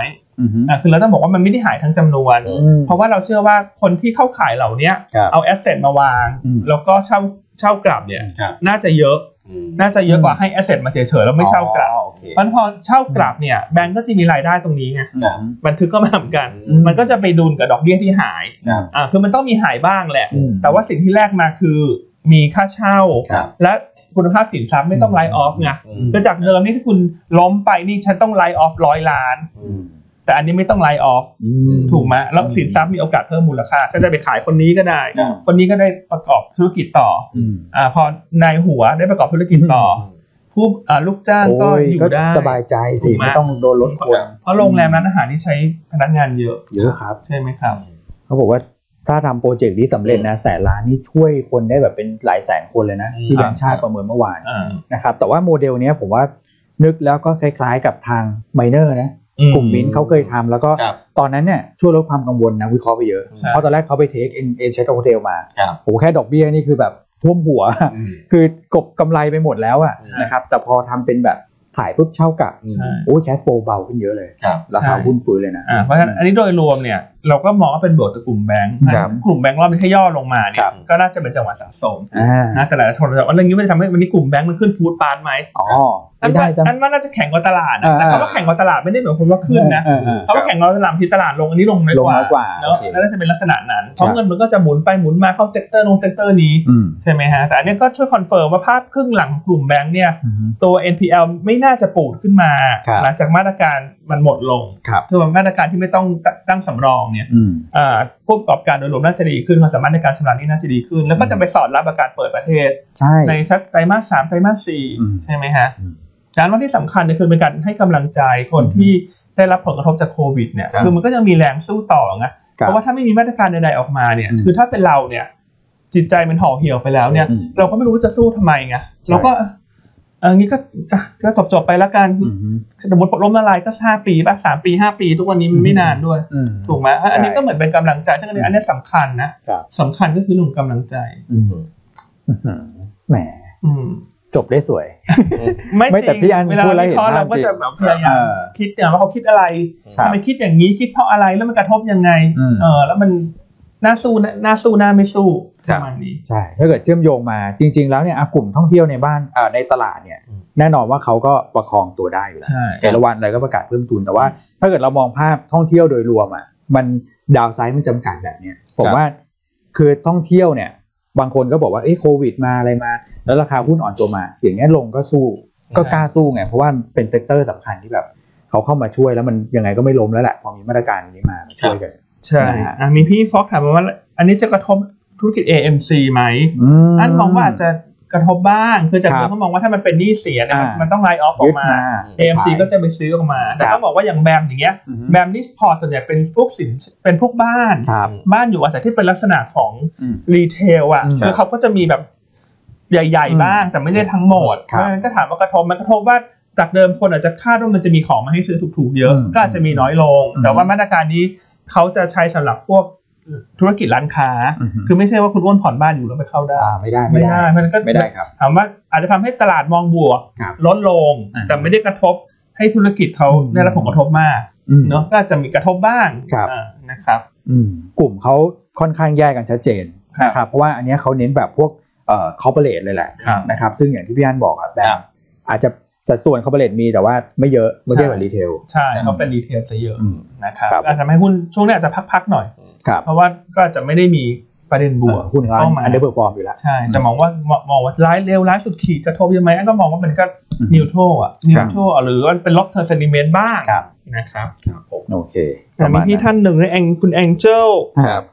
[SPEAKER 3] อ่ะคือเราต้องบอกว่ามันไม่ได้หายทั้งจำนวน เพราะว่าเราเชื่อว่าคนที่เข้าขายเหล่าเนี้ย
[SPEAKER 2] ครับ
[SPEAKER 3] เอาแอสเซทมาวาง
[SPEAKER 2] อืม
[SPEAKER 3] แล้วก็เช่าเช่ากลับเนี่ย
[SPEAKER 1] ครับ
[SPEAKER 3] น่าจะเยอะ
[SPEAKER 1] อืม
[SPEAKER 3] น่าจะเยอะกว่าให้แอสเซทมาเฉยๆแล้วไม่เช่ากลับ
[SPEAKER 1] อ๋อโอเค
[SPEAKER 3] เพราะฉะนั้นพอเช่ากลับเนี่ยแบงค์ก็จะมีรายได้ตรงนี้ไง
[SPEAKER 1] ครับ
[SPEAKER 3] บันทึกก็มาเหมือนกัน
[SPEAKER 1] อืม
[SPEAKER 3] มันก็จะไปดุลกับดอกเบี้ยที่หาย
[SPEAKER 1] ครับ
[SPEAKER 3] อ่า คือมันต้องมีหายบ้างแหละ
[SPEAKER 2] อืม
[SPEAKER 3] แต่ว่าสิ่งที่แลกมาคือมีค่าเช่า
[SPEAKER 1] ครับ
[SPEAKER 3] และคุณภาพสินทรัพย์ไม่ต้องไล e ออฟไง
[SPEAKER 1] อืม
[SPEAKER 3] ก็จากเดิมนี่ที่คุณล้มไปนี่ฉันต้องไล e ออฟร้อยล้าน
[SPEAKER 1] อืม
[SPEAKER 3] แต่อันนี้ไม่ต้องไล e ออฟ ถูกไหมแล้วสินทรัพย์มีโอกาสเพิ่มมูลค่า ฉันจะไปขายคนนี้ก็ได้
[SPEAKER 1] ครับ
[SPEAKER 3] คนนี้ก็ได้ประกอบธุรกิจต่อ อ่า พอนายหัวได้ประกอบธุรกิจต่อ ผู้อ่าลูกจ้างก็
[SPEAKER 2] โอ้ย
[SPEAKER 3] อยู่
[SPEAKER 2] ก็
[SPEAKER 3] ได้
[SPEAKER 2] สบายใจ
[SPEAKER 3] ถู
[SPEAKER 2] สิ
[SPEAKER 3] กไหม
[SPEAKER 2] ไม่ต้องโดนลดคน
[SPEAKER 3] เพราะโรงแรมร้านอาหารนี่ใช้พนักงานเยอะ
[SPEAKER 2] เยอะครับ
[SPEAKER 3] ใช่ไหมครับ
[SPEAKER 2] เขาบอกว่าถ้าทำโปรเจกต์นี้สำเร็จนะแสนล้านนี่ช่วยคนได้แบบเป็นหลายแสนคนเลยนะ
[SPEAKER 1] อืม
[SPEAKER 2] ที่แบงค์ชาติประเมินเมื่อวาน
[SPEAKER 3] อ่า
[SPEAKER 2] นะครับแต่ว่าโมเดลเนี้ยผมว่านึกแล้วก็คล้ายๆกับทางไมเนอร์นะ
[SPEAKER 3] อืม
[SPEAKER 2] กลุ่มมินท์เขาเคยทำแล้วก็
[SPEAKER 1] ครับ
[SPEAKER 2] ตอนนั้นเนี่ยช่วยลดความกังวลนะวิเคราะห์ไปเยอะ
[SPEAKER 3] ใช่
[SPEAKER 2] เพราะตอนแรกเขาไปเทคเอ็นเอ็นเชตโฮเทลมา
[SPEAKER 1] ครับ
[SPEAKER 2] ผมแค่ดอกเบี้ยนี่คือแบบท่วมหัว คือกบกำไรไปหมดแล้วอะ
[SPEAKER 1] อืม
[SPEAKER 2] นะครับแต่พอทำเป็นแบบขายปุ๊บเช่ากะ
[SPEAKER 3] ใช่
[SPEAKER 2] โอ้ยแคสโปเบาขึ้นเยอะเลย
[SPEAKER 1] ครับ
[SPEAKER 2] ราคา
[SPEAKER 3] ใช่
[SPEAKER 2] หุ้นฟื้นเลยนะ
[SPEAKER 3] อ่าเพราะฉะนั้นอันนี้โดยรวมเนี่ยเราก็มองว่าเป็นบวกต่อกลุ่มแบงค์
[SPEAKER 1] ครับ
[SPEAKER 3] กลุ่มแบงค์รอบนี้ถ้าย่อลงมาเนี่
[SPEAKER 1] ครั
[SPEAKER 3] ย
[SPEAKER 1] บ
[SPEAKER 3] ก็น่าจะเป็นจังหวะสะสม
[SPEAKER 2] อ่า
[SPEAKER 3] นะแต่หลายๆคนเราจะว่าเรื่องนี้มันจะทำให้วันนี้กลุ่มแบงค์มันขึ้นฟูดปานไหม
[SPEAKER 2] อ๋อ
[SPEAKER 3] อั
[SPEAKER 2] ไม่
[SPEAKER 3] ว่า
[SPEAKER 2] ได้จัง
[SPEAKER 3] อันว่าน่าจะแข่งกับตลาด
[SPEAKER 2] อ่า
[SPEAKER 3] นะแต่คำว่าแข่งกับตลาดไม่ได้หมายความว่าขึ้นนะ
[SPEAKER 2] เออเออ
[SPEAKER 3] เพราะว่าแข่งกับตลาดที่ตลาดลงอันนี้ลงน้อย
[SPEAKER 2] ลง
[SPEAKER 3] กว่า
[SPEAKER 2] น้อยกว่า
[SPEAKER 3] เน
[SPEAKER 2] โอ
[SPEAKER 3] อะ
[SPEAKER 2] เค
[SPEAKER 3] น่าจะเป็นลักษณะนั้นเพราะเงินมันก็จะหมุนไปหมุนมาเข้าเซกเตอร์ลงเซกเตอร์นี้
[SPEAKER 2] อืม
[SPEAKER 3] ใช่ไหมฮะแต่อันเนี้ยก็ช่วยคอนเฟิร์มว่าภาพครึ่งหลังของกลุ่มแบงค์เนี่ย
[SPEAKER 2] อืม
[SPEAKER 3] ตัว NPL ไม่น่าจะปูดขึ้นมา
[SPEAKER 2] ครับ
[SPEAKER 3] หลังจากมาตรการมันหมดลง
[SPEAKER 2] ครับ
[SPEAKER 3] คือมาตรการที่ไม่ต้องตั้งสำรองเนี่ย
[SPEAKER 2] อืม
[SPEAKER 3] อ่าผู้ประกอบการโดยรวมน่าจะดีขึ้นความสามารถในการชำระหนี้น่าจะดีขึ้น แล้วก็
[SPEAKER 2] อืม
[SPEAKER 3] จะไปสอดรับกับการเปิดประเทศ
[SPEAKER 2] ใช่
[SPEAKER 3] ในสักไตรมาสสามไตรมาสสี่
[SPEAKER 2] อืม
[SPEAKER 3] ใช่ไหมฮะ
[SPEAKER 2] อืม
[SPEAKER 3] ดังนั้นว่าที่สำคัญเนี่ยคือเป็นการให้กำลังใจคน
[SPEAKER 2] อืม
[SPEAKER 3] ที่ได้รับผลกระทบจากโควิดเนี่ย
[SPEAKER 1] ครับ
[SPEAKER 3] คือมันก็ยังมีแรงสู้ต่อไง
[SPEAKER 2] ครับ
[SPEAKER 3] เพราะว่าถ้าไม่มีมาตรการใดๆออกมาเนี่ย
[SPEAKER 2] อืม
[SPEAKER 3] คือถ้าเป็นเราเนี่ยจิตใจมันห่อเหี่ยวไปแล้วเนี่ย
[SPEAKER 2] อืม
[SPEAKER 3] เราก็ไม่รู้ว่าจะสู้ทำไมไง
[SPEAKER 2] ใช่
[SPEAKER 3] เราก็เอันนี้ก็ก็ก็จบจบๆไปละกัน
[SPEAKER 2] อืม
[SPEAKER 3] สมมติล้มละลายก็ห้าปีป่ะสามปีห้าปี ทุกวันนี้มันไม่นานด้วย
[SPEAKER 2] อืม
[SPEAKER 3] ถูกไหมอ่ะอันนี้
[SPEAKER 2] ใช่
[SPEAKER 3] ก็เหมือนเป็นกำลังใจซึ่งอันนี้
[SPEAKER 2] อืม
[SPEAKER 3] อันนี้สำคัญนะครับ สำคัญก็คือเรื่องของกำลังใจ
[SPEAKER 2] อืมอืมแหม
[SPEAKER 3] อืม
[SPEAKER 2] จบได้สวย
[SPEAKER 3] ไม่
[SPEAKER 2] ไม่
[SPEAKER 3] จ
[SPEAKER 2] แต่
[SPEAKER 3] ริง
[SPEAKER 2] พี่อัน
[SPEAKER 3] เวลา
[SPEAKER 2] พูดแล้ว
[SPEAKER 3] วิ
[SPEAKER 2] เห็น
[SPEAKER 3] เคราะห์เรา
[SPEAKER 2] ภาพ
[SPEAKER 3] ก็
[SPEAKER 2] จริง
[SPEAKER 3] จะแบบพยายา
[SPEAKER 2] เอ
[SPEAKER 3] ม
[SPEAKER 2] อ
[SPEAKER 3] คิดอย่างว่าเขาคิดอะไร
[SPEAKER 2] ครับ
[SPEAKER 3] ทำไมคิดอย่างนี้คิดเพราะอะไรแล้วมันกระทบยังไง
[SPEAKER 2] อืม
[SPEAKER 3] เออแล้วมันน่าสู้นะน่าสู้น่าไม่สู้
[SPEAKER 1] ค
[SPEAKER 3] ป
[SPEAKER 1] รับ
[SPEAKER 3] ระมาณนี้
[SPEAKER 2] ใช่ถ้าเกิดเชื่อมโยงมาจริง ๆ แล้วเนี่ยอ่ะกลุ่มท่องเที่ยวในบ้านอ่าในตลาดเนี่ย
[SPEAKER 1] อืม
[SPEAKER 2] แน่นอนว่าเขาก็ประคองตัวได้อยู่แล้ว
[SPEAKER 3] ใช่
[SPEAKER 2] แต่ละวันอะไรก็ประกาศเพิ่มทุนแต่ว่า ถ้าเกิดเรามองภาพท่องเที่ยวโดยรวมอ่ะมันดาวไซด์มันจำกัดแบบเนี้ยผมว่าคือท่องเที่ยวเนี่ย บางคนก็บอกว่าเอ้โควิดมาอะไรมา แล้วราคาหุ้นอ่อนตัวมา อย่างเงี้ยลงก็สู้ก็กล้าสู้ไงเพราะว่าเป็นเซกเตอร์สำคัญที่แบบเขาเข้ามาช่วยแล้วมันยังไงก็ไม่ล้มแล้วแหละพอมีมาตรการนี้มาช่วยกัน
[SPEAKER 3] ใช่
[SPEAKER 2] นะฮะ
[SPEAKER 3] อ่ะมีพี่ฟอกถามมาว่า อันนี้จะกระทบธุรกิจ AMC ไหม
[SPEAKER 2] ม
[SPEAKER 3] อันมองว่าอาจจะกระทบบ้างคือจาก
[SPEAKER 2] ครับ
[SPEAKER 3] เดิมเขามองว่าถ้ามันเป็นหนี้เสียเนี่ยมัน
[SPEAKER 2] อ่ามั
[SPEAKER 3] มันต้องไลออฟออ
[SPEAKER 2] ยึ
[SPEAKER 3] ก
[SPEAKER 2] ด
[SPEAKER 3] มา
[SPEAKER 2] มา
[SPEAKER 3] AMC ก็จะไปซื้อออกมา แต่
[SPEAKER 2] ครับ
[SPEAKER 3] ต้องบอกว่าอย่างแบมอย่างเงี้ย
[SPEAKER 2] อือฮึ
[SPEAKER 3] แบมนี่พอร์ตส่วนใหญ่เป็นพวกสิน เป็นพวกบ้าน
[SPEAKER 2] ครับ
[SPEAKER 3] บ้านอยู่อาศัยที่เป็นลักษณะของ
[SPEAKER 2] อืม
[SPEAKER 3] รีเทลอ่ะ
[SPEAKER 2] อืม
[SPEAKER 3] คือเขาก็จะมีแบบใหญ่
[SPEAKER 2] อืม
[SPEAKER 3] ๆบ้าง แต่ไม่ได้ทั้งหมด เพ
[SPEAKER 2] ครับ
[SPEAKER 3] ราะฉะนั้นก็ถามว่ากระทบมันกระทบว่าจากเดิมคนอาจจะคาดว่ามันจะมีของมาให้ซื้อถูกๆเยอะ
[SPEAKER 2] อืม
[SPEAKER 3] ก็อาจจะมีน้อยลง
[SPEAKER 2] อืม
[SPEAKER 3] แต่ว่ามาตรการนี้เขาจะใช้สำหรับพวกธุรกิจร้านค้า
[SPEAKER 2] อือฮึ
[SPEAKER 3] คือไม่ใช่ว่าคุณอ้วนผ่อนบ้านอยู่แล้วไปเข้าได้
[SPEAKER 2] อ่าไม่ได้
[SPEAKER 3] ไม่ได้มันก็
[SPEAKER 2] ไม่ได้ครับ
[SPEAKER 3] ถามว่าอาจจะทำให้ตลาดมองบวก
[SPEAKER 2] ครับ
[SPEAKER 3] ลดลง
[SPEAKER 2] อ่า
[SPEAKER 3] แต่ไม่ได้กระทบให้ธุรกิจเขา
[SPEAKER 2] อืม
[SPEAKER 3] ได้รับผลกระทบมาก
[SPEAKER 2] อืม
[SPEAKER 3] เนาะก็อาจจะมีกระทบบ้าง
[SPEAKER 2] ครับ
[SPEAKER 3] อ่านะครับ
[SPEAKER 2] อืมกลุ่มเขาค่อนข้างแยกกันชัดเจน
[SPEAKER 3] ครับ
[SPEAKER 2] นะครับเพราะว่าอันเนี้ยเขาเน้นแบบพวกเอ่อคอร์เปอเรทเลยแหละ
[SPEAKER 3] ครับ
[SPEAKER 2] นะครับซึ่งอย่างที่พี่อันบอกอะแบ
[SPEAKER 3] ครับ บ
[SPEAKER 2] อาจจะสัดส่วนคอร์เปอเรทมีแต่ว่าไม่เยอะเมื่อเทียบกับ
[SPEAKER 3] ใช่
[SPEAKER 2] รีเทล
[SPEAKER 3] ใช่
[SPEAKER 1] อืม
[SPEAKER 3] เขาเป็นดีเทลซะเยอะ
[SPEAKER 2] อืม
[SPEAKER 3] นะครับ
[SPEAKER 2] ครับ
[SPEAKER 3] ก็ทำให้หุ้นช่วงนี้อาจจะพักๆหน่อย
[SPEAKER 2] ครับ
[SPEAKER 3] เพราะว่าก็อาจจะไม่ได้มีประเด็นบวก
[SPEAKER 2] หุ้นเขา
[SPEAKER 3] เข้ามา
[SPEAKER 2] อันเดอร์เพอร์ฟอร์มอยู่แล้ว
[SPEAKER 3] ใช่แต่มองว่ามองมองว่าร้ายเร็วร้ายสุดขีดกระทบเยอะไหมอันก็มองว่ามันก็
[SPEAKER 2] อืม
[SPEAKER 3] นิวโตรอ่ะนิวโตรหรือว่าเป็นลบเซอร์เซนิเมนต์บ้าง
[SPEAKER 2] ครับ
[SPEAKER 3] นะครับ
[SPEAKER 1] ครับผม
[SPEAKER 2] โอเค
[SPEAKER 3] แต่มีพี่ท่านหนึ่งในแองคุณแองเจล
[SPEAKER 1] ครับ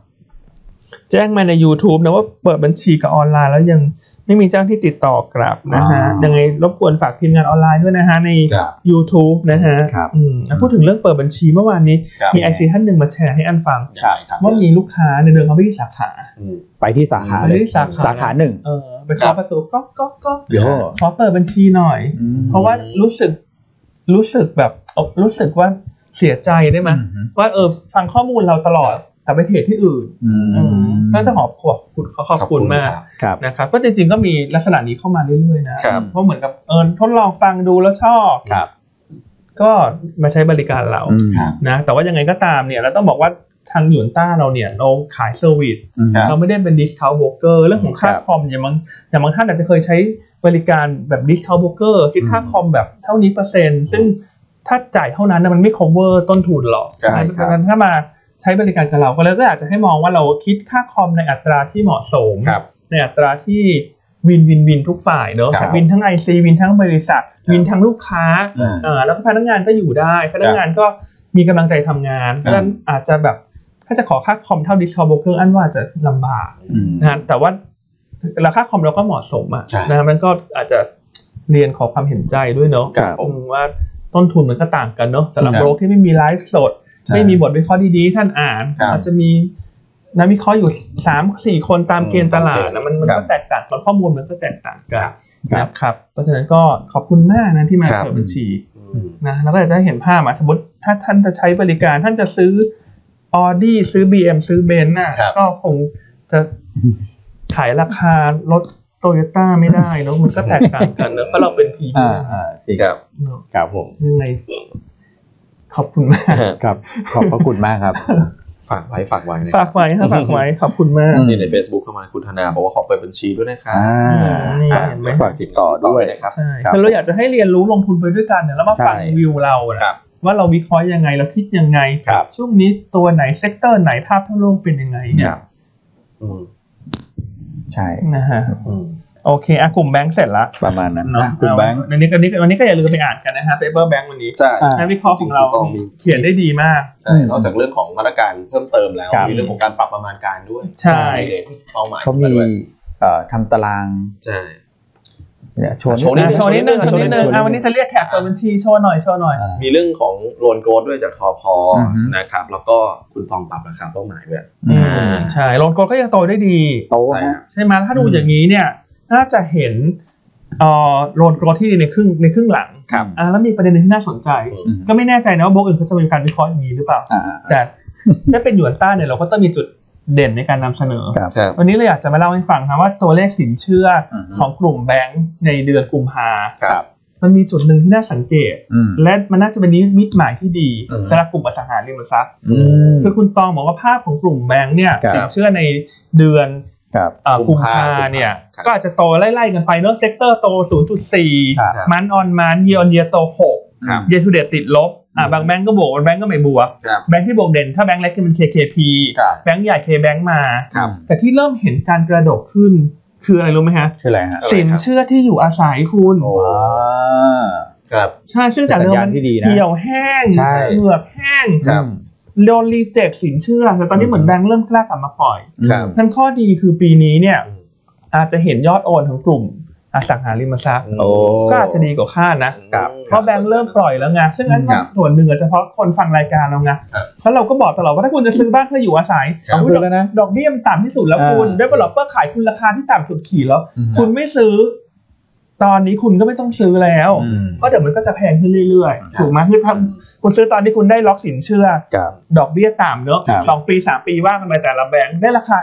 [SPEAKER 3] แจ้งมาใน YouTube นะว่าเปิดบัญชีกับออนไลน์แล้วยังไม่มีเจ้าที่ติดต่อกลับนะฮะ
[SPEAKER 1] อ่ายั
[SPEAKER 3] ยังไงรบกวนฝากทีมงานออนไลน์ด้วยนะฮะใน
[SPEAKER 1] ครับ
[SPEAKER 3] YouTube นะฮะ
[SPEAKER 2] ครับ
[SPEAKER 3] อืมอ่ะพูดถึงเรื่องเปิดบัญชีเมื่อวานนี้
[SPEAKER 1] ครับ
[SPEAKER 3] มีไอซีท่านหนึ่งมาแชร์ให้อันฟัง
[SPEAKER 1] ยังไงครับ
[SPEAKER 3] ว่ามีลูกค้าในยเดินเข้าไปที่สาขา
[SPEAKER 1] อืม
[SPEAKER 2] ไปที่สาขาเลย
[SPEAKER 3] ไปที่สาขา
[SPEAKER 2] สาขาหนึ่ง
[SPEAKER 3] เออไปเคาะประตูก็ก็ก็
[SPEAKER 2] เดี๋ยว
[SPEAKER 3] ขอเปิดบัญชีหน่อย เพราะว่ารู้สึกรู้สึกแบบรู้สึกว่าเสียใจได้ไหมยว่าเออฟังข้อมูลเราตลอดแต่ไปเทรดที่อื่น
[SPEAKER 1] อื
[SPEAKER 3] อืมก็จะขอบขอบคุณขอบคุณมาก
[SPEAKER 1] ครับ
[SPEAKER 2] ครับ
[SPEAKER 3] นะครับก็จริงๆก็มีลักษณะนี้เข้ามาเรื่อยๆนะครับ เพราะเหมือนกับเออทดลองฟังดูแล้วชอบ
[SPEAKER 2] ครับ
[SPEAKER 3] ก็มาใช้บริการเรา
[SPEAKER 2] อืม
[SPEAKER 1] ครับ
[SPEAKER 3] นะแต่ว่ายังไงก็ตามเนี่ยเราต้องบอกว่าทางหยวนต้าเราเนี่ยเราขายเซอร์วิส
[SPEAKER 2] อืม
[SPEAKER 1] ครับ
[SPEAKER 3] เราไม่ได้เป็นดิสคาวโบเกอร์เรื่องของค่า
[SPEAKER 2] ครับ
[SPEAKER 3] คอมอย่างบางอย่างบางท่านอาจจะเคยใช้บริการแบบดิสคาวโบเกอร์คิดค่า
[SPEAKER 2] อืม
[SPEAKER 3] คอมแบบเท่านี้เปอร์เซ็นต์ซึ่งถ้าจ่ายเท่านั้นนะมันไม่ cover ต้นทุนหรอก
[SPEAKER 2] ใช่ครับ
[SPEAKER 3] เพราะฉะนั้นถ้ามาใช้บริการกับเราก็เลยก็อาจจะให้มองว่าเราคิดค่าคอมในอัตราที่เหมาะสม
[SPEAKER 1] ครับ
[SPEAKER 3] ในอัตราที่วินวินวินทุกฝ่ายเนอะ
[SPEAKER 1] ครับ
[SPEAKER 3] วินทั้ง IC วินทั้งบริษัท วินทั้งลูกค้า
[SPEAKER 1] อืม
[SPEAKER 3] เอ่อแล้วก็พนักงานก็อยู่ได้ พนักงานก็มีกำลังใจทำงานเพราะฉะนั้นอาจจะแบบถ้าจะขอค่าคอมเท่าดิจิทัลโบรกเกอร์อันว่าจะลำบาก
[SPEAKER 2] อืม
[SPEAKER 3] นะฮะแต่ว่าราคาคอมเราก็เหมาะสมอะ
[SPEAKER 1] ใช่
[SPEAKER 3] นะฮะมันก็อาจจะเรียนขอความเห็นใจด้วยเนอะ
[SPEAKER 2] ครับ
[SPEAKER 3] อืมว่าต้นทุนมันก็ต่างกันเนอะสำหรับ
[SPEAKER 1] ครับ
[SPEAKER 3] โบรกที่ไม่มีไลฟ์สด
[SPEAKER 1] ใช่
[SPEAKER 3] ไม่มีบทวิเคราะห์ดีๆท่านอ่าน
[SPEAKER 1] ครับ
[SPEAKER 3] อาจจะมีนักวิเคราะห์อยู่สามสี่คนตาม
[SPEAKER 1] อืม
[SPEAKER 3] เกณฑ์ตลาดนะมันมัน
[SPEAKER 1] ครับ
[SPEAKER 3] ก็แตกต่างกันข้อมูลมันก็แตกต่างกัน
[SPEAKER 1] ครับ
[SPEAKER 3] นะครับเพราะฉะนั้นก็ขอบคุณมากนะที่มา
[SPEAKER 1] ครับ
[SPEAKER 3] เปิดบัญชี
[SPEAKER 1] อืม
[SPEAKER 3] นะแล้วก็อยากจะให้เห็นภาพอ่ะสมมติถ้าท่านจะใช้บริการท่านจะซื้อออดี้ซื้อ BM ซื้อเบนซ์น่ะ
[SPEAKER 1] ครับ
[SPEAKER 3] ก็คงจะขายราคารถโตโยต้าไม่ได้เนอะมันก็แตกต่างกันเนอะเพราะเราเป็นพี
[SPEAKER 2] อ่าอ่าจริง
[SPEAKER 1] ครับ
[SPEAKER 3] เนอะ
[SPEAKER 2] ครับผม
[SPEAKER 3] ยังไงขอบคุณมาก
[SPEAKER 2] ครับขอบพระคุณมากครับ
[SPEAKER 1] ฝากไว้ฝากไว้นะค
[SPEAKER 3] ฝา
[SPEAKER 1] รับ
[SPEAKER 3] กไว้ครับฝากไว้ขอบคุณมาก
[SPEAKER 2] อืม
[SPEAKER 1] นี่ใน Facebook เข้ามาคุณธนาบอกว่าขอเปิดบัญชีด้วยนะครับ
[SPEAKER 2] อ่า
[SPEAKER 3] นี่
[SPEAKER 1] อ่า
[SPEAKER 3] เห็นไหม
[SPEAKER 2] ฝากติดต่อด้วย
[SPEAKER 1] นะครับ
[SPEAKER 3] ใช่
[SPEAKER 2] ครับ
[SPEAKER 3] คือเราอยากจะให้เรียนรู้ลงทุนไปด้วยกันเนี่ยแล้วมาฟัง
[SPEAKER 1] ใช่
[SPEAKER 3] วิวเราอะ
[SPEAKER 1] ครับ
[SPEAKER 3] ว่าเราวิเคราะห์ยังไงเราคิดยังไง
[SPEAKER 1] ครับ
[SPEAKER 3] ช่วงนี้ตัวไหนเซกเตอร์ไหนภาพทั่วโลกเป็นยังไง
[SPEAKER 1] ค
[SPEAKER 3] เนี่
[SPEAKER 1] รั
[SPEAKER 3] ย
[SPEAKER 1] บอืม
[SPEAKER 2] ใช่
[SPEAKER 3] นะฮะ
[SPEAKER 1] อืม
[SPEAKER 3] โอเคอ่ะกลุ่มแบงค์เสร็จละ
[SPEAKER 2] ประมาณนั้น
[SPEAKER 3] เนาะ
[SPEAKER 2] อ่ะคุณแบงค์
[SPEAKER 3] วันนี้วันนี้วันนี้ก็อย่าลืมไปอ่านกันนะฮะ paper bank วันนี้
[SPEAKER 1] ใช่
[SPEAKER 2] อ่า
[SPEAKER 3] นักวิเคราะห์ของเราเขียนได้ดีมาก
[SPEAKER 1] ใช่นอกจากเรื่องของมาตรการเพิ่มเติมแล้ว
[SPEAKER 2] ครับ
[SPEAKER 1] มีเรื่องของการปรับประมาณการด้วย
[SPEAKER 3] ใช่
[SPEAKER 1] มีเรื่องเป้าหมาย
[SPEAKER 2] เขามี
[SPEAKER 1] ด้วย
[SPEAKER 2] เอ่อทำตาราง
[SPEAKER 1] ใช่
[SPEAKER 2] เนี่ยโชว์
[SPEAKER 1] โชว์
[SPEAKER 3] นะโชว์นิดนึงโชว์นิดนึง
[SPEAKER 2] โชว์นิดนึง
[SPEAKER 3] อ่ะวันนี้จะเรียกแขกเปิดบัญชีโชว์หน่อยโชว์หน่อย
[SPEAKER 2] อ่า
[SPEAKER 1] มีเรื่องของโลนโกรดด้วยจากทอพอ
[SPEAKER 2] อือฮึ
[SPEAKER 1] นะครับ แล้วก็คุณตองปรับราคาเป้าหมายด้วย
[SPEAKER 3] อื
[SPEAKER 1] อ่า
[SPEAKER 3] มใช่โลนโกลก็ยังโตได้ดี
[SPEAKER 2] โต
[SPEAKER 1] ใช่ค
[SPEAKER 2] ฮะ
[SPEAKER 1] รับ
[SPEAKER 3] ใช่ไหมถ้าดู
[SPEAKER 2] อืม
[SPEAKER 3] อย่างนี้เนี่ย น่าจะเห็นเอ่อโลนโกรทที่ดีในครึ่งในครึ่งหลัง
[SPEAKER 1] ครับ
[SPEAKER 3] อ่าแล้วมีประเด็นหนึ่งที่น่าสนใจ
[SPEAKER 1] อืม
[SPEAKER 2] อืม
[SPEAKER 3] ก็ไม่แน่ใจนะว่าโบรกอื่นเขาจะมีการวิเคราะห์อย่างนี้หรือเปล่า
[SPEAKER 2] อ่า
[SPEAKER 3] แต่ ถ้าเป็นหยวนต้าเนี่ยเราก็ต้องมีจุดเด่นในการนำเสนอ
[SPEAKER 2] ครับ
[SPEAKER 1] ครับ
[SPEAKER 3] วันนี้เราอยากจะมาเล่าให้ฟังนะว่าตัวเลขสินเชื่ออ
[SPEAKER 2] อฮึ
[SPEAKER 3] ของกลุ่มแบงก์ในเดือนกุมภา
[SPEAKER 1] ครับ
[SPEAKER 3] มันมีจุดหนึ่งที่น่าสังเกต
[SPEAKER 2] อืม
[SPEAKER 3] และมันน่าจะเป็นนิมิตหมายที่ดี
[SPEAKER 1] อืม
[SPEAKER 3] สำหรับกลุ่มอสังหาริมทรัพย์
[SPEAKER 2] อืม
[SPEAKER 3] คือคุณตองบอกว่าภาพของกลุ่มแบงก์เนี่ย
[SPEAKER 2] ครับ
[SPEAKER 3] สินเชื่อในเดือน
[SPEAKER 2] ครับ
[SPEAKER 3] เอ่อ
[SPEAKER 1] กุ
[SPEAKER 3] กุ
[SPEAKER 1] ม
[SPEAKER 3] ม
[SPEAKER 1] ภา
[SPEAKER 3] ภาเนี่ย
[SPEAKER 1] ครับ
[SPEAKER 3] ก็อาจจะโตไล่ๆกันไปเนอะเซกเตอร์โต
[SPEAKER 2] ครับ
[SPEAKER 1] ครับ
[SPEAKER 3] 0.4 มันออนมันเยียร์เยียโต 6
[SPEAKER 1] ครับ
[SPEAKER 3] เย r ทูเดตติดลบอ่ะบางแบงก์ก็บวกบางแบงก์ก็ไม่บวก
[SPEAKER 1] ครับ
[SPEAKER 3] แบงก์ที่บวกเด่น ถ้าแบงก์เล็กก็เป็น KKP
[SPEAKER 1] ครับ
[SPEAKER 3] แบงก์ใหญ่ K แบงก์มา
[SPEAKER 1] ครับ
[SPEAKER 3] แต่ที่เริ่มเห็นการกระโดดขึ้น คืออะไรรู้ไหมฮะ
[SPEAKER 2] คืออะไรฮะ
[SPEAKER 1] อะไรครับ
[SPEAKER 3] สินเชื่อที่อยู่อาศัยคุณ
[SPEAKER 1] โอ้
[SPEAKER 2] อ่า
[SPEAKER 1] ครับ
[SPEAKER 3] ใช่ซึ่งจากเดิม
[SPEAKER 2] เป็นสั
[SPEAKER 3] มั
[SPEAKER 2] ญญาณที่ดีนะ
[SPEAKER 3] เหี่ยวแห้ง
[SPEAKER 2] ใช่
[SPEAKER 3] เหงือกแห้ง
[SPEAKER 1] ครับ
[SPEAKER 3] โดนรีเจ็คสินเชื่อแต่ตอนนี้เหมือนแบงก์เริ่มกล้ากลับมาปล่อย
[SPEAKER 1] ครับ
[SPEAKER 3] นั่นข้อดีคือปีนี้เนี่ย อาจจะเห็นยอดโอนของกลุ่มอสังหาริมทรัพย์
[SPEAKER 2] โอ้
[SPEAKER 3] ก็อาจจะดีกว่าคาดนะ
[SPEAKER 1] ครับ
[SPEAKER 3] เพราะแบงค์เริ่มปล่อยแล้วไงซึ่งอัน
[SPEAKER 1] ครั
[SPEAKER 3] นั้
[SPEAKER 1] บ
[SPEAKER 3] นส่วนหนึ่งอาจจะเพราะคนฟังรายการเราไง
[SPEAKER 1] ครับ
[SPEAKER 3] เพราะเราก็บอกตลอดว่าถ้าคุณจะซื้อบ้านเพื่ออยู่อาศัย
[SPEAKER 1] ครับ
[SPEAKER 3] ย
[SPEAKER 2] ซื้
[SPEAKER 3] ด
[SPEAKER 2] อ
[SPEAKER 3] อก
[SPEAKER 2] แล้วนะ
[SPEAKER 3] ดอกเบี้ยมันต่ำที่สุดแล้ว
[SPEAKER 2] อ่า
[SPEAKER 3] คุณเดเวลลอปเปอร์ขายคุณราคาที่ต่ำสุดขีดแล้ว
[SPEAKER 2] อืม
[SPEAKER 3] คุณไม่ซื้อ ตอนนี้คุณก็ไม่ต้องซื้อแล้ว
[SPEAKER 2] อืม
[SPEAKER 3] เพราะเดี๋ยวมันก็จะแพงขึ้นเรื่อย
[SPEAKER 1] ครับ
[SPEAKER 3] ๆถูกไหมคือถ้าคุณซื้อตอนที่คุณได้ล็อกสินเชื่อ
[SPEAKER 2] ครับ
[SPEAKER 3] ดอกเบี้ยต่ำเนอะ
[SPEAKER 2] ครับ
[SPEAKER 3] สองปีสามปีว่ากันไปแต่ละแบงค์ได้ราคา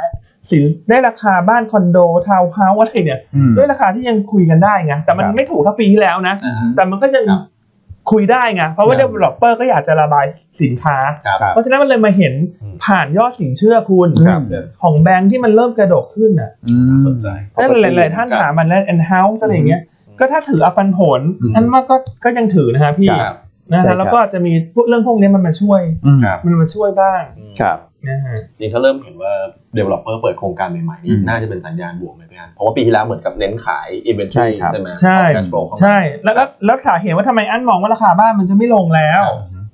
[SPEAKER 3] สินได้ราคาบ้านคอนโดทาวน์เฮาส์อะไรเนี่ย
[SPEAKER 2] อืม
[SPEAKER 3] ด้วยราคาที่ยังคุยกันได้ไงแต่มัน
[SPEAKER 2] ครับ
[SPEAKER 3] ไม่ถูกเท่าปีที่แล้วนะ
[SPEAKER 2] อ่า
[SPEAKER 3] แต่มันก็ยัง
[SPEAKER 1] ครับ
[SPEAKER 3] คุยได้ไงเพราะว่า developer ก็อยากจะระบายสินค้า
[SPEAKER 1] ครับ
[SPEAKER 3] เพราะฉะนั้นมันเลยมาเห็นผ่านยอดสินเชื่อคุณ
[SPEAKER 1] ครับเออ
[SPEAKER 3] ของแบงค์ที่มันเริ่มกระโดดขึ้นอ่ะ
[SPEAKER 2] อืม
[SPEAKER 1] น่าสนใจ
[SPEAKER 3] นั่นหลาย ๆ ท่าน
[SPEAKER 1] ครับ
[SPEAKER 3] ถามมันแล้ว and house อะไรอย่างเงี้ย
[SPEAKER 1] อืม
[SPEAKER 3] ก็ถ้าถืออปันผล
[SPEAKER 2] อืม
[SPEAKER 3] นั่นมันก็ก็ยังถือนะฮะพี่
[SPEAKER 1] ครับ
[SPEAKER 3] นะ
[SPEAKER 2] ใช่ครับ
[SPEAKER 3] ฮะแล้วก็จะมีพวกเรื่องพวกนี้มันมาช่วย
[SPEAKER 2] อืม
[SPEAKER 1] ครับ
[SPEAKER 3] มันมาช่วยบ้าง
[SPEAKER 2] ครับ
[SPEAKER 3] นะฮะ
[SPEAKER 1] นี่ถ้าเริ่มเห็นว่า developer เปิดโครงการใหม่ๆ
[SPEAKER 2] อื
[SPEAKER 1] นี่
[SPEAKER 2] ม
[SPEAKER 1] น่าจะเป็นสัญญาณบวกไหมพี่อันเพราะว่าปีที่แล้วเหมือนกับเน้นขาย
[SPEAKER 2] ใช่
[SPEAKER 1] inventory
[SPEAKER 2] ครับ
[SPEAKER 1] ใช่ไหม
[SPEAKER 3] ใช่
[SPEAKER 1] เอา cash flow เข้ามา
[SPEAKER 3] ใช่แล้วก็แล้วสาเหตุว่าทำไมอันมองว่าราคาบ้านมันจะไม่ลงแล้ว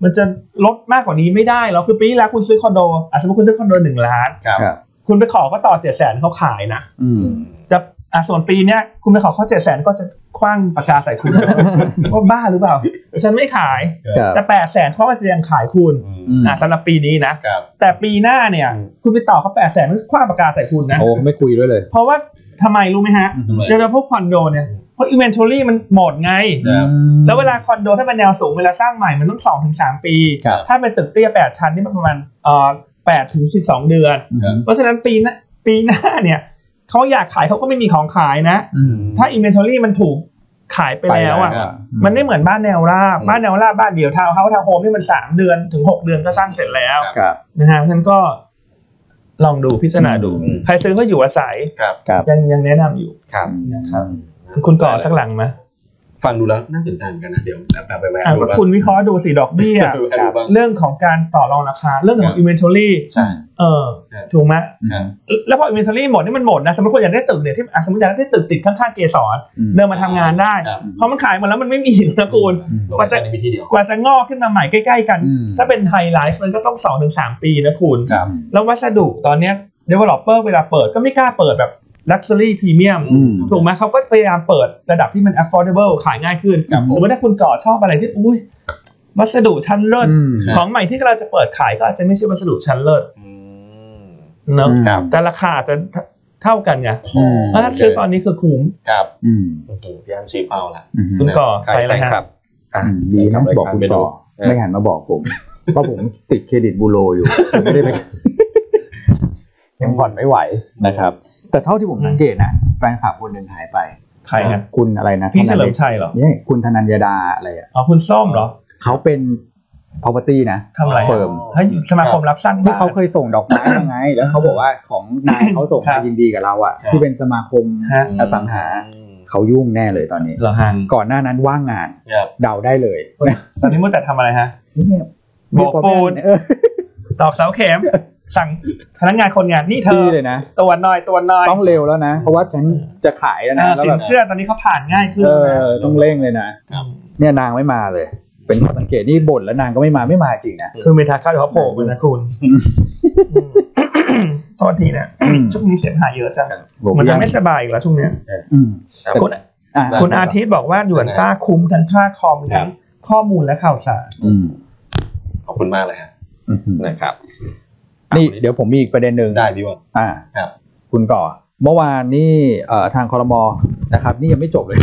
[SPEAKER 3] มันจะลดมากกว่านี้ไม่ได้แล้วคือปีที่แล้วคุณซื้อคอนโดอ่ะสมมติคุณซื้อคอนโดหนึ่งล้าน
[SPEAKER 1] ครับ
[SPEAKER 2] ครับ
[SPEAKER 3] คุณไปขอก็ต่อเจ็ดแสนเขาขายนะ
[SPEAKER 2] อืม
[SPEAKER 3] แต่อ่ะส่วนปีเนี้ยคุณไปขอเขาเจ็ดแสนก็จะคว้างปากกาใส่คุณ ว่าบ้าหรือเปล่า ฉันไม่ขาย
[SPEAKER 2] ครับ
[SPEAKER 3] แต่แปดแสนเขาอาจจะยังขายคุณ
[SPEAKER 2] อืม
[SPEAKER 3] อ่ะสำหรับปีนี้นะครับ แต่ปีหน้าเนี่ย
[SPEAKER 1] อืม
[SPEAKER 3] คุณไปต่อเขาแปดแสนก็คว้างปากกาใส่คุณนะ
[SPEAKER 2] โอ้ไม่คุยด้วยเลย
[SPEAKER 3] เพราะว่าทำไมรู้ไหมฮะ
[SPEAKER 2] อืม
[SPEAKER 3] โดยเฉพาะพวกคอนโดเนี่ยเพราะอินเวนทอรี่มันหมดไง
[SPEAKER 1] ครับ
[SPEAKER 3] แล้วเวลาคอนโดถ้าเป็นแนวสูงเวลาสร้างใหม่มันต้องสองถึงสามปี
[SPEAKER 1] ครับ
[SPEAKER 3] ถ้าเป็นตึกเตี้ยแปดชั้นนี่มันประมาณเอ่อแปดถึงสิบสองเดือน
[SPEAKER 2] อืม
[SPEAKER 3] เพราะฉะนั้นปีหน้าปีหน้าเนี่ยเขาอยากขายเขาก็ไม่มีของขายนะ
[SPEAKER 2] อืม
[SPEAKER 3] ถ้าอินเวนทอรี่มันถูกขายไปแล้วอ่ะ
[SPEAKER 1] ไปแล้ว
[SPEAKER 3] มันไม่เหมือนบ้านแนวราบบ้านแนวราบบ้านเดี่ยวทาวน์เฮาส์ทาวน์โฮมนี่มันสามเดือนถึงหกเดือนก็สร้างเสร็จแล้ว
[SPEAKER 2] ครับ
[SPEAKER 3] นะฮะท่านก็ลองดูพิจารณาดู
[SPEAKER 2] อืม
[SPEAKER 3] ใครซื้อก็อยู่อาศัย
[SPEAKER 1] ครับ
[SPEAKER 2] ครับ
[SPEAKER 3] ยังยังแนะนำอยู่
[SPEAKER 1] ครับ
[SPEAKER 3] นะครับ คุณก่อสักหลังไหม
[SPEAKER 1] ฟังดูแล้วน่าสนใจเหมือนกันนะเดี๋ยวแอบๆไปแวะ
[SPEAKER 3] อ่ะ
[SPEAKER 1] ดู
[SPEAKER 3] ก็
[SPEAKER 1] บ้าง
[SPEAKER 3] คุณวิเคราะห์ดูสิดอกเบี้ย
[SPEAKER 1] แอบๆไปดูบ้าง
[SPEAKER 3] เรื่องของการต่อรองราคา เรื่องข
[SPEAKER 1] ครั
[SPEAKER 3] อง
[SPEAKER 1] บ
[SPEAKER 3] inventory
[SPEAKER 1] ใช่
[SPEAKER 3] เออ
[SPEAKER 1] ครับ
[SPEAKER 3] ถูกไหม
[SPEAKER 1] ครับ
[SPEAKER 3] แล้วพอ inventory หมดนี่มันหมดนะสมมติคนอยากได้ตึกเนี่ยที่อ่ะสมมติอยากได้ตึกติดข้างๆเกสร
[SPEAKER 2] อืม
[SPEAKER 3] เดินมาทำงานได้
[SPEAKER 1] ครับ
[SPEAKER 3] เพราะมันขายหมดแล้วมันไม่มีนะคุณ
[SPEAKER 2] อืม
[SPEAKER 1] เราจะในพิธีเดียว
[SPEAKER 3] กว่าจะงอกขึ้นมาใหม่ใกล้ๆกัน
[SPEAKER 2] อืม
[SPEAKER 3] ถ้าเป็นไทยไลฟ์มันก็ต้องสองถึงสามปีนะคุณ
[SPEAKER 1] ครับ
[SPEAKER 3] แล้ววัสดุตอนเนี้ย developer เวลาเปิดก็ไม่กล้าเปิดแบบ luxury premium
[SPEAKER 2] อืม
[SPEAKER 3] ถูกไหมเขาก็พยายามเปิดระดับที่มัน affordable ขายง่ายขึ้น
[SPEAKER 2] ครับผม
[SPEAKER 3] สมมติถ้าคุณก่อชอบอะไรที่อุ้ยวัสดุชั้นเลิศ
[SPEAKER 2] อืม
[SPEAKER 3] ของใหม่ที่เราจะเปิดขายก็อาจจะไม่ใช่วัสดุชั้นเลิศ
[SPEAKER 1] อืม
[SPEAKER 3] เนอะ
[SPEAKER 2] ครับ
[SPEAKER 3] แต่ราคาอาจจะเท่ากันไง
[SPEAKER 2] อืม
[SPEAKER 3] เพราะถ้าซื้อตอนนี้คือคุ้ม
[SPEAKER 1] ครับ
[SPEAKER 2] อืม
[SPEAKER 1] โอ้โหย่านชีเปาละ
[SPEAKER 2] อืม
[SPEAKER 3] คุณก่อ
[SPEAKER 1] ใคร
[SPEAKER 3] ไปแล้ว
[SPEAKER 1] แฟนคลับอ่ะ
[SPEAKER 2] อืมดีนะ
[SPEAKER 1] แฟคลั
[SPEAKER 2] บอกคุณ
[SPEAKER 1] ไปดู
[SPEAKER 2] ต่อไม่หันมาบอกผม เพราะผมติดเครดิตบูโรอยู่ผมไม่ได้ไป ยังผ่อนไม่ไหวนะครับ แต่เท่าที่ผมสังเกตนะแฟนคลับคนหนึ่งหายไป
[SPEAKER 3] ใครฮะ
[SPEAKER 2] คุณอะไรนะ
[SPEAKER 3] พี่เฉลิ
[SPEAKER 2] ธนั
[SPEAKER 3] ม
[SPEAKER 2] ญญา
[SPEAKER 3] ชัยเหรอ
[SPEAKER 2] เนี่ยคุณธนัญญาดาอะไรอ่ะ
[SPEAKER 3] อ๋อคุณส้มเหรอ
[SPEAKER 2] เขาเป็น property นะ
[SPEAKER 3] ทำอะไร
[SPEAKER 2] เปิ
[SPEAKER 3] ฮะ
[SPEAKER 2] ม
[SPEAKER 3] เฮ้ยสมาคมรับสร้าง
[SPEAKER 2] ที่
[SPEAKER 3] บ้าน
[SPEAKER 2] เขาเคยส่งดอกไม้มาไง แล้วเขาบอกว่าของนายเขาส่งมายินดีกับเราอ่ะ ที่เป็นสมาคม
[SPEAKER 3] ฮะ
[SPEAKER 2] อสังหา เขายุ่งแน่เลยตอนนี้
[SPEAKER 3] เหรอฮะ
[SPEAKER 2] ก่อนหน้านั้นว่างงาน
[SPEAKER 1] ครับ
[SPEAKER 2] เดาได้เลย
[SPEAKER 3] ตอนนี้มัวแต่ทำอะไรฮะ
[SPEAKER 2] เนี่ย
[SPEAKER 3] โบกปูน
[SPEAKER 2] เออ
[SPEAKER 3] ตอกเสาเข็มสั่งพนักงานคนงานนี่เธ
[SPEAKER 2] จี้
[SPEAKER 3] อ
[SPEAKER 2] เลยนะ
[SPEAKER 3] ตัวหน่อยตัวหน่อย
[SPEAKER 2] ต้องเร็วแล้วนะ เพราะว่าฉันจะขายแล้วนะ
[SPEAKER 3] อ่า
[SPEAKER 2] แล้ว
[SPEAKER 3] สิ
[SPEAKER 2] แบ
[SPEAKER 3] น
[SPEAKER 2] บ
[SPEAKER 3] เชื่อตอนนี้เขาผ่านง่ายขึ้น
[SPEAKER 2] เอ
[SPEAKER 3] นะ
[SPEAKER 2] อต้องเร่งเลยนะเนี่ยนางไม่มาเลย เป็นข้อสังเกตนี่บ่นแล้วนางก็ไม่มาไม่มาจริงนะ
[SPEAKER 3] คือเมทาข้าวเดี๋ยวเขาโผล่มานะคุณ
[SPEAKER 2] อืม
[SPEAKER 3] อืมโทษทีนะ
[SPEAKER 2] อืม
[SPEAKER 3] ช่วงนี้เสียงหายเยอะจัง
[SPEAKER 2] บอก
[SPEAKER 3] มันจะ
[SPEAKER 2] ยัง
[SPEAKER 3] ไม่สบายอีกแล้วช่วงเนี้ย
[SPEAKER 2] อืม
[SPEAKER 1] ครับ
[SPEAKER 3] คุณ
[SPEAKER 2] อ่ะ
[SPEAKER 3] คุณอาทิตย์บอกว่าด่วนต้าคุ้มทั้งค่าคอมทั้งข้อมูลและข่าวสาร
[SPEAKER 2] อืม
[SPEAKER 1] ขอบคุณมากเลยฮะ
[SPEAKER 2] อืม
[SPEAKER 1] นะครับ
[SPEAKER 2] นี่เดี๋ยวผมมีอีกประเด็นหนึ่ง
[SPEAKER 1] ได้พี่วัน
[SPEAKER 2] อ่า
[SPEAKER 1] ครับ
[SPEAKER 2] คุณก่อ เมื่อวานนี่เอ่อทางคอรมอนะครับ นี่ยังไม่จบเลย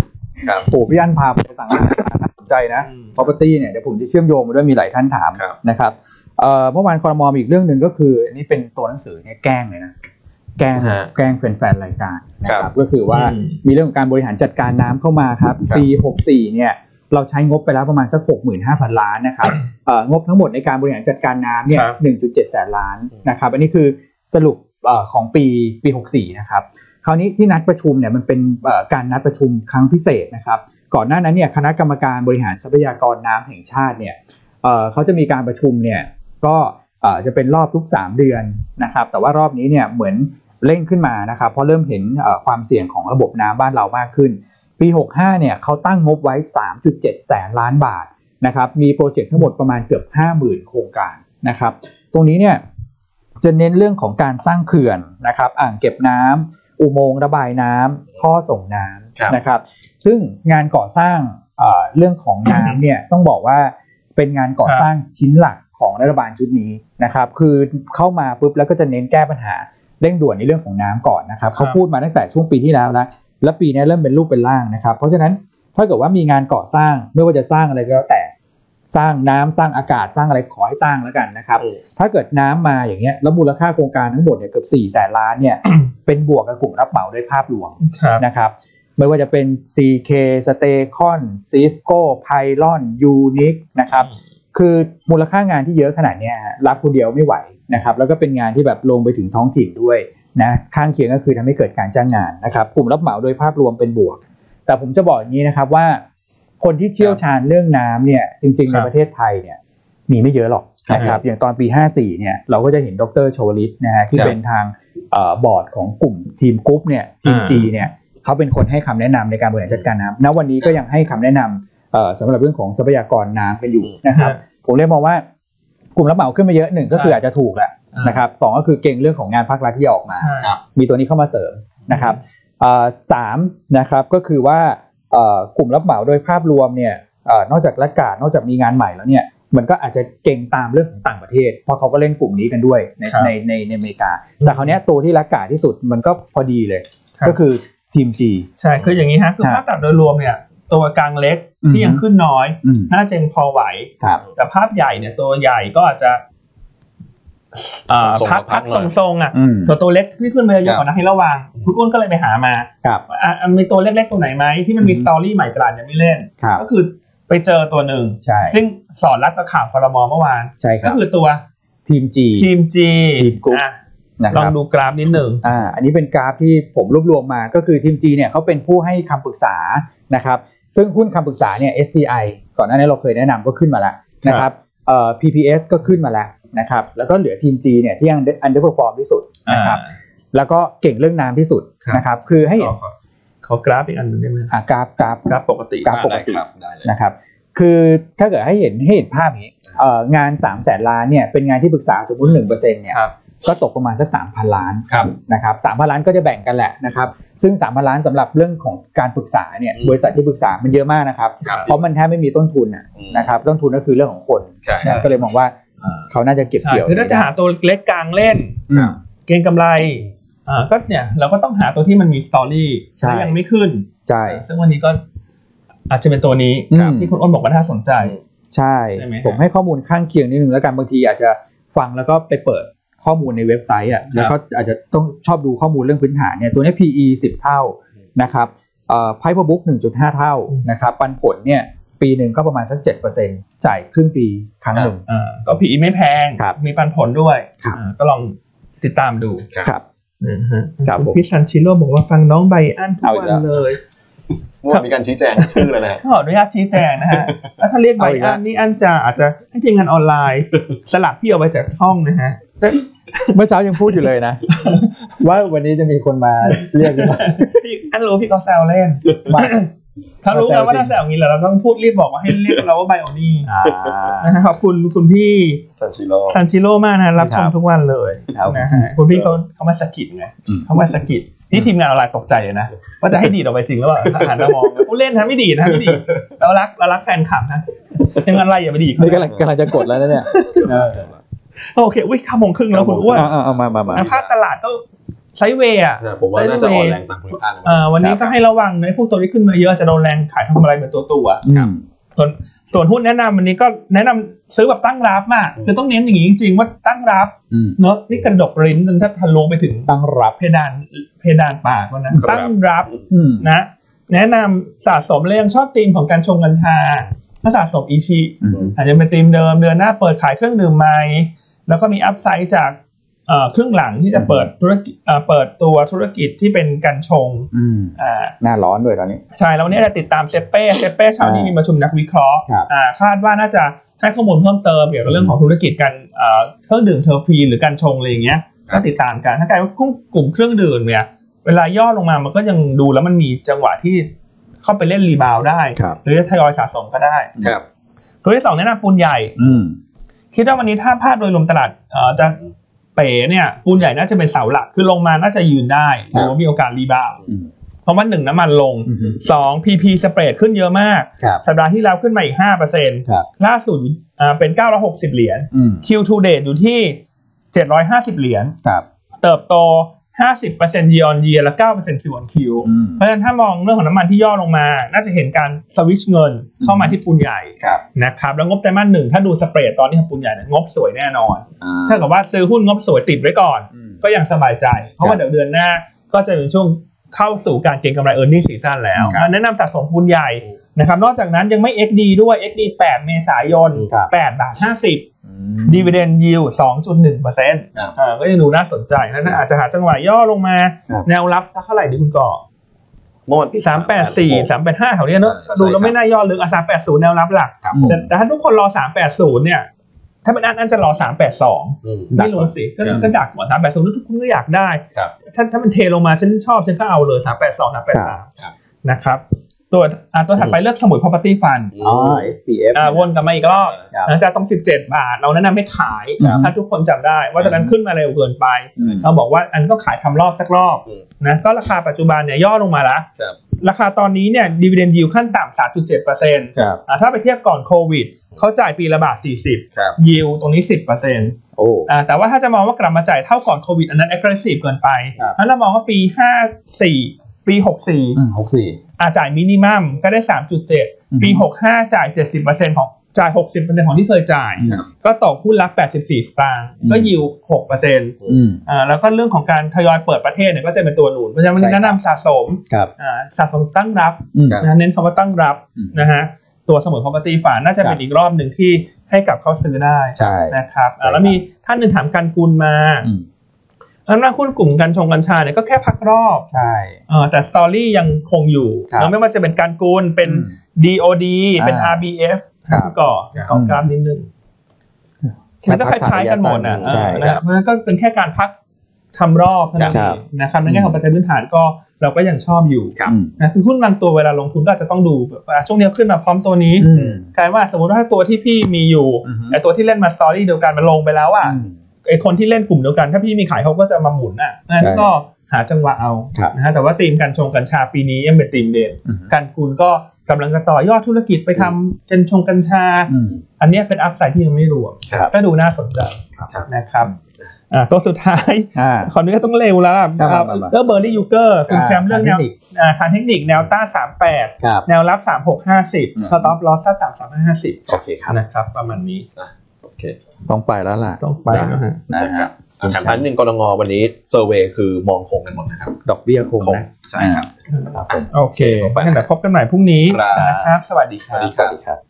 [SPEAKER 1] ครับ
[SPEAKER 2] โอ้พี่อันพาผมไปต่างประเทศน่าสนใจนะ property เนี่ยเดี๋ยวผมจะเชื่อมโยงมาด้วยมีหลายท่านถาม
[SPEAKER 1] ครับ
[SPEAKER 2] นะครับเอ่อเมื่อวานคอรมอมีอีกเรื่องหนึ่งก็คืออันนี้เป็นตัวหนังสือเนี่ยแกล้งเลยนะแกล้ง
[SPEAKER 1] ฮะ
[SPEAKER 2] แกล้งแฟนๆรายการนะ
[SPEAKER 1] ค
[SPEAKER 2] ค
[SPEAKER 1] รั
[SPEAKER 2] รับบ ก็คือว่า
[SPEAKER 3] อืม
[SPEAKER 2] มีเรื่องของการบริหารจัดการน้ำเข้ามาครับ
[SPEAKER 1] ครับ
[SPEAKER 2] ปี 64เนี่ยเราใช้งบไปแล้วประมาณสัก 65,000 ล้านนะครับเอ่องบทั้งหมดในการบริหารจัดการน้ำเนี่ย1.7 แสนล้านนะครับอันนี้คือสรุปเอ่อของปีปี 64 นะครับคราวนี้ที่นัดประชุมเนี่ยมันเป็นเอ่อการนัดประชุมครั้งพิเศษนะครับ ก่อนหน้านั้นเนี่ยคณะกรรมการบริหารทรัพยากรน้ำแห่งชาติเนี่ยเอ่อเขาจะมีการประชุมเนี่ยก็เอ่อจะเป็นรอบทุก 3 เดือนนะครับ แต่ว่ารอบนี้เนี่ยเหมือนเร่งขึ้นมานะครับเพราะเริ่มเห็นเอ่อความเสี่ยงของระบบน้ำบ้านเรามากขึ้น ปี 65เนี่ยเขาตั้งงบไว้ 3.7 แสนล้านบาทนะครับมีโปรเจกต์ทั้งหมดประมาณเกือบ 50,000 โครงการนะครับ ตรงนี้เนี่ยจะเน้นเรื่องของการสร้างเขื่อนนะครับอ่างเก็บน้ำอุโมงค์ระบายน้ำท่อส่งน้
[SPEAKER 1] ครับ
[SPEAKER 2] ำนะครับ ซึ่งงานก่อสร้างเอ่อเรื่องของน้ำ เนี่ยต้องบอกว่าเป็นงานก่อสร้างชิ้นหลักของรัฐบาลชุดนี้นะครับ คือเข้ามาปุ๊บแล้วก็จะเน้นแก้ปัญหาเร่งด่วนในเรื่องของน้ำก่อนนะครับเขาพูดมาตั้งแต่ช่วงปีที่แล้วแล้ว และปีนี้เริ่มเป็นรูปเป็นร่างนะครับ เพราะฉะนั้นถ้าเกิดว่ามีงานก่อสร้างไม่ว่าจะสร้างอะไรก็แล้วแต่สร้างน้ำสร้างอากาศสร้างอะไรขอให้สร้างแล้วกันนะครับ ถ้าเกิดน้ำมาอย่างเงี้ยแล้วมูลค่าโครงการทั้งหมดเนี่ยเกือบ4ี่แสนล้านเนี่ย เป็นบวกกับกลุ่มรับเหมาด้วยภาพรวม
[SPEAKER 3] ครับ
[SPEAKER 2] นะครับ ไม่ว่าจะเป็น CK Stacon Cisco Pylon Unic นะครับ คือมูลค่างานที่เยอะขนาดเนี้ยฮะรับคนเดียวไม่ไหวนะครับ แล้วก็เป็นงานที่แบบลงไปถึงท้องถิ่นด้วยนะข้างเคียงก็คือทำให้เกิดการจ้างงานนะครับ กลุ่มรับเหมาโดยภาพรวมเป็นบวก แต่ผมจะบอกอย่างนี้นะครับว่า คนที่เชี่ยวชาญเรื่องน้ำเนี่ยจริงๆ
[SPEAKER 3] ค
[SPEAKER 2] ใน
[SPEAKER 3] รับ
[SPEAKER 2] ประเทศไทยเนี่ยมีไม่เยอะหรอกนะครับอย่างตอนปี 54 เนี่ยเราก็จะเห็นดรชวลิตนะฮะที่
[SPEAKER 1] ครับ
[SPEAKER 2] เป็นทางเอ่อบอร์ดของกลุ่มทีมกรุ๊ปเนี่ยทีม
[SPEAKER 1] อ่า
[SPEAKER 2] จีเนี่ยเขาเป็นคนให้คำแนะนำในการบริหารจัดการน้ำณวันนี้ก็ยังให้คำแนะนำเอ่อสำหรับเรื่องของทรัพยากรน้ำกันอยู่นะครับ ผมเลยมองว่ากลุ่มรับเหมาขึ้นมาเยอะหนึ่งก็คืออาจจะถูกแหละ
[SPEAKER 3] อ่าน
[SPEAKER 2] นะครับสองก็คือเก่งเรื่องของงานภาครัฐที่จะออกมา
[SPEAKER 3] ใช่
[SPEAKER 1] ครับ
[SPEAKER 2] มีตัวนี้เข้ามาเสริมนะครับเอ่อสามนะครับก็คือว่าเอ่อกลุ่มรับเหมาโดยภาพรวมเนี่ยเอ่อนอกจากละกาดนอกจากมีงานใหม่แล้วเนี่ยมันก็อาจจะเก่งตามเรื่องของต่างประเทศ เพราะเขาก็เล่นกลุ่มนี้กันด้วยใน
[SPEAKER 3] ครับ
[SPEAKER 2] ในในในอเมริกา
[SPEAKER 3] อืม
[SPEAKER 2] แต่คราวเนี้ยตัวที่ละกาดที่สุดมันก็พอดีเลย
[SPEAKER 3] ครับ
[SPEAKER 2] ก็คือทีมจี
[SPEAKER 3] ใช่คืออย่างนี้ฮะคือ
[SPEAKER 2] ครับ
[SPEAKER 3] ภาพตัดโดยรวมเนี่ย ตัวกลางเล็ก
[SPEAKER 2] อือฮึ
[SPEAKER 3] ที่ยังขึ้นน้อย
[SPEAKER 2] อืม
[SPEAKER 3] น่าจะยังพอไหว
[SPEAKER 2] ครับ
[SPEAKER 3] แต่ภาพใหญ่เนี่ยตัวใหญ่ก็อาจจะอ่า
[SPEAKER 1] ทรงๆ
[SPEAKER 3] พัก
[SPEAKER 1] พั
[SPEAKER 3] พั
[SPEAKER 1] ก
[SPEAKER 3] ก
[SPEAKER 1] ๆหน่
[SPEAKER 3] ท
[SPEAKER 1] อย
[SPEAKER 3] รงๆอ่ะ
[SPEAKER 2] อืม
[SPEAKER 3] ส่วนตัวเล็กที่ขึ้นมาเยอะกว่านะให้ระวังคุณอ้วนก็เลยไปหามา
[SPEAKER 2] ครับ
[SPEAKER 3] อ่ะอ่ะมีตัวเล็กๆตัวไหนไหมที่มันมีสตอรี่ใหม่ตลาดยังไม่เล่น
[SPEAKER 2] ครับ
[SPEAKER 3] ก็คือไปเจอตัวหนึ่ง
[SPEAKER 2] ใช่
[SPEAKER 3] ซึ่งสอนรัดกับข่าวคอรมอเมื่อวาน
[SPEAKER 2] ใช่ค
[SPEAKER 3] ก็
[SPEAKER 2] รับ
[SPEAKER 3] คือตัว
[SPEAKER 2] ทีมจี
[SPEAKER 3] ทีมจี
[SPEAKER 2] ทีมกรุ๊ป
[SPEAKER 3] อ่ะ
[SPEAKER 2] นะค
[SPEAKER 3] ล
[SPEAKER 2] รั
[SPEAKER 3] อบ งดูกราฟนิดหนึ่ง
[SPEAKER 2] อ่า อันนี้เป็นกราฟที่ผมรวบรวมมา ก็คือทีมจีเนี่ยเขาเป็นผู้ให้คำปรึกษานะครับ ซึ่งหุ้นคำปรึกษาเนี่ย SDI ก่อนหน้านี้เราเคยแนะนำก็ขึ้นมาแล้วนะครับเอ่อ PPS ก็ขึ้นมาแล้วนะครับ แล้วก็เหลือทีมจีเนี่ยที่ยัง underperform ที่สุดนะครับ แล้วก็เก่งเรื่องน้ำที่สุด
[SPEAKER 3] ครับ
[SPEAKER 2] นะครับ คือให้เห็น
[SPEAKER 3] ขอขอกราฟอีกอันหนึ่งได้ไหม
[SPEAKER 2] อ่ากราฟกราฟ
[SPEAKER 3] กราฟปกติ
[SPEAKER 2] กราฟ ปกติ
[SPEAKER 1] ได้ครับได้เลย
[SPEAKER 2] นะครับ คือถ้าเกิดให้เห็นให้เห็นภาพอย่างนี้เอ่องาน3 0 0แสนล้านเนี่ยเป็นงานที่ปรึกษาสมมติ1%เนี่ย
[SPEAKER 1] ครับ
[SPEAKER 2] ก็ตกประมาณสัก 3,000 ล้าน
[SPEAKER 1] ครับ
[SPEAKER 2] นะครับสามพันล้านก็จะแบ่งกันแหละนะครับ ซึ่งสามพันล้านสำหรับเรื่องของการปรึกษาเนี่ย
[SPEAKER 1] อืม
[SPEAKER 2] บริษัทที่ปรึกษามันเยอะมากนะครับ
[SPEAKER 1] ครับ
[SPEAKER 2] เพราะมันแทบไม่มีต้นทุนน่ะ
[SPEAKER 1] อืม
[SPEAKER 2] นะครับ ต้นทุนก็คือเรื่องของคน
[SPEAKER 1] ใช่
[SPEAKER 2] นะก็เลยมองว่า
[SPEAKER 1] อ่า
[SPEAKER 2] เขาน่าจะเก็บ
[SPEAKER 3] ใช่
[SPEAKER 2] เกี่ยว
[SPEAKER 3] คือถ้าจะหาตัวเล็กกลางเล่น
[SPEAKER 2] อืม
[SPEAKER 3] เกงกำไรอ่าก็เนี่ยเราก็ต้องหาตัวที่มันมีสตอรี่
[SPEAKER 2] ใช่
[SPEAKER 3] และยังไม่ขึ้น
[SPEAKER 2] ใช่
[SPEAKER 3] ซึ่งวันนี้ก็อาจจะเป็นตัวนี้
[SPEAKER 1] ครับ
[SPEAKER 2] อืม
[SPEAKER 3] ที่คุณอ้นบอกว่าน่าสนใจ
[SPEAKER 2] ใช่
[SPEAKER 3] ใช่ไหมฮะ
[SPEAKER 2] ผมให้ข้อมูลข้างเคียงนิดนึงแล้วกันบางทีอาจจะฟังแล้วก็ไปเปิดข้อมูลในเว็บไซต์อ่ะแล้วก็อาจจะต้องชอบดูข้อมูลเรื่องพื้นฐานเนี่ยตัวนี้ PE 10 เท่านะครับเอ่อ p i p e book 1.5 เท่า
[SPEAKER 3] อืม
[SPEAKER 2] นะครับปันผลเนี่ยปีหนึ่งก็ประมาณสัก7%จ่ายครึ่งปีครั้งหนึ่ง
[SPEAKER 3] อ่าก็พีไม่แพง
[SPEAKER 2] ครับ
[SPEAKER 3] มีปันผลด้วย
[SPEAKER 2] ครับ
[SPEAKER 3] อ่าก็ลองติดตามดู
[SPEAKER 1] ครับ
[SPEAKER 2] ครับ
[SPEAKER 3] นะฮะ
[SPEAKER 2] ครับ
[SPEAKER 3] คุณ
[SPEAKER 2] ผม
[SPEAKER 3] พี่ซันชิโร่บอกว่าฟังน้องใบอั้นทุก
[SPEAKER 2] เอาอี
[SPEAKER 3] วั
[SPEAKER 2] กแล้ว
[SPEAKER 3] นเลย
[SPEAKER 1] เมื่อวานมีการชี้แจงชื่อเลยนะฮะ
[SPEAKER 3] ขออนุญาตชี้แจงนะ ฮะ แล้วถ้าเรียกใบ
[SPEAKER 2] เอาอีกแล้ว
[SPEAKER 3] อั้นนี่อั้นจะอาจจะให้ทีมงานออนไลน์ สลับพี่เอาไว้จากห้องนะฮะ
[SPEAKER 2] เมื่อเช้ายังพูดอยู่เลยนะ ว่าวันนี้จะมีคนมาเรียกหรือเปล่า
[SPEAKER 3] พี่อันรู้พี่ก็แซวเล่น เขารู้ไงว่าถ้าแซวอย่างนี้แล้วเราต้องพูดรีบบอกว่าให้เรียกเราว่าไบโอนี่
[SPEAKER 2] อ่า
[SPEAKER 3] นะฮะขอบคุณคุณพี่
[SPEAKER 1] ซันชิโร่
[SPEAKER 3] ซันชิโร่มากนะรับช
[SPEAKER 2] ครั
[SPEAKER 3] ม
[SPEAKER 2] บ
[SPEAKER 3] ทุกวันเลย
[SPEAKER 2] ครับ
[SPEAKER 3] นะฮะคุณพี่เขาเขามาสะกิดไง
[SPEAKER 2] อืม
[SPEAKER 3] เขามาสะกิดนี่ทีมงานออนไลน์ตกใจเลยนะว่าจะให้ดีดออกไปจริงหรือเปล่าหันมามองผู้เล่นนะไม่ดีดนะไม่ดีดเรารักเรารักแฟนคลับนะทีมงานออนไลน์อย่าไปดีดเขา
[SPEAKER 2] นี่กำลั
[SPEAKER 3] นะ
[SPEAKER 2] งกำลังจะกดแล้วนะเนี่ยเออ
[SPEAKER 3] โอเคอุ้ยข้ามงครึ่งแล้วคุณอ้วน
[SPEAKER 2] เอาเอาเอามามามา
[SPEAKER 3] อ่ะภาคตลาดก็ไซด์เวย์อะ
[SPEAKER 1] แต่ผมว่าน่าจะอ่อนแรงตามภูมิภาคนะ
[SPEAKER 3] เอ่อวันนี้
[SPEAKER 2] ครั
[SPEAKER 3] ก็
[SPEAKER 2] บ
[SPEAKER 3] ให้ระวังในะพวกตัวที่ขึ้นมาเยอะจะโดนแรงขายทำกำไรเป็นตัวตัว
[SPEAKER 2] อืม
[SPEAKER 3] ส่วนส่วนหุ้นแนะนำวันนี้ก็แนะนำซื้อแบบตั้งรับมากคือต้องเน้นอย่างนี้จริงๆว่าตั้งรับ
[SPEAKER 2] อืม
[SPEAKER 3] เนอะนี่กระดกลิ้นจนแทบทะลุไปถึง
[SPEAKER 2] ตั้งรับ
[SPEAKER 3] เพดานเพดานปากแล้วนะตั้งรับ
[SPEAKER 2] อืม
[SPEAKER 3] นะ แนะนำสะสมเรื่องชอบธีมของการชงกัญชาถ้าสะสมอีชีอาจจะเป็นธีมเดิมเดือนหน้าเปิดขายเครื่องดื่มใหม่แล้วก็มีอัพไซด์จากเอ่อเครื่องหลังที่จะเปิดธุรกิจเอ่อเปิดตัวธุรกิจที่เป็นกัญชง
[SPEAKER 2] อืม
[SPEAKER 3] อ่า
[SPEAKER 2] หน้าร้อนด้วยตอนนี้
[SPEAKER 3] ใช่ แล้ววันนี้จะติดตามเซเป้เซเป้เช้านี้
[SPEAKER 2] อ่ามี
[SPEAKER 3] มีประชุมนักวิเคราะห์
[SPEAKER 2] ครับ
[SPEAKER 3] อ่าคาดว่าน่าจะให้ข้อมูลเพิ่มเติมเกี่ยวกับเรื่องของธุรกิจการเอ่อเครื่องดื่มเทอร์ฟีนหรือการชงอะไรอย่างเงี้ยก็ติดตามกันถ้าใครว่ากลุ่มเครื่องดื่มเนี่ยเวลาย่อลงมามันก็ยังดูแล้วมันมีจังหวะที่เข้าไปเล่นรีบาวด์ได้
[SPEAKER 2] ครับ
[SPEAKER 3] หรือจะทยอยสะสมก็ได้
[SPEAKER 1] ครับ
[SPEAKER 3] ตัวที่สองแนะนำปูนใหญ่
[SPEAKER 2] อืม
[SPEAKER 3] คิดว่าวันนี้ถ้าพลาดโดยรวมตลาดเอ่อจะเป๋เนี่ยปูนใหญ่น่าจะเป็นเสาหลักคือลงมาน่าจะยืนได้หรือว่ามีโอกาสรีบาวด์
[SPEAKER 2] อืม
[SPEAKER 3] เพราะว่าหนึ่งน้ำมันลง
[SPEAKER 2] อืม
[SPEAKER 3] สอง PP สเปรดขึ้นเยอะมาก
[SPEAKER 2] ครับ
[SPEAKER 3] สัปดาห์ที่แล้วขึ้นมาอีก 5%
[SPEAKER 2] ครับ
[SPEAKER 3] ล่าสุดอ่าเป็น 960 เหรียญ
[SPEAKER 2] อืม
[SPEAKER 3] Q2 date อยู่ที่ 750 เหรียญ
[SPEAKER 2] ครับ
[SPEAKER 3] เติบโต 50% year on year และ 9% Q on Q
[SPEAKER 2] อืม
[SPEAKER 3] เพราะฉะนั้นถ้ามองเรื่องของน้ำมันที่ย่อลงมา น่าจะเห็นการสวิชเงินเข้ามาที่ปูนใหญ่
[SPEAKER 1] ครับ
[SPEAKER 3] นะครับ แล้วงบไตรมาสหนึ่งถ้าดูสเปรดตอนนี้ของปูนใหญ่เนี่ยงบสวยแน่นอน
[SPEAKER 2] อ่า
[SPEAKER 3] ถ้ากับว่าซื้อหุ้นงบสวยติดไว้ก่อน
[SPEAKER 2] อืม
[SPEAKER 3] ก็ยังสบายใจ เพราะว่าเดี๋ยวเดือนหน้าก็จะเป็นช่วง เข้าสู่การเก็งกำไร e a r n i n g ็ season แล้ว
[SPEAKER 1] ครับ
[SPEAKER 3] แนะนำสะสมปูนใหญ่นะครับ นอกจากนั้นยังไม่ XD ด้วย XD 8 เมษายน
[SPEAKER 2] ครับ
[SPEAKER 3] 8บาท50
[SPEAKER 2] อืม
[SPEAKER 3] dividend yield 2.1เปอร์เซ็นต์
[SPEAKER 1] ครับ
[SPEAKER 3] ก็ยังดูน่าสนใจนะอาจจะหาจังหวะย่อลงมา
[SPEAKER 2] ครับ
[SPEAKER 3] แนวรับสักเท่าไหร่ดีคุณก่อ
[SPEAKER 1] เมื่อวันที่
[SPEAKER 3] 3 8 4 3 8 5แถวเนี้ยเนอะ
[SPEAKER 1] ใช่
[SPEAKER 3] ก็ดูแล้ว
[SPEAKER 1] ใช่ครับ
[SPEAKER 3] ไม่น่าย่อลึกอ่ะ380 แนวรับหลัก
[SPEAKER 1] ครับผม
[SPEAKER 3] แต่แต่ถ้าทุกคนรอ 380 เนี่ย ถ้าเป็นอันอันจะรอ 382
[SPEAKER 1] อืม
[SPEAKER 3] ไม่รู้สิก็
[SPEAKER 1] ครับ
[SPEAKER 3] ก็ดักหมดสามแปดศูนย์ทุกคนก็อยากได้
[SPEAKER 1] ครับ
[SPEAKER 3] ถ้าถ้ามันเทลงมาฉันชอบฉันก็เอาเลยสามแปดสองสามแปดสาม
[SPEAKER 1] ครับ
[SPEAKER 3] นะครับ ตัวอ่าตัวถัดไปเลือกสมุย property fund
[SPEAKER 2] อ๋อ SPF
[SPEAKER 3] อ่าวนกลับมาอีกรอบ
[SPEAKER 2] ครับ
[SPEAKER 3] หลังจากตรง 17 บาท เราแนะนำให้ขาย
[SPEAKER 2] ครับ
[SPEAKER 3] ถ้าทุกคนจำได้ว่าตอนนั้นขึ้นมาเร็วเกินไป
[SPEAKER 2] อืม
[SPEAKER 3] เราบอกว่าอันก็ขายทำรอบสักรอบ
[SPEAKER 1] อืม
[SPEAKER 3] นะก็ราคาปัจจุบันเนี่ยย่อลงมาละ
[SPEAKER 1] ครับ
[SPEAKER 3] ราคาตอนนี้เนี่ยดีเวเดนยิวขั้นต่ำสามจุดเจ็ดเปอร์เซ็นต์
[SPEAKER 2] ครับ
[SPEAKER 3] ถ้าไปเทียบก่อนโควิดเขาจ่ายปีละบาทสี่สิบ
[SPEAKER 1] ครับ
[SPEAKER 3] ยิวตรงนี้สิบเปอร์เซ็นต์
[SPEAKER 2] โอ้
[SPEAKER 3] อ่าแต่ว่าถ้าจะมองว่ากลับมาจ่ายเท่าก่อนโควิดอันนั้น aggressive เกินไป
[SPEAKER 2] ครับ
[SPEAKER 3] แล้วเรามองว่าปี 54 ปี 64
[SPEAKER 2] หกสี่
[SPEAKER 3] อ่าจ่ายมินิมัมก็ได้ 3.7 ปี
[SPEAKER 2] อืม
[SPEAKER 3] 65 จ่าย 70%ของจ่าย 60%ของที่เคยจ่าย
[SPEAKER 1] ครับ
[SPEAKER 3] ก็ตกหุ้นละ 84 สตางค์ก็ยิว6%
[SPEAKER 2] อืม
[SPEAKER 3] อ่าแล้วก็เรื่องของการทยอยเปิดประเทศเนี่ยก็จะเป็นตัวหนุนเพราะฉะนั้นวันนี้
[SPEAKER 2] ใช่ครับ
[SPEAKER 3] แนะนำสะสม
[SPEAKER 2] ครับ
[SPEAKER 3] อ่าสะสมตั้งรับ
[SPEAKER 2] อืม
[SPEAKER 1] ครับ
[SPEAKER 3] นะเน้นคำว่าตั้งรับ
[SPEAKER 2] อืม
[SPEAKER 3] นะฮะตัวสมุน property ฝาน่าจะ
[SPEAKER 2] ครั
[SPEAKER 3] เป็น
[SPEAKER 2] บ
[SPEAKER 3] อีกรอบหนึ่งที่ให้กลับเข้าซื้อได้
[SPEAKER 2] ใช่
[SPEAKER 3] นะครับอ่ะแล้วมีท่านหนึ่งถามการกุลมา
[SPEAKER 2] อืม
[SPEAKER 3] แล้วนักหุ้นกลุ่มกัญชงกัญชาเนี่ยก็แค่พักรอบ
[SPEAKER 2] ใช่
[SPEAKER 3] เออแต่สตอรี่ยังคงอยู่
[SPEAKER 2] ครับ
[SPEAKER 3] แล้วไม่ว่าจะเป็นการกุลเป็น
[SPEAKER 2] อืม
[SPEAKER 3] DOD เป็น
[SPEAKER 2] อ่า
[SPEAKER 3] RBF
[SPEAKER 2] ครับ
[SPEAKER 3] ก่อเขากราฟนิดนึงมันก็คล้ายๆกันหมดนะ
[SPEAKER 2] ใช่
[SPEAKER 3] เออนะเพราะฉะนั้นก็เป็นแค่การพักทำรอบเท่านั้น
[SPEAKER 2] ค
[SPEAKER 3] เอ
[SPEAKER 2] รับ
[SPEAKER 3] งนะครับในแง่ของปัจจัยพื้นฐานก็เราก็ยังชอบอยู่
[SPEAKER 1] ครับ
[SPEAKER 2] อืม
[SPEAKER 3] นะคือหุ้นบางตัวเวลาลงทุนก็อาจจะต้องดูแบบว่าช่วงนี้ขึ้นมาพร้อมตัวนี้
[SPEAKER 2] อืม
[SPEAKER 3] กลายว่าสมมติว่าตัวที่พี่มีอยู่
[SPEAKER 2] อือฮึ
[SPEAKER 3] ไอตัวที่เล่นมาสตอรี่เดียวกันมันลงไปแล้วอ่ะ
[SPEAKER 2] อืม
[SPEAKER 3] ไอคนที่เล่นกลุ่มเดียวกัน ถ้าพี่มีขายเขาก็จะมาหมุนอ่ะงั้น
[SPEAKER 2] ใช่
[SPEAKER 3] ก็หาจังหวะเอา
[SPEAKER 2] ครับ
[SPEAKER 3] นะฮะแต่ว่าธีมการชงกัญชาปีนี้ยังเป็นธีมเด่น
[SPEAKER 2] อืม
[SPEAKER 3] การกุลก็กำลังจะต่อยอดธุรกิจไปทำกันชงกัญชา
[SPEAKER 2] อืม
[SPEAKER 3] อันเนี้ยเป็นอัพไซด์ที่ยังไม่รวม
[SPEAKER 1] ครับ
[SPEAKER 3] ก็ดูน่าสนใจ
[SPEAKER 1] ครับ
[SPEAKER 3] นะครับอ่าตัวสุดท้าย
[SPEAKER 2] อ่า
[SPEAKER 3] ขออนุญาตต้องเร็วแล้วล่ะ
[SPEAKER 2] ครับ
[SPEAKER 3] ครับ
[SPEAKER 2] มามามา
[SPEAKER 3] เลือกเบอร์รี่ยูเกอร์คุณ
[SPEAKER 2] อ่า
[SPEAKER 3] แชมป์เรื่องแนว
[SPEAKER 2] ทางเทคนิค
[SPEAKER 3] อ่าทางเทคนิคแนวต้านสามแปด
[SPEAKER 2] ครับ
[SPEAKER 3] แนวรับสามหกห้าสิบ
[SPEAKER 2] อืม
[SPEAKER 3] สต็อปลอสถ้าต่ำสามห้าสิบ
[SPEAKER 1] โอเคครับ
[SPEAKER 3] นะครับประมาณนี้
[SPEAKER 1] โอเค
[SPEAKER 2] ต้องไปแล้วล่ะ
[SPEAKER 3] ต้องไปนะฮะ
[SPEAKER 2] นะ
[SPEAKER 1] นะครั
[SPEAKER 2] ฮะ
[SPEAKER 1] บอ่ะถามท่านหนึ่งกรงวันนี้เซอร์เวย์คือมองคงกันหมดนะครับ
[SPEAKER 2] ดอกเบี้ยคงนะ
[SPEAKER 1] ใช่ครับ
[SPEAKER 3] โอเคงั้นเดี๋ยวพบกันใหม่พรุ่งนี้
[SPEAKER 1] ครับ
[SPEAKER 3] นะครับ สวัสดี
[SPEAKER 1] ส
[SPEAKER 3] ค
[SPEAKER 1] วั
[SPEAKER 3] รั
[SPEAKER 1] ส
[SPEAKER 3] บ
[SPEAKER 1] ดีครับ
[SPEAKER 2] ครับ